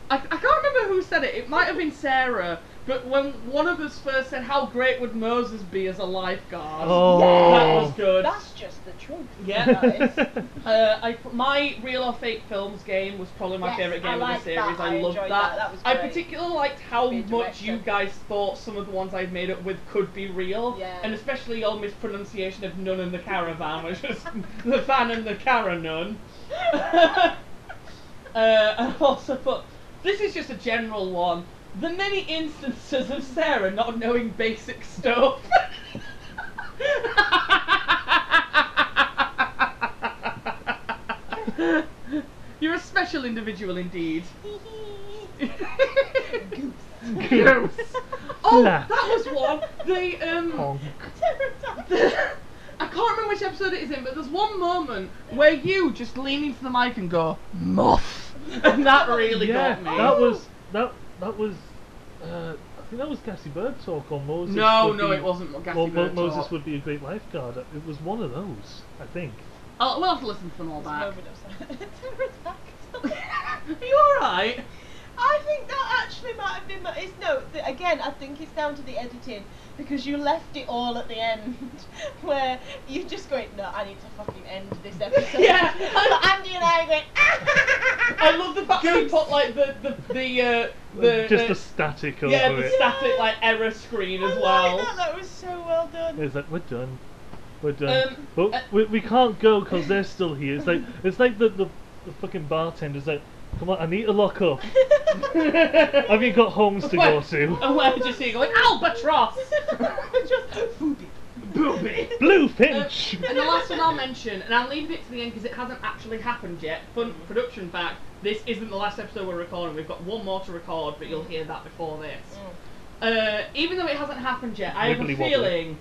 Speaker 2: I, I can't remember who said it. It might have been Sarah, but when one of us first said, "How great would Moses be as a lifeguard?"
Speaker 1: Oh.
Speaker 2: that was good.
Speaker 3: That's just the truth.
Speaker 2: Yeah.
Speaker 3: that is.
Speaker 2: Uh, I, my real or fake films game was probably my
Speaker 3: Yes,
Speaker 2: favorite
Speaker 3: I
Speaker 2: game of
Speaker 3: liked
Speaker 2: the series.
Speaker 3: that.
Speaker 2: I,
Speaker 3: I
Speaker 2: loved
Speaker 3: enjoyed that. That was
Speaker 2: I
Speaker 3: great.
Speaker 2: particularly liked how
Speaker 3: Big
Speaker 2: much you
Speaker 3: direction.
Speaker 2: guys thought some of the ones I've made up with could be real,
Speaker 3: Yeah.
Speaker 2: and especially your mispronunciation of "nun" and the caravan, which was the fan and the cara nun. uh, I've also put this is just a general one. The many instances of Sarah not knowing basic stuff. You're a special individual indeed. Goose. Oh,
Speaker 1: Laugh.
Speaker 2: that was one. The um.
Speaker 1: Honk.
Speaker 2: I can't remember which episode it is in, but there's one moment where you just lean into the mic and go muff, and that really
Speaker 1: yeah,
Speaker 2: got me.
Speaker 1: that was that that was. Uh, I think that was Gassy Bird Talk or Moses.
Speaker 2: no,
Speaker 1: would
Speaker 2: no,
Speaker 1: be,
Speaker 2: it wasn't. Gassy
Speaker 1: Well, Mo-
Speaker 2: Bird
Speaker 1: Moses
Speaker 2: Talk.
Speaker 1: would be a great lifeguard. It was one of those, I think.
Speaker 2: I'll, we'll have to listen to them all back.
Speaker 3: Pterodactyl.
Speaker 2: Are you all right?
Speaker 3: I think that actually might have been my. It's no. Th- again, I think it's down to the editing because you left it all at the end where you just going. No, I need to fucking end this episode.
Speaker 2: Yeah.
Speaker 3: But Andy and I went.
Speaker 2: I love the fact that you put like the the the uh, the
Speaker 1: Just
Speaker 2: uh,
Speaker 1: the static over
Speaker 2: yeah the
Speaker 1: it.
Speaker 2: static like error screen as
Speaker 3: "Oh, I
Speaker 2: well.
Speaker 3: Like that. that was so well done.
Speaker 1: It's like we're done, we're done.
Speaker 2: Um,
Speaker 1: but
Speaker 2: uh,
Speaker 1: we, we can't go because they're still here. It's like it's like the, the the fucking bartender's like, come on, I need to lock up. Have you got homes to go to?
Speaker 2: And we're just here going albatross,
Speaker 3: just booby.
Speaker 2: booby. Uh,
Speaker 1: Blue pinch.
Speaker 2: And the last one I'll mention, and I'm leaving it to the end because it hasn't actually happened yet. Fun production fact: this isn't the last episode we're recording. We've got one more to record, but you'll hear that before this.
Speaker 3: Mm.
Speaker 2: Uh, even though it hasn't happened yet, I have
Speaker 1: Wibbly
Speaker 2: a
Speaker 1: wobbly.
Speaker 2: feeling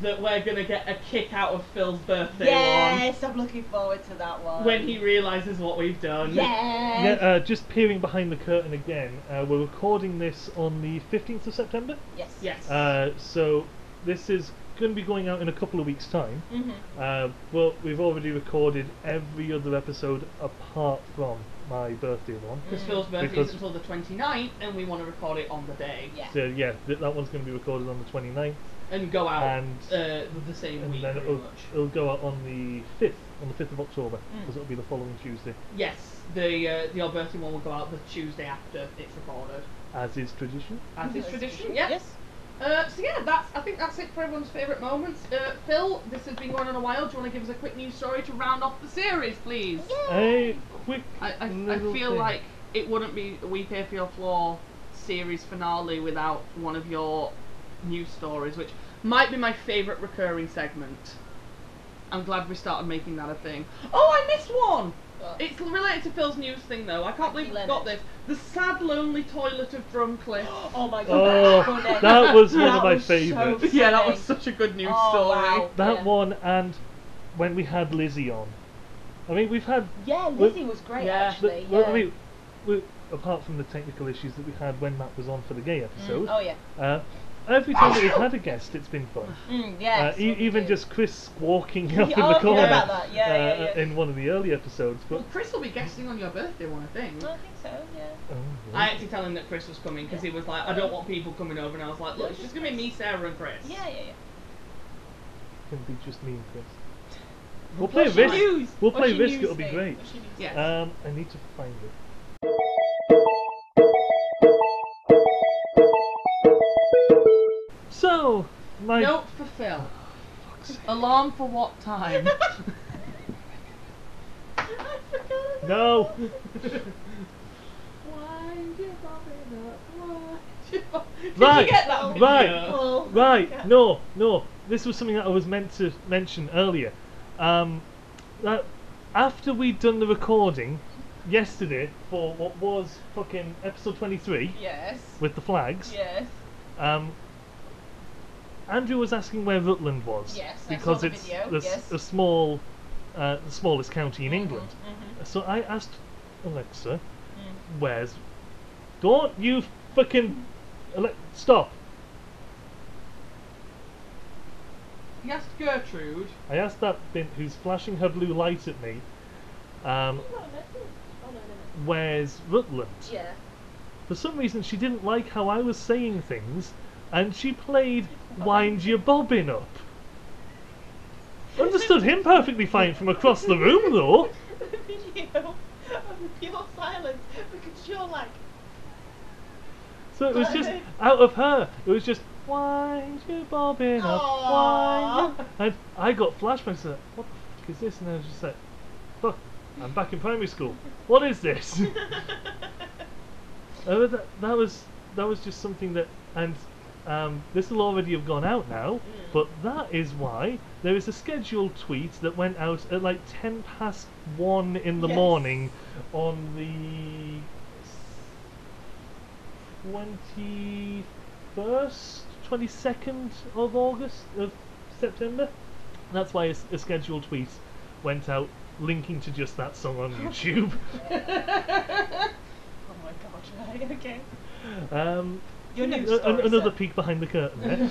Speaker 2: that we're gonna get a kick out of Phil's birthday
Speaker 3: Yes, I'm looking forward to that one.
Speaker 2: one when he realizes what we've done.
Speaker 3: Yes.
Speaker 1: Yeah, uh, just peering behind the curtain again. Uh, we're recording this on the 15th of September.
Speaker 3: Yes.
Speaker 2: Yes.
Speaker 1: Uh, so this is going to be going out in a couple of weeks' time.
Speaker 3: Mm-hmm.
Speaker 1: Uh, but we've already recorded every other episode apart from my birthday one.
Speaker 2: because Phil's birthday
Speaker 1: Because-
Speaker 2: is until the 29th, and we want to record it on the day
Speaker 3: Yeah.
Speaker 1: So yeah, th- that one's going to be recorded on the 29th,
Speaker 2: and go out
Speaker 1: And-
Speaker 2: uh, the same
Speaker 1: and
Speaker 2: week.
Speaker 1: then
Speaker 2: Pretty
Speaker 1: it'll,
Speaker 2: much. Mm.
Speaker 1: it'll go out on the 5th, on the 5th of October, because it'll be the following Tuesday,
Speaker 2: Yes, the uh, the old birthday one will go out the Tuesday after it's recorded.
Speaker 1: as is tradition.
Speaker 2: As is tradition, yeah.
Speaker 3: Yes.
Speaker 2: Uh, so yeah, that's I think that's it for everyone's favourite moments. Uh, Phil, this has been going on a while. Do you want to give us a quick news story to round off the series, please?
Speaker 1: A quick.
Speaker 2: I, I, I
Speaker 1: little
Speaker 2: feel
Speaker 1: thing.
Speaker 2: like it wouldn't be a We Pay for Your Floor series finale without one of your news stories, which might be my favourite recurring segment. I'm glad we started making that a thing. Oh, I missed one!
Speaker 3: What?
Speaker 2: It's related to Phil's news thing, though. I can't believe we have got this.
Speaker 3: Lennox.
Speaker 2: The sad, lonely toilet of Drumcliff.
Speaker 9: Oh my god.
Speaker 1: Oh,
Speaker 9: funny.
Speaker 1: that was one
Speaker 9: That
Speaker 1: of my
Speaker 9: was so
Speaker 1: favourites.
Speaker 2: yeah, that
Speaker 9: funny.
Speaker 2: was such a good news
Speaker 9: Oh,
Speaker 2: story.
Speaker 9: wow.
Speaker 1: That
Speaker 9: Yeah.
Speaker 1: one and when we had Lizzie on. I mean, we've had.
Speaker 3: Yeah,
Speaker 1: Well-
Speaker 3: Lizzie was great
Speaker 9: Yeah.
Speaker 3: actually.
Speaker 1: well,
Speaker 3: yeah.
Speaker 1: I mean, we, apart from the technical issues that we had when Matt was on for the
Speaker 9: Mm.
Speaker 1: gay episode,
Speaker 3: oh yeah.
Speaker 1: uh, every time that we've had a guest, it's been fun.
Speaker 9: Mm,
Speaker 1: Uh,
Speaker 9: yes.
Speaker 1: e- even
Speaker 3: do.
Speaker 1: just Chris squawking up
Speaker 9: Yeah,
Speaker 1: in
Speaker 9: oh, I
Speaker 1: the
Speaker 9: forgot
Speaker 1: corner
Speaker 9: about that. Yeah,
Speaker 1: uh,
Speaker 9: yeah, yeah.
Speaker 1: in one of the early episodes. But
Speaker 2: Well, Chris will be guesting on your birthday one, I think.
Speaker 9: I think so. Yeah.
Speaker 1: oh, yeah.
Speaker 2: I had to tell him that Chris was coming because he was like, I don't want people coming over, and I was like, look, it's just gonna be me, Sarah, and Chris.
Speaker 9: Yeah, yeah, yeah.
Speaker 1: can be just me and Chris. We'll play Risk. We'll play Risk. It'll be great.
Speaker 2: Yes.
Speaker 1: Um, I need to find it. So, my
Speaker 2: Note for Phil. Alarm for what time?
Speaker 1: no,
Speaker 2: Wind your bobbin up, wind your bobbin- Did
Speaker 1: Right,
Speaker 2: you get that video?
Speaker 1: right.
Speaker 3: Oh,
Speaker 1: right,
Speaker 3: yeah.
Speaker 1: no, no. This was something that I was meant to mention earlier. Um, that after we'd done the recording yesterday for what was fucking episode twenty-three
Speaker 3: Yes.
Speaker 1: with the flags,
Speaker 3: Yes.
Speaker 1: um, Andrew was asking where Rutland was
Speaker 3: Yes, I saw
Speaker 1: because
Speaker 3: the
Speaker 1: it's
Speaker 3: video,
Speaker 1: the s-
Speaker 3: yes.
Speaker 1: a small, uh, the smallest county in England.
Speaker 3: Mm-hmm. Mm.
Speaker 1: So I asked Alexa, "Where's?" Don't you fucking Ale- stop!
Speaker 2: He asked Gertrude.
Speaker 1: I asked that bint who's flashing her blue light at me. Um,
Speaker 5: Oh,
Speaker 1: where's Rutland?
Speaker 5: Yeah.
Speaker 1: For some reason, she didn't like how I was saying things, and she played "Wind Your Bobbin Up." Understood him perfectly fine from across the room, though.
Speaker 3: The video of the pure silence because you're like,
Speaker 1: So it was just out of her. It was just wind your bobbin up, wind your-" And I got flashbacks of what the fuck is this? And I was just like, fuck, I'm back in primary school. What is this?
Speaker 3: Oh
Speaker 1: Uh, but that, that was that was just something that and um, this will already have gone out now, but that is why there is a scheduled tweet that went out at like ten past one in the
Speaker 3: Yes.
Speaker 1: morning on the twenty first, twenty second of August of September. That's why a, s- a scheduled tweet went out linking to just that song on YouTube.
Speaker 3: oh my god, right? Okay.
Speaker 1: Um,
Speaker 3: Your
Speaker 1: yeah,
Speaker 3: news
Speaker 1: a- an-
Speaker 3: story,
Speaker 1: another
Speaker 3: sir.
Speaker 1: peek behind the curtain. There.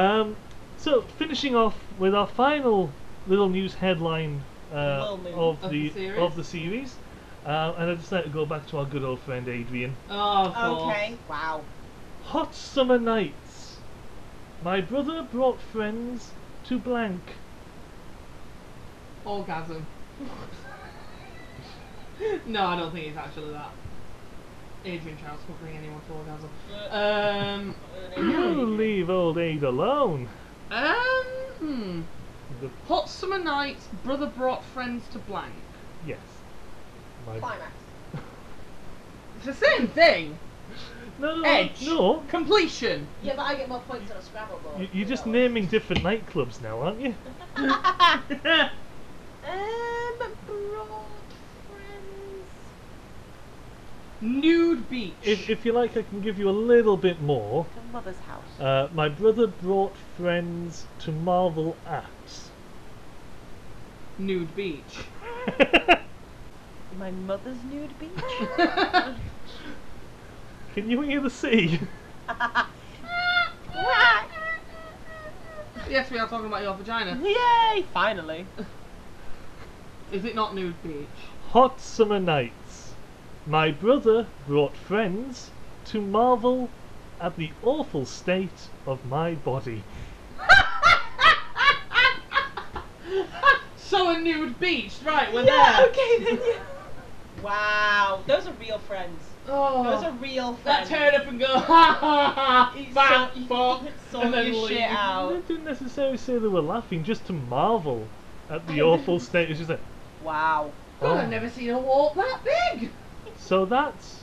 Speaker 1: um, so finishing off with our final little news headline uh,
Speaker 3: Little news.
Speaker 1: of,
Speaker 2: Of the
Speaker 1: the, of
Speaker 2: series.
Speaker 1: the series, uh, and I decided to go back to our good old friend Adrian.
Speaker 2: Oh, of course.
Speaker 3: Okay. Wow.
Speaker 1: Hot summer nights. My brother brought friends to blank.
Speaker 2: Orgasm. no, I don't think it's actually that. Adrian Child's covering anyone to orgasm. Um,
Speaker 1: You leave old Aid alone.
Speaker 2: um, hmm.
Speaker 1: The-
Speaker 2: Hot summer night, brother brought friends to blank.
Speaker 1: yes. My-
Speaker 3: Climax.
Speaker 2: It's the same thing.
Speaker 1: no, no,
Speaker 2: Edge.
Speaker 1: no.
Speaker 2: Completion.
Speaker 3: Yeah, but I get more points on a Scrabble board.
Speaker 1: You, you're just naming different nightclubs now, aren't you?
Speaker 3: Um, broad friends.
Speaker 2: Nude beach.
Speaker 1: If, if you like, I can give you a little bit more.
Speaker 9: Her mother's house.
Speaker 1: Uh, my brother brought friends to marvel at.
Speaker 2: Nude beach.
Speaker 9: My mother's nude beach.
Speaker 1: Can you hear the sea?
Speaker 2: yes, we are talking about your vagina.
Speaker 9: Yay! Finally.
Speaker 2: Is it not nude beach?
Speaker 1: Hot summer nights. My brother brought friends to marvel at the awful state of my body.
Speaker 2: So a nude beach, right? We're
Speaker 9: Yeah.
Speaker 2: there.
Speaker 9: Okay then. Yeah.
Speaker 3: Wow.
Speaker 9: Those are real friends.
Speaker 2: Oh,
Speaker 3: Those are real
Speaker 2: that
Speaker 3: friends.
Speaker 2: turn up and go, ha ha ha,
Speaker 3: You
Speaker 2: back,
Speaker 3: sort- you
Speaker 2: fuck,
Speaker 3: sort
Speaker 2: and then
Speaker 3: your
Speaker 2: leave.
Speaker 3: shit out.
Speaker 1: I didn't necessarily say they were laughing, just to marvel at the awful state. It's just like,
Speaker 3: Wow.
Speaker 2: God,
Speaker 1: "Oh,
Speaker 2: I've never seen a walk that big.
Speaker 1: so that's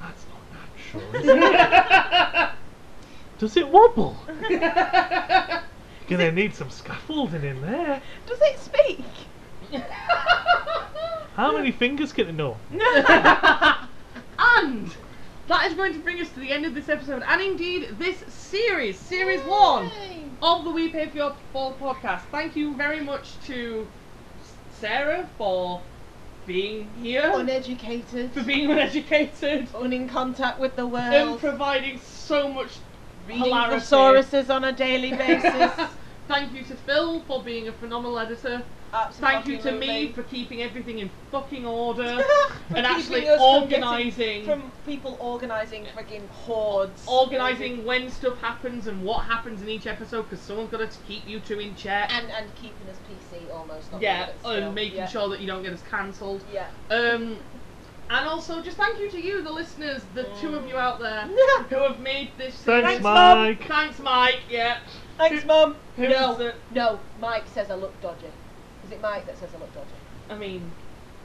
Speaker 1: that's not natural. Is it? Does it wobble? Gonna need some scaffolding in there.
Speaker 3: Does it speak?
Speaker 1: How many fingers can it know?
Speaker 2: and that is going to bring us to the end of this episode, and indeed this series, series one of the We Pay for Your Fall podcast. Thank you very much to Sarah for being here,
Speaker 5: Uneducated.
Speaker 2: for being uneducated,
Speaker 3: Un in contact with the world.
Speaker 2: and providing so much
Speaker 3: reading
Speaker 2: hilarity.
Speaker 3: thesauruses on a daily basis.
Speaker 2: Thank you to Phil for being a phenomenal editor. Thank you to me for keeping everything in fucking order and actually organising.
Speaker 3: From people organising frigging hordes.
Speaker 2: organising when stuff happens and what happens in each episode because someone's got to keep you two in check.
Speaker 5: and and keeping us PC almost. Not
Speaker 2: yeah,
Speaker 5: really, but still,
Speaker 2: and making
Speaker 5: yeah.
Speaker 2: sure that you don't get us cancelled.
Speaker 5: Yeah.
Speaker 2: Um, and also just thank you to you, the listeners, the two of you out there who have made this.
Speaker 1: Thanks,
Speaker 3: Thanks, Mum.
Speaker 1: Mike.
Speaker 2: Thanks, Mike. Yeah.
Speaker 3: Thanks, Mum.
Speaker 2: Who's
Speaker 5: No.
Speaker 2: the-
Speaker 5: No, Mike says I look dodgy. Is it Mike that says I look dodgy?
Speaker 2: I mean,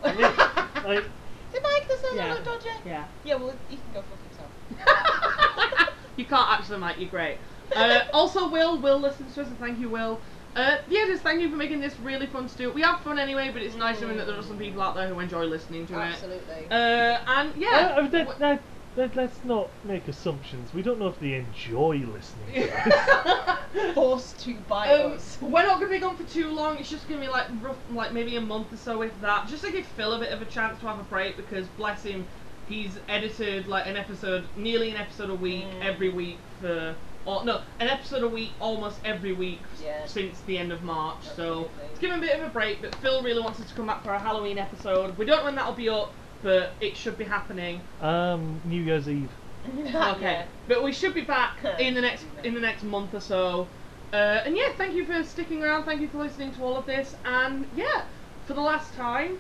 Speaker 1: I,
Speaker 5: Is it Mike that says
Speaker 2: Yeah.
Speaker 5: I look dodgy?
Speaker 2: yeah.
Speaker 5: Yeah, well, he can go fuck himself.
Speaker 2: you can't actually, Mike. You're great. Uh, also, Will, Will listens to us, and thank you, Will. Uh, yeah, just thank you for making this really fun to do. We have fun anyway, but it's nice knowing that there are some people out there who enjoy listening to it.
Speaker 5: Absolutely.
Speaker 2: Uh, and yeah,
Speaker 1: I, I, that, that, that, let's not make assumptions. We don't know if they enjoy listening. to us.
Speaker 5: Forced to bite
Speaker 2: um,
Speaker 5: us.
Speaker 2: we're not gonna be gone for too long. It's just gonna be like rough, like maybe a month or so, if that. Just to give Phil a bit of a chance to have a break because bless him, he's edited like an episode, nearly an episode a week
Speaker 5: Mm.
Speaker 2: every week for, or no, an episode a week almost every week s-
Speaker 5: Yeah.
Speaker 2: since the end of March. So
Speaker 5: Absolutely.
Speaker 2: let's give him a bit of a break. But Phil really wants us to come back for a Halloween episode. We don't know when that'll be up, but it should be happening.
Speaker 1: Um, New Year's Eve.
Speaker 2: Okay, but we should be back in the next in the next month or so. Uh, and yeah, thank you for sticking around. Thank you for listening to all of this. And yeah, for the last time,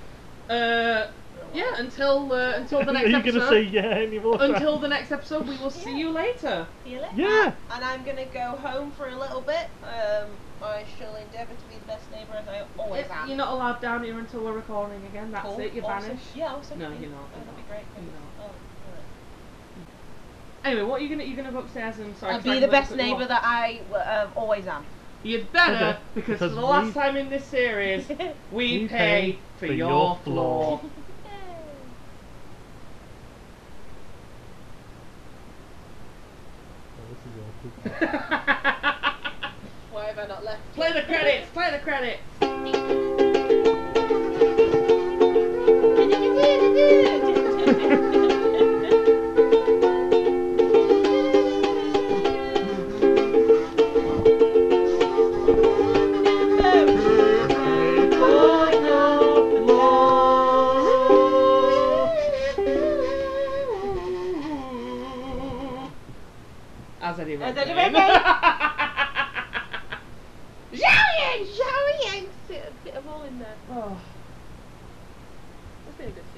Speaker 2: uh, yeah, until uh, until the
Speaker 1: Are
Speaker 2: next
Speaker 1: you
Speaker 2: episode.
Speaker 1: gonna say yeah anymore?
Speaker 2: until the next episode, we will see you later.
Speaker 3: Feel it? Uh,
Speaker 1: Yeah.
Speaker 3: And I'm gonna go home for a little bit. Um, I shall endeavour to be the best neighbour as I always
Speaker 2: Yeah,
Speaker 3: am.
Speaker 2: You're not allowed down here until we're recording again. That's
Speaker 3: Cool.
Speaker 2: it. You're
Speaker 3: Awesome.
Speaker 2: banished.
Speaker 3: Yeah, awesome.
Speaker 2: No,
Speaker 3: Thank
Speaker 2: you're
Speaker 3: you.
Speaker 2: not,
Speaker 3: Oh,
Speaker 2: you're
Speaker 3: that'd be
Speaker 2: not,
Speaker 3: great.
Speaker 2: you're not.
Speaker 3: Oh, alright.
Speaker 2: Anyway, what are you gonna you gonna go upstairs and sorry?
Speaker 3: I'll
Speaker 2: 'cause
Speaker 3: be
Speaker 2: I
Speaker 3: the
Speaker 2: can let
Speaker 3: best
Speaker 2: you go.
Speaker 3: neighbour that I um, always am.
Speaker 2: You'd better
Speaker 1: Okay,
Speaker 2: because,
Speaker 1: because
Speaker 2: for the
Speaker 1: we-
Speaker 2: last time in this series, we, pay,
Speaker 1: We pay
Speaker 2: for,
Speaker 1: for
Speaker 2: your,
Speaker 1: your
Speaker 2: floor.
Speaker 1: floor. Oh, this is awkward.
Speaker 5: Why have I not left?
Speaker 2: Play the credits. Play the credits. As Eddie
Speaker 3: As
Speaker 2: Redmayne.
Speaker 3: Eddie
Speaker 5: Joey! Joey! Sit a bit of all in there.
Speaker 2: Oh.
Speaker 5: That's been a good